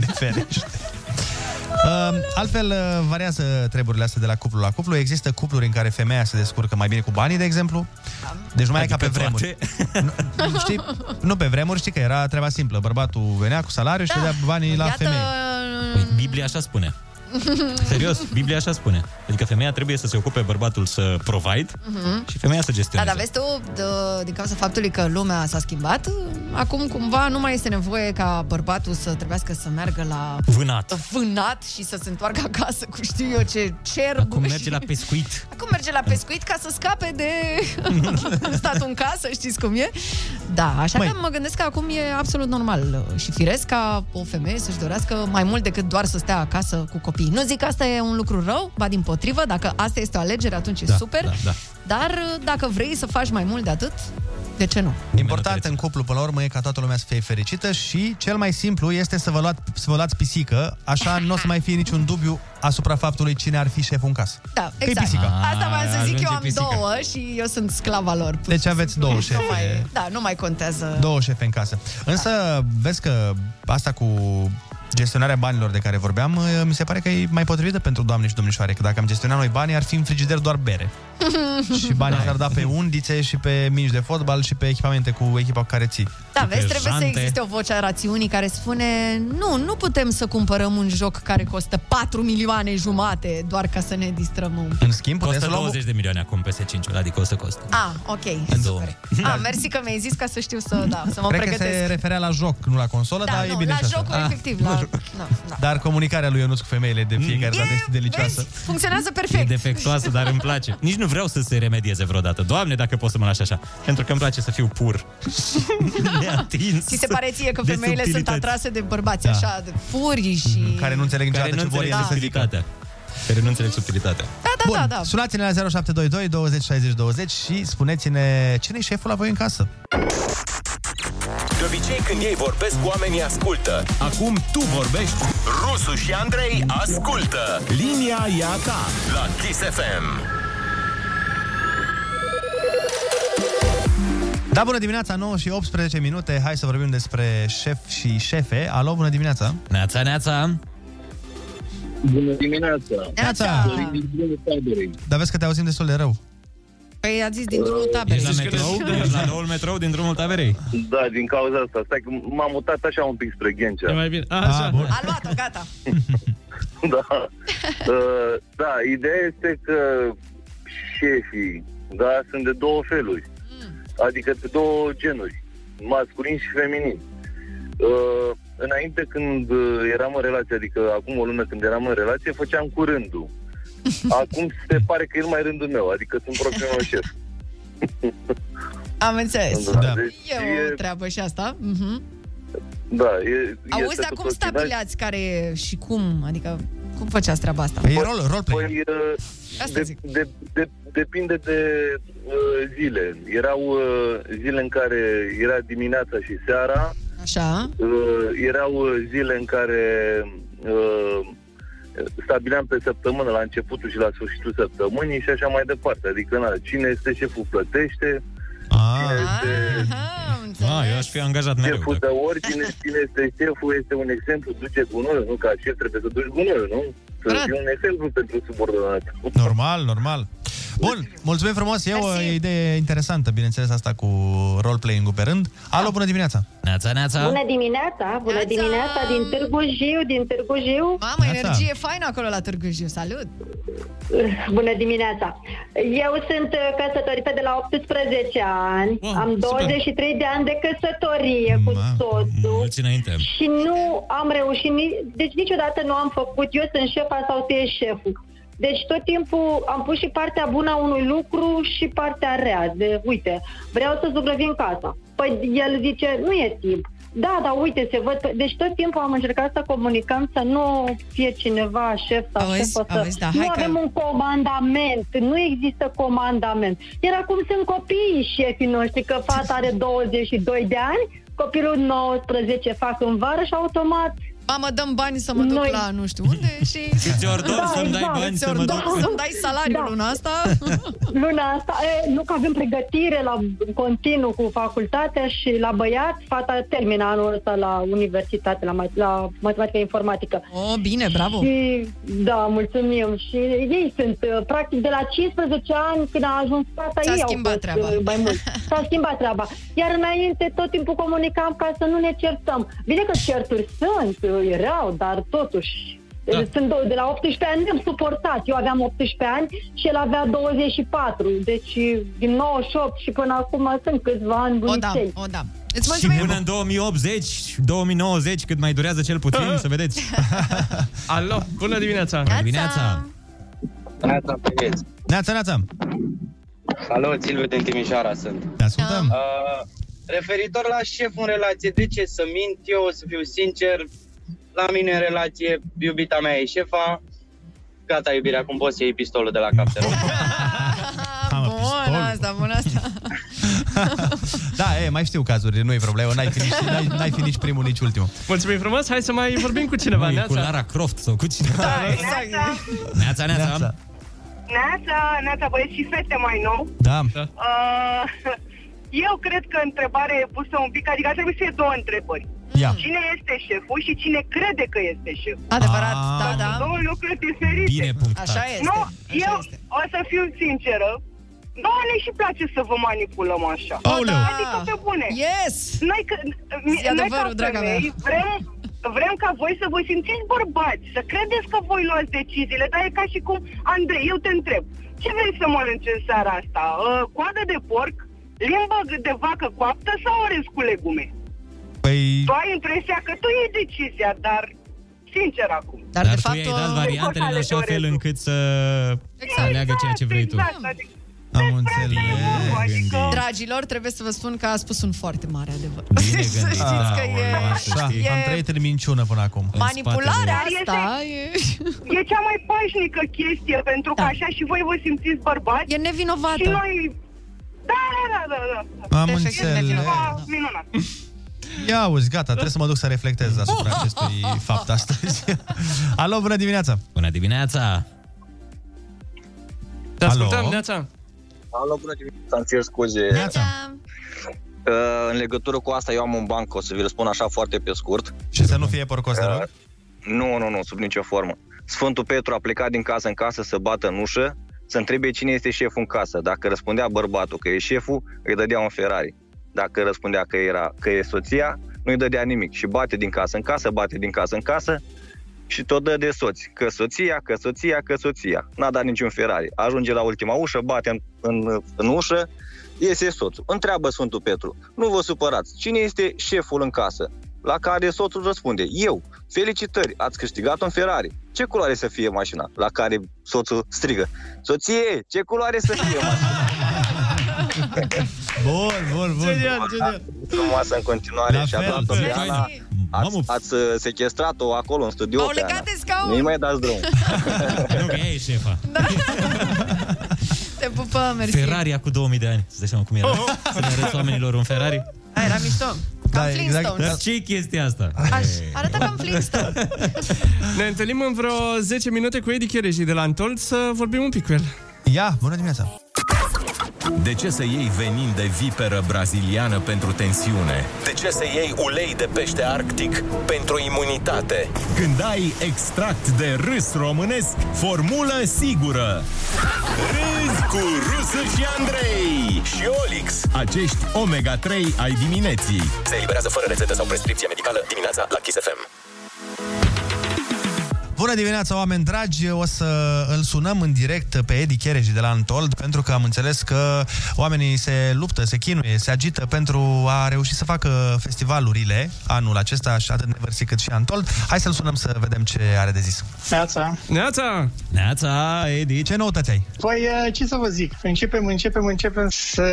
Speaker 7: ne ferește. Uh, altfel, uh, variază treburile astea de la cuplu la cuplu. Există cupluri în care femeia se descurcă mai bine cu banii, de exemplu. Deci nu mai e ca pe vremuri. Nu, știi, nu pe vremuri, știi că era treaba simplă. Bărbatul venea cu salariu și
Speaker 9: Da,
Speaker 7: dădea banii la
Speaker 9: Iată...
Speaker 7: femeie.
Speaker 8: Biblia așa spune. Serios, Biblia așa spune. Adică femeia trebuie să se ocupe bărbatul să provide
Speaker 9: Mhm.
Speaker 8: și femeia să
Speaker 9: Da,
Speaker 8: gestioneze.
Speaker 9: dar vezi tu, de- din cauza faptului că lumea s-a schimbat, acum cumva nu mai este nevoie ca bărbatul să trebuiască să meargă la
Speaker 8: Vânat.
Speaker 9: vânat și să se întoarcă acasă cu știu eu ce cer.
Speaker 8: Acum merge la pescuit.
Speaker 9: Acum merge la pescuit ca să scape de statul în casă, știți cum e? Da, așa
Speaker 7: Măi.
Speaker 9: că mă gândesc că acum e absolut normal și firesc ca o femeie să-și dorească mai mult decât doar să stea acasă cu copiii. Nu zic că asta e un lucru rău, ba din potrivă, dacă asta este o alegere, atunci e
Speaker 7: Da,
Speaker 9: super.
Speaker 7: da, da.
Speaker 9: Dar uh, dacă vrei să faci mai mult de atât, de ce nu?
Speaker 7: Important în cuplu, până la urmă, e ca toată lumea să fie fericită și cel mai simplu este să vă, luați, să vă luați pisică, așa nu o să mai fie niciun dubiu asupra faptului cine ar fi șeful în casă.
Speaker 9: Da,
Speaker 7: Că-i
Speaker 9: exact.
Speaker 7: Păi pisica.
Speaker 9: Asta voiam să zic,
Speaker 7: Ajunge
Speaker 9: eu am
Speaker 7: pisica.
Speaker 9: două și eu sunt sclava lor. pur
Speaker 7: Deci
Speaker 9: și
Speaker 7: aveți
Speaker 9: simplu.
Speaker 7: două
Speaker 9: Nu
Speaker 7: șefe.
Speaker 9: mai- Da, nu mai contează.
Speaker 7: Două șefe în casă. Însă, vezi că asta cu gestionarea banilor de care vorbeam, eh, mi se pare că e mai potrivită pentru doamne și domnișoare, că dacă am gestionat noi banii, ar fi în frigider doar bere. Și banii s-ar da pe undițe și pe mingi de fotbal și pe echipamente cu echipa cu care ții.
Speaker 9: Da, vezi, trebuie să existe o voce a rațiunii care spune nu, nu putem să cumpărăm un joc care costă 4 milioane jumate doar ca să ne distrăm un pic.
Speaker 7: În schimb, putem
Speaker 8: Costă
Speaker 7: să luăm...
Speaker 8: 20 de milioane acum PS5-ul, adică o să costă.
Speaker 9: Ah, ok.
Speaker 8: În două.
Speaker 9: Ah, mersi că mi-ai zis ca să știu să, da, să mă
Speaker 7: Cred că se
Speaker 9: pregătesc.
Speaker 7: referea la joc, nu la consolă,
Speaker 9: Da,
Speaker 7: dar
Speaker 9: nu,
Speaker 7: e bine
Speaker 9: la
Speaker 7: și asta.
Speaker 9: jocul,
Speaker 7: Ah.
Speaker 9: efectiv, la- da, da.
Speaker 7: Dar comunicarea lui Ionuț cu femeile de fiecare dată este delicioasă.
Speaker 9: Funcționează
Speaker 8: E
Speaker 9: perfect.
Speaker 8: defectuoasă, dar îmi place. Nici nu vreau să se remedieze vreodată. Doamne, dacă pot să mă lași așa. Pentru că îmi place să fiu pur. Neatins.
Speaker 9: Ți se pare ție că
Speaker 8: de
Speaker 9: femeile sunt
Speaker 8: subtilități.
Speaker 9: atrase de bărbați,
Speaker 8: Da. mm,
Speaker 9: așa, de furii și...
Speaker 7: Care nu înțeleg
Speaker 8: Care
Speaker 7: niciodată
Speaker 8: nu
Speaker 7: ce vor
Speaker 8: înțeleg
Speaker 7: ele să zică.
Speaker 8: subtilitatea. Care nu înțeleg subtilitatea.
Speaker 9: Da, da,
Speaker 7: Bun,
Speaker 9: da, da.
Speaker 7: Sunați-ne la 0722 20 60 20 și spuneți-ne cine e șeful la voi în casă.
Speaker 1: De obicei când ei vorbesc, oamenii ascultă. Acum tu vorbești. Rusu și Andrei ascultă. Linia e a ta la Kiss FM.
Speaker 7: Da, bună dimineața, 9 și 18 minute. Hai să vorbim despre șef și șefe. Alo, bună dimineața.
Speaker 8: Neața, neața.
Speaker 16: Bună dimineața!
Speaker 7: Neața.
Speaker 16: Dorin din drumul taberei.
Speaker 7: Dar vezi că te auzim destul de rău.
Speaker 9: Păi a zis din drumul taberei.
Speaker 8: Ești la metrou? Da, Ești la noul metrou din drumul taberei?
Speaker 16: Da, din cauza asta. Stai că m-am mutat așa un pic spre Ghencea.
Speaker 8: E mai bine.
Speaker 7: Ah,
Speaker 8: A,
Speaker 5: Ah,
Speaker 8: așa. A, bun.
Speaker 9: A luat-o, gata.
Speaker 16: da. Uh, da, ideea este că șefii
Speaker 5: dar sunt de două feluri, adică de două genuri, masculin și feminin. Uh, înainte când uh, eram în relație, adică acum o lună când eram în relație, făceam cu rândul. Acum se pare că e mai rândul meu, adică sunt propriul meu șef.
Speaker 9: Am înțeles.
Speaker 5: Da.
Speaker 9: E o treabă și asta. Mhm.
Speaker 5: Da, e,
Speaker 9: Auzi,
Speaker 5: este
Speaker 9: dar cum
Speaker 5: tot o chimie.
Speaker 9: stabileați care și cum? Adică, cum făceați treaba asta?
Speaker 5: Păi, uh, de, de, de, depinde de uh, zile. Erau uh, zile în care era dimineața și seara,
Speaker 9: Așa.
Speaker 5: uh, erau uh, zile în care uh, stabileam pe săptămână la începutul și la sfârșitul săptămânii și așa mai departe. Adică, na, cine este șeful plătește, cine este
Speaker 8: Ah, eu aș fi angajat mereu.
Speaker 5: șeful de ordine, cine este șeful, este un exemplu, duce gunoiul, nu? Ca șef trebuie să duci gunoiul, nu? Să fii un exemplu pentru subordonat.
Speaker 7: Normal, normal. Bun, mulțumim frumos. E o idee interesantă, bineînțeles, asta cu role-playing-ul pe rând. Alo, bună dimineața! Neața, neața!
Speaker 19: Bună dimineața, bună dimineața din Târgu Jiu, din Târgu Jiu.
Speaker 9: Mamă, energie faină acolo la Târgu Jiu. Salut!
Speaker 19: Bună dimineața! Eu sunt uh, căsătorită de la 18 ani,
Speaker 8: Wow,
Speaker 19: am
Speaker 8: super.
Speaker 19: 23 de ani de căsătorie cu soțul
Speaker 8: Mulți înainte.
Speaker 19: și nu am reușit, ni- deci niciodată nu am făcut, eu sunt șefa sau tu ești șeful. Deci tot timpul am pus și partea bună a unui lucru și partea rea, de uite, vreau să zugrăvim casa. Păi el zice, nu e timp. Da, dar uite, se văd... pe- Deci tot timpul am încercat să comunicăm să nu fie cineva șef sau
Speaker 9: Auzi,
Speaker 19: șefă să...
Speaker 9: auzi, da,
Speaker 19: nu
Speaker 9: hai că-
Speaker 19: avem un comandament, nu există comandament. Iar acum sunt copiii șefii noștri, că fata are 22 de ani, copilul 19 fac în vară și automat...
Speaker 9: Mamă, dăm bani să mă duc Noi... la nu știu unde și...
Speaker 19: Îți ordon Da, să-mi dai exact. bani
Speaker 9: Îți
Speaker 19: să mă
Speaker 9: ordon
Speaker 19: duc.
Speaker 9: să-mi dai salariul
Speaker 19: Da.
Speaker 9: luna asta.
Speaker 19: Luna asta, e, nu că avem pregătire la continuu cu facultatea și la băiat, fata termină anul ăsta la universitate, la, ma- la matematică informatică.
Speaker 9: O, Oh, bine, bravo!
Speaker 19: Și, da, mulțumim. Și ei sunt, uh, practic, de la 15 ani când a ajuns fata,
Speaker 9: S-a
Speaker 19: ei au
Speaker 9: schimbat
Speaker 19: fost,
Speaker 9: treaba.
Speaker 19: uh, mai mult. S-a schimbat treaba. Iar înainte tot timpul comunicam ca să nu ne certăm. Bine că certuri sunt, uh, erau, dar totuși da. Sunt două, de la 18 ani ne-am suportat. Eu aveam 18 ani și el avea 24. Deci din 98 și până acum sunt câțiva ani bunicei.
Speaker 9: O, da, o, da.
Speaker 8: Și până în 2080, 2090, cât mai durează cel puțin, să vedeți.
Speaker 11: Alo, bună dimineața!
Speaker 8: Bună dimineața!
Speaker 13: Neața, băieți.
Speaker 7: Neața, neața!
Speaker 13: Salut, Silviu din Timișoara sunt.
Speaker 7: Te ascultăm!
Speaker 13: Uh, referitor la șef în relație, de ce să mint? Eu o să fiu sincer, la mine în relație, iubita mea e șefa, gata iubirea, acum poți să iei pistolul de la cap, te rog.
Speaker 9: Bună asta, bună asta.
Speaker 7: Da, e, mai știu cazuri, nu e problemă, n-ai fi nici, n-ai, n-ai fi nici primul, nici ultimul.
Speaker 11: Mulțumim frumos, hai să mai vorbim cu cineva,
Speaker 8: Nu, e
Speaker 11: Neața.
Speaker 8: cu Lara Croft sau cu cine?
Speaker 11: Da,
Speaker 8: exact. Neața,
Speaker 7: Neața.
Speaker 8: neața.
Speaker 14: Neața, Neața, băieți și fete mai nou.
Speaker 7: Da.
Speaker 14: Uh, eu cred că întrebarea e pusă un pic, adică ar trebui să fie două întrebări.
Speaker 7: Ia.
Speaker 14: Cine este șeful și cine crede că este șeful? Ah.
Speaker 9: Adevărat, da, da.
Speaker 14: Două lucruri diferite.
Speaker 9: Bine punctat. Așa este,
Speaker 14: Nu,
Speaker 9: așa
Speaker 14: eu o să fiu sinceră. Nouă ne și place să vă manipulăm așa.
Speaker 9: Aoleu.
Speaker 14: Adică pe bune.
Speaker 9: Yes!
Speaker 14: Noi, că,
Speaker 9: Zi adevărul, draga mea.
Speaker 14: femei, vrem, vrem ca voi să vă simțiți bărbați, să credeți că voi luați deciziile, dar e ca și cum, Andrei, eu te întreb, ce vrei să mănânci în seara asta? Uh, coadă de porc, limbă de vacă coaptă sau orez cu legume?
Speaker 7: Păi...
Speaker 14: Tu ai impresia că tu iei decizia, dar sincer acum.
Speaker 8: Dar, Dar de fapt, uh, tu i-ai dat variantele în așa fel încât să exact. aleagă ceea ce vrei tu.
Speaker 14: Exact, adică
Speaker 7: Am înțeles.
Speaker 9: Dragilor, trebuie să vă spun că a spus un foarte mare adevăr.
Speaker 7: Bine
Speaker 9: Să știți
Speaker 7: Da,
Speaker 9: că e...
Speaker 7: Așa,
Speaker 9: e-
Speaker 7: am trăit în minciună până acum.
Speaker 9: Manipularea
Speaker 14: Dar este-
Speaker 9: asta
Speaker 14: E cea mai pașnică chestie, pentru că așa și voi vă simțiți bărbați.
Speaker 9: Da. E nevinovată.
Speaker 14: Și noi... Da, da, da, da, da.
Speaker 7: Am
Speaker 14: Deci
Speaker 7: înțeles.
Speaker 14: Este ceva minunat.
Speaker 7: Ia uzi, gata, trebuie să mă duc să reflectez asupra
Speaker 9: Oh!
Speaker 7: acestui fapt astăzi. Alo, bună dimineața! Bună dimineața!
Speaker 11: Te ascultăm,
Speaker 7: Alo?
Speaker 11: Neața!
Speaker 13: Alo, bună dimineața, îmi cer scuze. Uh, în legătură cu asta, eu am un banc, o să vi-l spun așa foarte pe scurt.
Speaker 7: Și să nu fie porcos, te rog.
Speaker 13: Nu, nu, nu, sub nicio formă. Sfântul Petru a plecat din casă în casă să bată în ușă, să întrebe cine este șeful în casă. Dacă răspundea bărbatul că e șeful, îi dădea un Ferrari. Dacă răspundea că, era, că e soția, nu îi dădea nimic. Și bate din casă în casă, bate din casă în casă
Speaker 15: și tot dă de soți. Că soția, că soția, că soția. N-a dat niciun Ferrari. Ajunge la ultima ușă, bate în, în, în ușă, iese soțul. Întreabă Sfântul Petru, nu vă supărați, cine este șeful în casă? La care soțul răspunde, eu, felicitări, ați câștigat un Ferrari. Ce culoare să fie mașina? La care soțul strigă, soție, ce culoare să fie mașina?
Speaker 7: Bun, bun, bun.
Speaker 15: Genial, genial. Frumoasă în continuare
Speaker 7: La
Speaker 15: și
Speaker 7: fel,
Speaker 15: adorată
Speaker 7: la
Speaker 15: pe
Speaker 7: fel.
Speaker 15: Ana. Ați, ați uh, sequestrat-o acolo în studio
Speaker 9: M-au
Speaker 15: pe
Speaker 9: legat
Speaker 15: Ana.
Speaker 9: de scaun.
Speaker 15: Nu-i mai dați drum.
Speaker 8: Nu, că ea e șefa.
Speaker 9: Te pupăm, mersi.
Speaker 8: Ferrari cu 2000 de ani. Să dai seama cum era. Să le arăți oamenilor un Ferrari.
Speaker 9: Hai, era mișto. Cam Flintstones.
Speaker 8: Dar ce e chestia asta?
Speaker 9: Aș arăta cam Flintstones.
Speaker 11: Ne întâlnim în vreo 10 minute cu Edi Chereji de la Antol să vorbim un pic cu el.
Speaker 7: Ia, bună dimineața!
Speaker 1: De ce să iei venin de viperă braziliană pentru tensiune? De ce să iei ulei de pește arctic pentru imunitate?
Speaker 6: Când ai extract de râs românesc, formulă sigură. Râs cu Rusu și Andrei și Olix. Acești omega-3 ai dimineții.
Speaker 1: Se eliberează fără rețetă sau prescripție medicală dimineața la Kiss FM.
Speaker 7: Bună dimineața, oameni dragi! O să îl sunăm în direct pe Edi Chereji de la Antold, pentru că am înțeles că oamenii se luptă, se chinuie, se agită pentru a reuși să facă festivalurile anul acesta, și atât Neversi cât și Antold. Hai să-l sunăm să vedem ce are de zis.
Speaker 17: Neața.
Speaker 11: Neața!
Speaker 7: Neața, Edi! Ce noutăți ai?
Speaker 17: Păi, eh, ce să vă zic? Începem, începem, începem să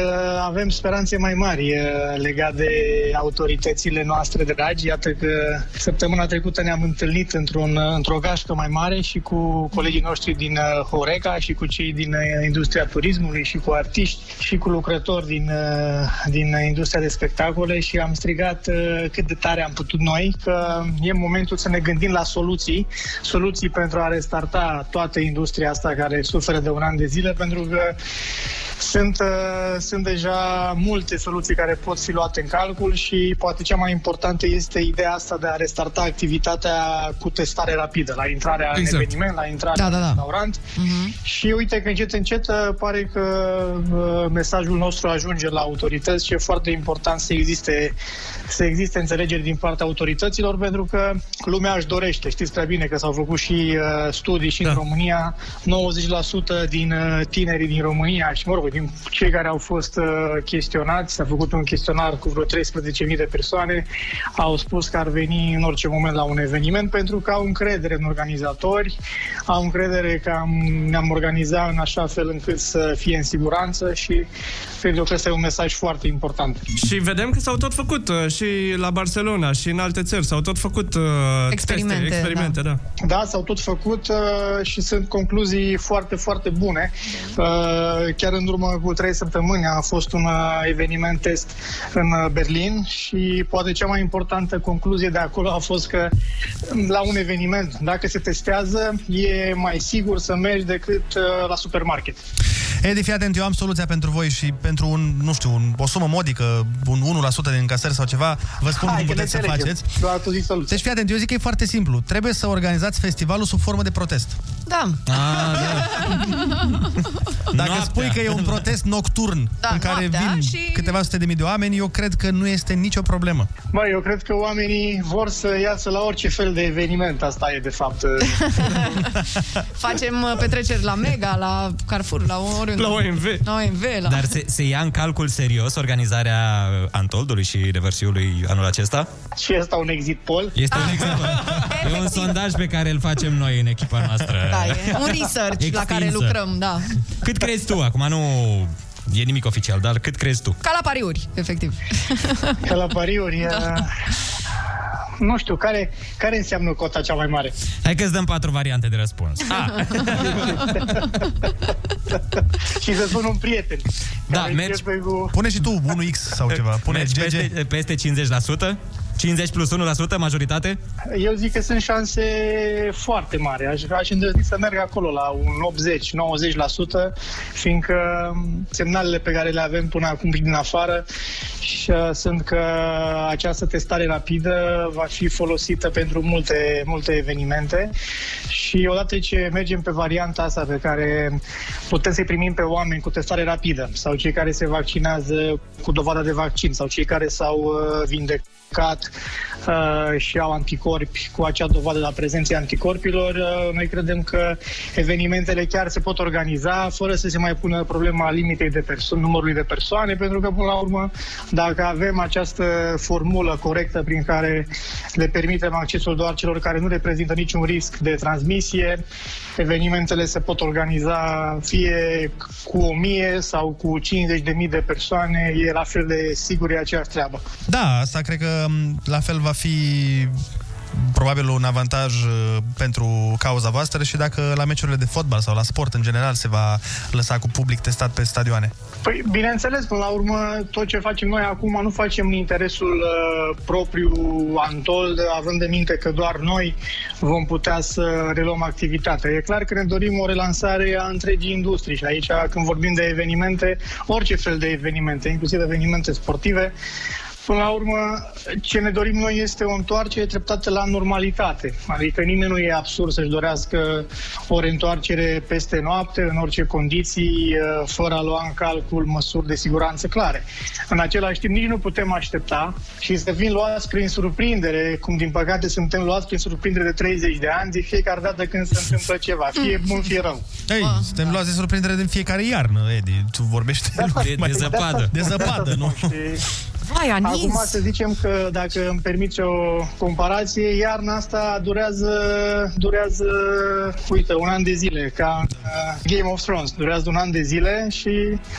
Speaker 17: avem speranțe mai mari eh, legat de autoritățile noastre dragi. Iată că săptămâna trecută ne-am întâlnit într-un, într-o gașcă mai mare și cu colegii noștri din eh, Horeca și cu cei din eh, industria turismului și cu artiști și cu lucrători din, eh, din industria de spectacole și am strigat eh, cât de tare am putut noi că e momentul să ne gândim la soluții, soluții pentru a restarta toată industria asta care suferă de un an de zile, pentru că sunt, uh, sunt deja multe soluții care pot fi luate în calcul și poate cea mai importantă este ideea asta de a restarta activitatea cu testare rapidă, la intrarea exact. în Exact. eveniment, la intrarea Da, da, în da. Mhm. restaurant. Și uite că încet, încet uh, pare că uh, mesajul nostru ajunge la autorități și e foarte important să existe, să existe înțelegeri din partea autorităților pentru că lumea își dorește. Știți prea bine că s-au făcut și uh, studii și da. în România. 90% din uh, tinerii din România și, mă rog, din cei care au fost uh, chestionați, s-a făcut un chestionar cu vreo 13.000 de persoane, au spus că ar veni în orice moment la un eveniment pentru că au încredere în organizatori, au încredere că am, ne-am organizat în așa fel încât să fie în siguranță și cred eu că este un mesaj foarte important.
Speaker 11: Și vedem că s-au tot făcut uh, și la Barcelona și în alte țări s-au tot făcut uh,
Speaker 17: Experimente,
Speaker 11: teste, experimente, da.
Speaker 17: Da, s-au tot făcut uh, și sunt concluzii foarte, foarte bune. Uh, chiar în urmă cu trei săptămâni a fost un uh, eveniment test în uh, Berlin și poate cea mai importantă concluzie de acolo a fost că um, la un eveniment, dacă se testează, e mai sigur să mergi decât uh, la supermarket.
Speaker 7: Edi, fii atent, eu am soluția pentru voi și pentru un, nu știu, un, o sumă modică, un 1% din încasări sau ceva, vă spun
Speaker 17: Hai,
Speaker 7: cum
Speaker 17: că
Speaker 7: puteți să
Speaker 17: ne înțelegem.
Speaker 7: faceți.
Speaker 17: Doar Da, tu zici soluția.
Speaker 7: Deci fii atent, eu zic că e foarte simplu. Trebuie să organizați festivalul sub formă de protest.
Speaker 9: Da.
Speaker 7: Ah, da. Dacă
Speaker 9: Noaptea.
Speaker 7: spui că e un protest nocturn
Speaker 17: Da,
Speaker 7: da, în care
Speaker 17: noaptea
Speaker 7: vin
Speaker 17: și-
Speaker 7: și... câteva sute de mii de oameni, eu cred că nu este nicio problemă.
Speaker 17: Bă, eu cred că oamenii vor să iasă la orice fel de eveniment. Asta e, de fapt. uh,
Speaker 9: Facem uh, petreceri la Mega, la Carrefour, la oriunde.
Speaker 8: La OMV.
Speaker 9: La OMV, la...
Speaker 8: Dar se, se ia în calcul serios organizarea Antoldului și Reversiului anul acesta?
Speaker 17: Și asta un exit poll?
Speaker 8: Este un exemplu. E un sondaj pe care îl facem noi în echipa noastră.
Speaker 9: Ah, Da, e un research la care
Speaker 8: Extinsă.
Speaker 9: lucrăm, da.
Speaker 8: Cât crezi tu? Acum nu e nimic oficial, dar cât crezi tu?
Speaker 9: Ca la pariuri, efectiv.
Speaker 17: Ca la pariuri. Da. Nu știu, care, care înseamnă cota cea mai mare?
Speaker 8: Hai că îți dăm patru variante de răspuns.
Speaker 17: Ah.
Speaker 8: Ah. A,
Speaker 17: și să spun un prieten.
Speaker 8: da,
Speaker 17: care
Speaker 8: mergi...
Speaker 17: începe Cu...
Speaker 7: Pune și tu 1X sau ceva. Pune
Speaker 8: Mergi
Speaker 7: GG.
Speaker 8: peste, peste 50%? 50 plus 1% majoritate?
Speaker 17: Eu zic că sunt șanse foarte mari. Aș, aș îndrăzni să merg acolo la un 80-90%, fiindcă um, semnalele pe care le avem până acum din afară și, uh, sunt că această testare rapidă va fi folosită pentru multe, multe evenimente și odată ce mergem pe varianta asta pe care putem să-i primim pe oameni cu testare rapidă sau cei care se vaccinează cu dovada de vaccin sau cei care s-au uh, vindecat cat uh, și au anticorpi cu acea dovadă la prezenței anticorpilor, uh, noi credem că evenimentele chiar se pot organiza fără să se mai pună problema limitei de perso- numărului de persoane, pentru că, până la urmă, dacă avem această formulă corectă prin care le permitem accesul doar celor care nu reprezintă niciun risc de transmisie, evenimentele se pot organiza fie cu 1000 sau cu 50.000 de persoane, e la fel de sigur e aceeași treabă.
Speaker 7: Da, asta cred că m, la fel va fi probabil un avantaj uh, pentru cauza voastră și dacă la meciurile de fotbal sau la sport în general se va lăsa cu public testat pe stadioane.
Speaker 17: Păi, bineînțeles, până la urmă, tot ce facem noi acum nu facem în interesul uh, propriu Antol, având în minte că doar noi vom putea să reluăm activitatea. E clar că ne dorim o relansare a întregii industrii și aici, când vorbim de evenimente, orice fel de evenimente, inclusiv evenimente sportive, Până la urmă, ce ne dorim noi este o întoarcere treptată la normalitate. Adică nimeni nu e absurd să-și dorească o reîntoarcere peste noapte, în orice condiții, eh, fără a lua în calcul măsuri de siguranță clare. În același timp, nici nu putem aștepta și să fim luați prin surprindere, cum din păcate suntem luați prin surprindere de 30 de ani, de fiecare dată când se întâmplă ceva, fie bun, fie rău.
Speaker 7: Ei,
Speaker 9: Ah.
Speaker 7: suntem luați de surprindere din fiecare iarnă, Edi. Tu vorbești
Speaker 9: Da.
Speaker 17: De- de zăpadă.
Speaker 7: De zăpadă, nu?
Speaker 9: Mai
Speaker 17: anis. Acum să zicem că, dacă îmi permiți o comparație, iarna asta durează, durează uite, un an de zile, ca în, uh, Game of Thrones, durează un an de zile și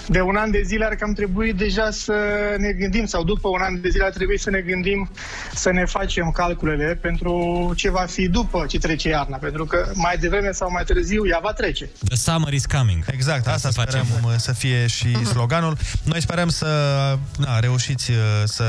Speaker 17: de un an de zile ar cam trebui deja să ne gândim, sau după un an de zile ar trebui să ne gândim să ne facem calculele pentru ce va fi după ce trece iarna, pentru că mai devreme sau mai târziu ea va trece.
Speaker 7: The summer is coming. Exact, asta, asta sperăm facem. să fie și
Speaker 9: Mhm.
Speaker 7: sloganul. Noi sperăm să na, reușiți uh, să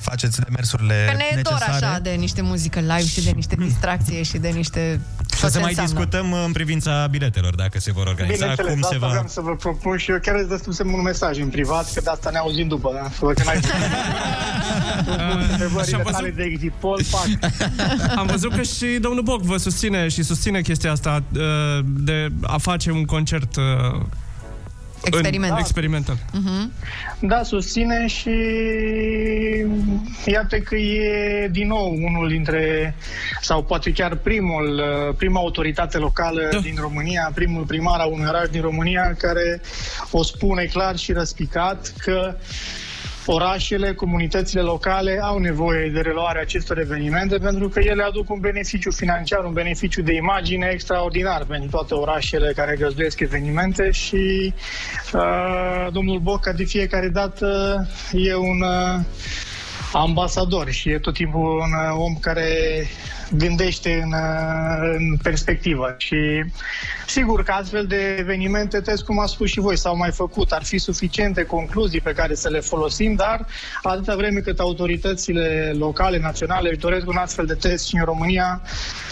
Speaker 7: faceți demersurile
Speaker 9: Că ne e dor
Speaker 7: necesare.
Speaker 9: așa de niște muzică live și de niște distracție și de niște...
Speaker 8: Și
Speaker 9: tot
Speaker 8: să
Speaker 9: ce
Speaker 8: mai
Speaker 9: înseamnă.
Speaker 8: discutăm în privința biletelor, dacă se vor organiza,
Speaker 11: Exact
Speaker 17: Bineînțeles,
Speaker 8: cum se
Speaker 17: asta
Speaker 8: va...
Speaker 17: vreau să vă propun și eu chiar îți dăstusem un mesaj în privat, că de asta ne auzim după, da? Să vă că n-ai... Întrebările tale de exit poll, fac.
Speaker 11: Am văzut că și domnul Boc vă susține și susține chestia asta uh, de a face un concert uh,
Speaker 17: Experimental.
Speaker 11: În, experimental.
Speaker 17: Da, susține și iată că e din nou unul dintre, sau poate chiar primul, uh, prima autoritate locală da. din România, primul primar a unui oraș din România care o spune clar și răspicat că orașele, comunitățile locale au nevoie de reluarea acestor evenimente pentru că ele aduc un beneficiu financiar, un beneficiu de imagine extraordinar pentru toate orașele care găzduiesc evenimente și uh, domnul Boca de fiecare dată e un uh, ambasador și e tot timpul un uh, om care gândește în, uh, în perspectivă și sigur că astfel de evenimente, test cum a spus și voi, s-au mai făcut, ar fi suficiente concluzii pe care să le folosim, dar atâta vreme cât autoritățile locale, naționale își doresc un astfel de test și în România,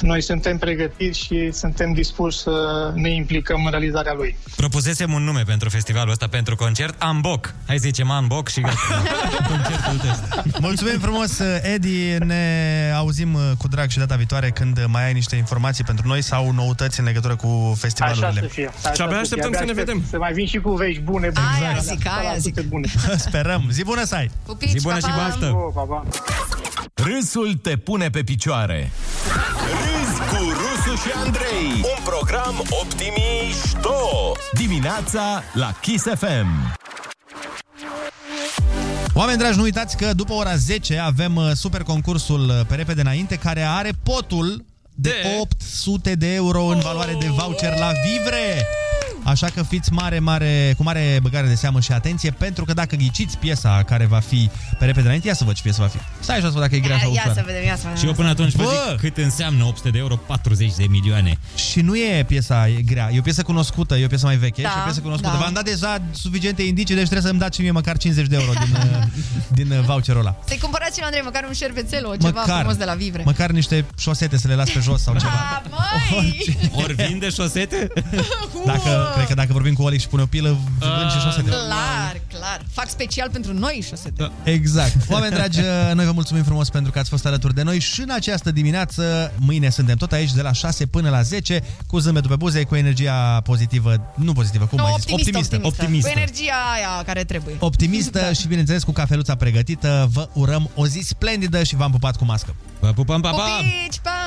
Speaker 17: noi suntem pregătiți și suntem dispuși să ne implicăm în realizarea lui.
Speaker 8: Propusesem un nume pentru festivalul ăsta, pentru concert, Amboc. Hai să zicem Amboc și gata. Concertul test.
Speaker 9: da.
Speaker 7: Mulțumim frumos, uh, Edi. Ne auzim uh, cu drag și data viitoare când mai ai niște informații pentru noi sau noutăți în legătură cu festivalurile.
Speaker 17: Așa să fie. Așa să fie. Abia aștept Să mai vin și cu vești bune.
Speaker 9: Aia zic, aia zic.
Speaker 17: Bune.
Speaker 7: Sperăm. Zi bună să ai!
Speaker 9: Pupici, Zi bună pa, și pa! baftă!
Speaker 17: Oh, pa, pa.
Speaker 1: Râsul te pune pe picioare. Râzi cu Rusu și Andrei. Un program optimișto. Dimineața la Kiss FM.
Speaker 7: Oameni dragi, nu uitați că după ora 10 avem uh, super concursul uh, pe repede înainte care are potul de, de 800 de euro
Speaker 9: Oh!
Speaker 7: în valoare de voucher la Vivre. Așa că fiți mare, mare, cu mare băgare de seamă și atenție, pentru că dacă ghiciți piesa care va fi pe repede înainte, ia să văd ce piesă va fi. Stai așa să văd dacă e grea sau
Speaker 9: Ia
Speaker 7: ușoară.
Speaker 9: să vedem, ia să vedem.
Speaker 8: Și eu până atunci vă
Speaker 7: Bă!
Speaker 8: zic cât înseamnă 800 de euro, 40 de milioane.
Speaker 7: Și nu e piesa e grea, e o piesă cunoscută, e o piesă mai veche
Speaker 8: Da,
Speaker 7: da, și e o piesă cunoscută.
Speaker 8: da.
Speaker 7: Da. V-am dat deja suficiente indicii, deci trebuie să-mi dați și mie măcar 50 de euro din, uh, din uh, voucherul ăla.
Speaker 9: Să-i cumpărați și lui Andrei măcar un șervețel, o ceva
Speaker 7: Măcar.
Speaker 9: frumos de la Vivre.
Speaker 7: Măcar niște șosete să le las pe jos sau ceva.
Speaker 9: A, măi! Uhuh!
Speaker 7: Ori vinde șosete? Dacă Cred că dacă vorbim cu Olic și pune o pilă, vând și șosete.
Speaker 9: Clar, clar. Fac special pentru noi șosete.
Speaker 7: Exact. Oameni dragi, noi vă mulțumim frumos pentru că ați fost alături de noi și în această dimineață, mâine suntem tot aici de la 6 până la 10 cu zâmbetul pe buze, cu energia pozitivă, nu pozitivă, cum
Speaker 9: Nu,
Speaker 7: mai zis?
Speaker 9: optimistă, Da, optimistă, Păi Cu energia aia care trebuie.
Speaker 7: Optimistă și bineînțeles cu cafeluța pregătită. Vă urăm o zi splendidă și v-am pupat cu mască. Vă pupăm,
Speaker 9: Pupici, pa!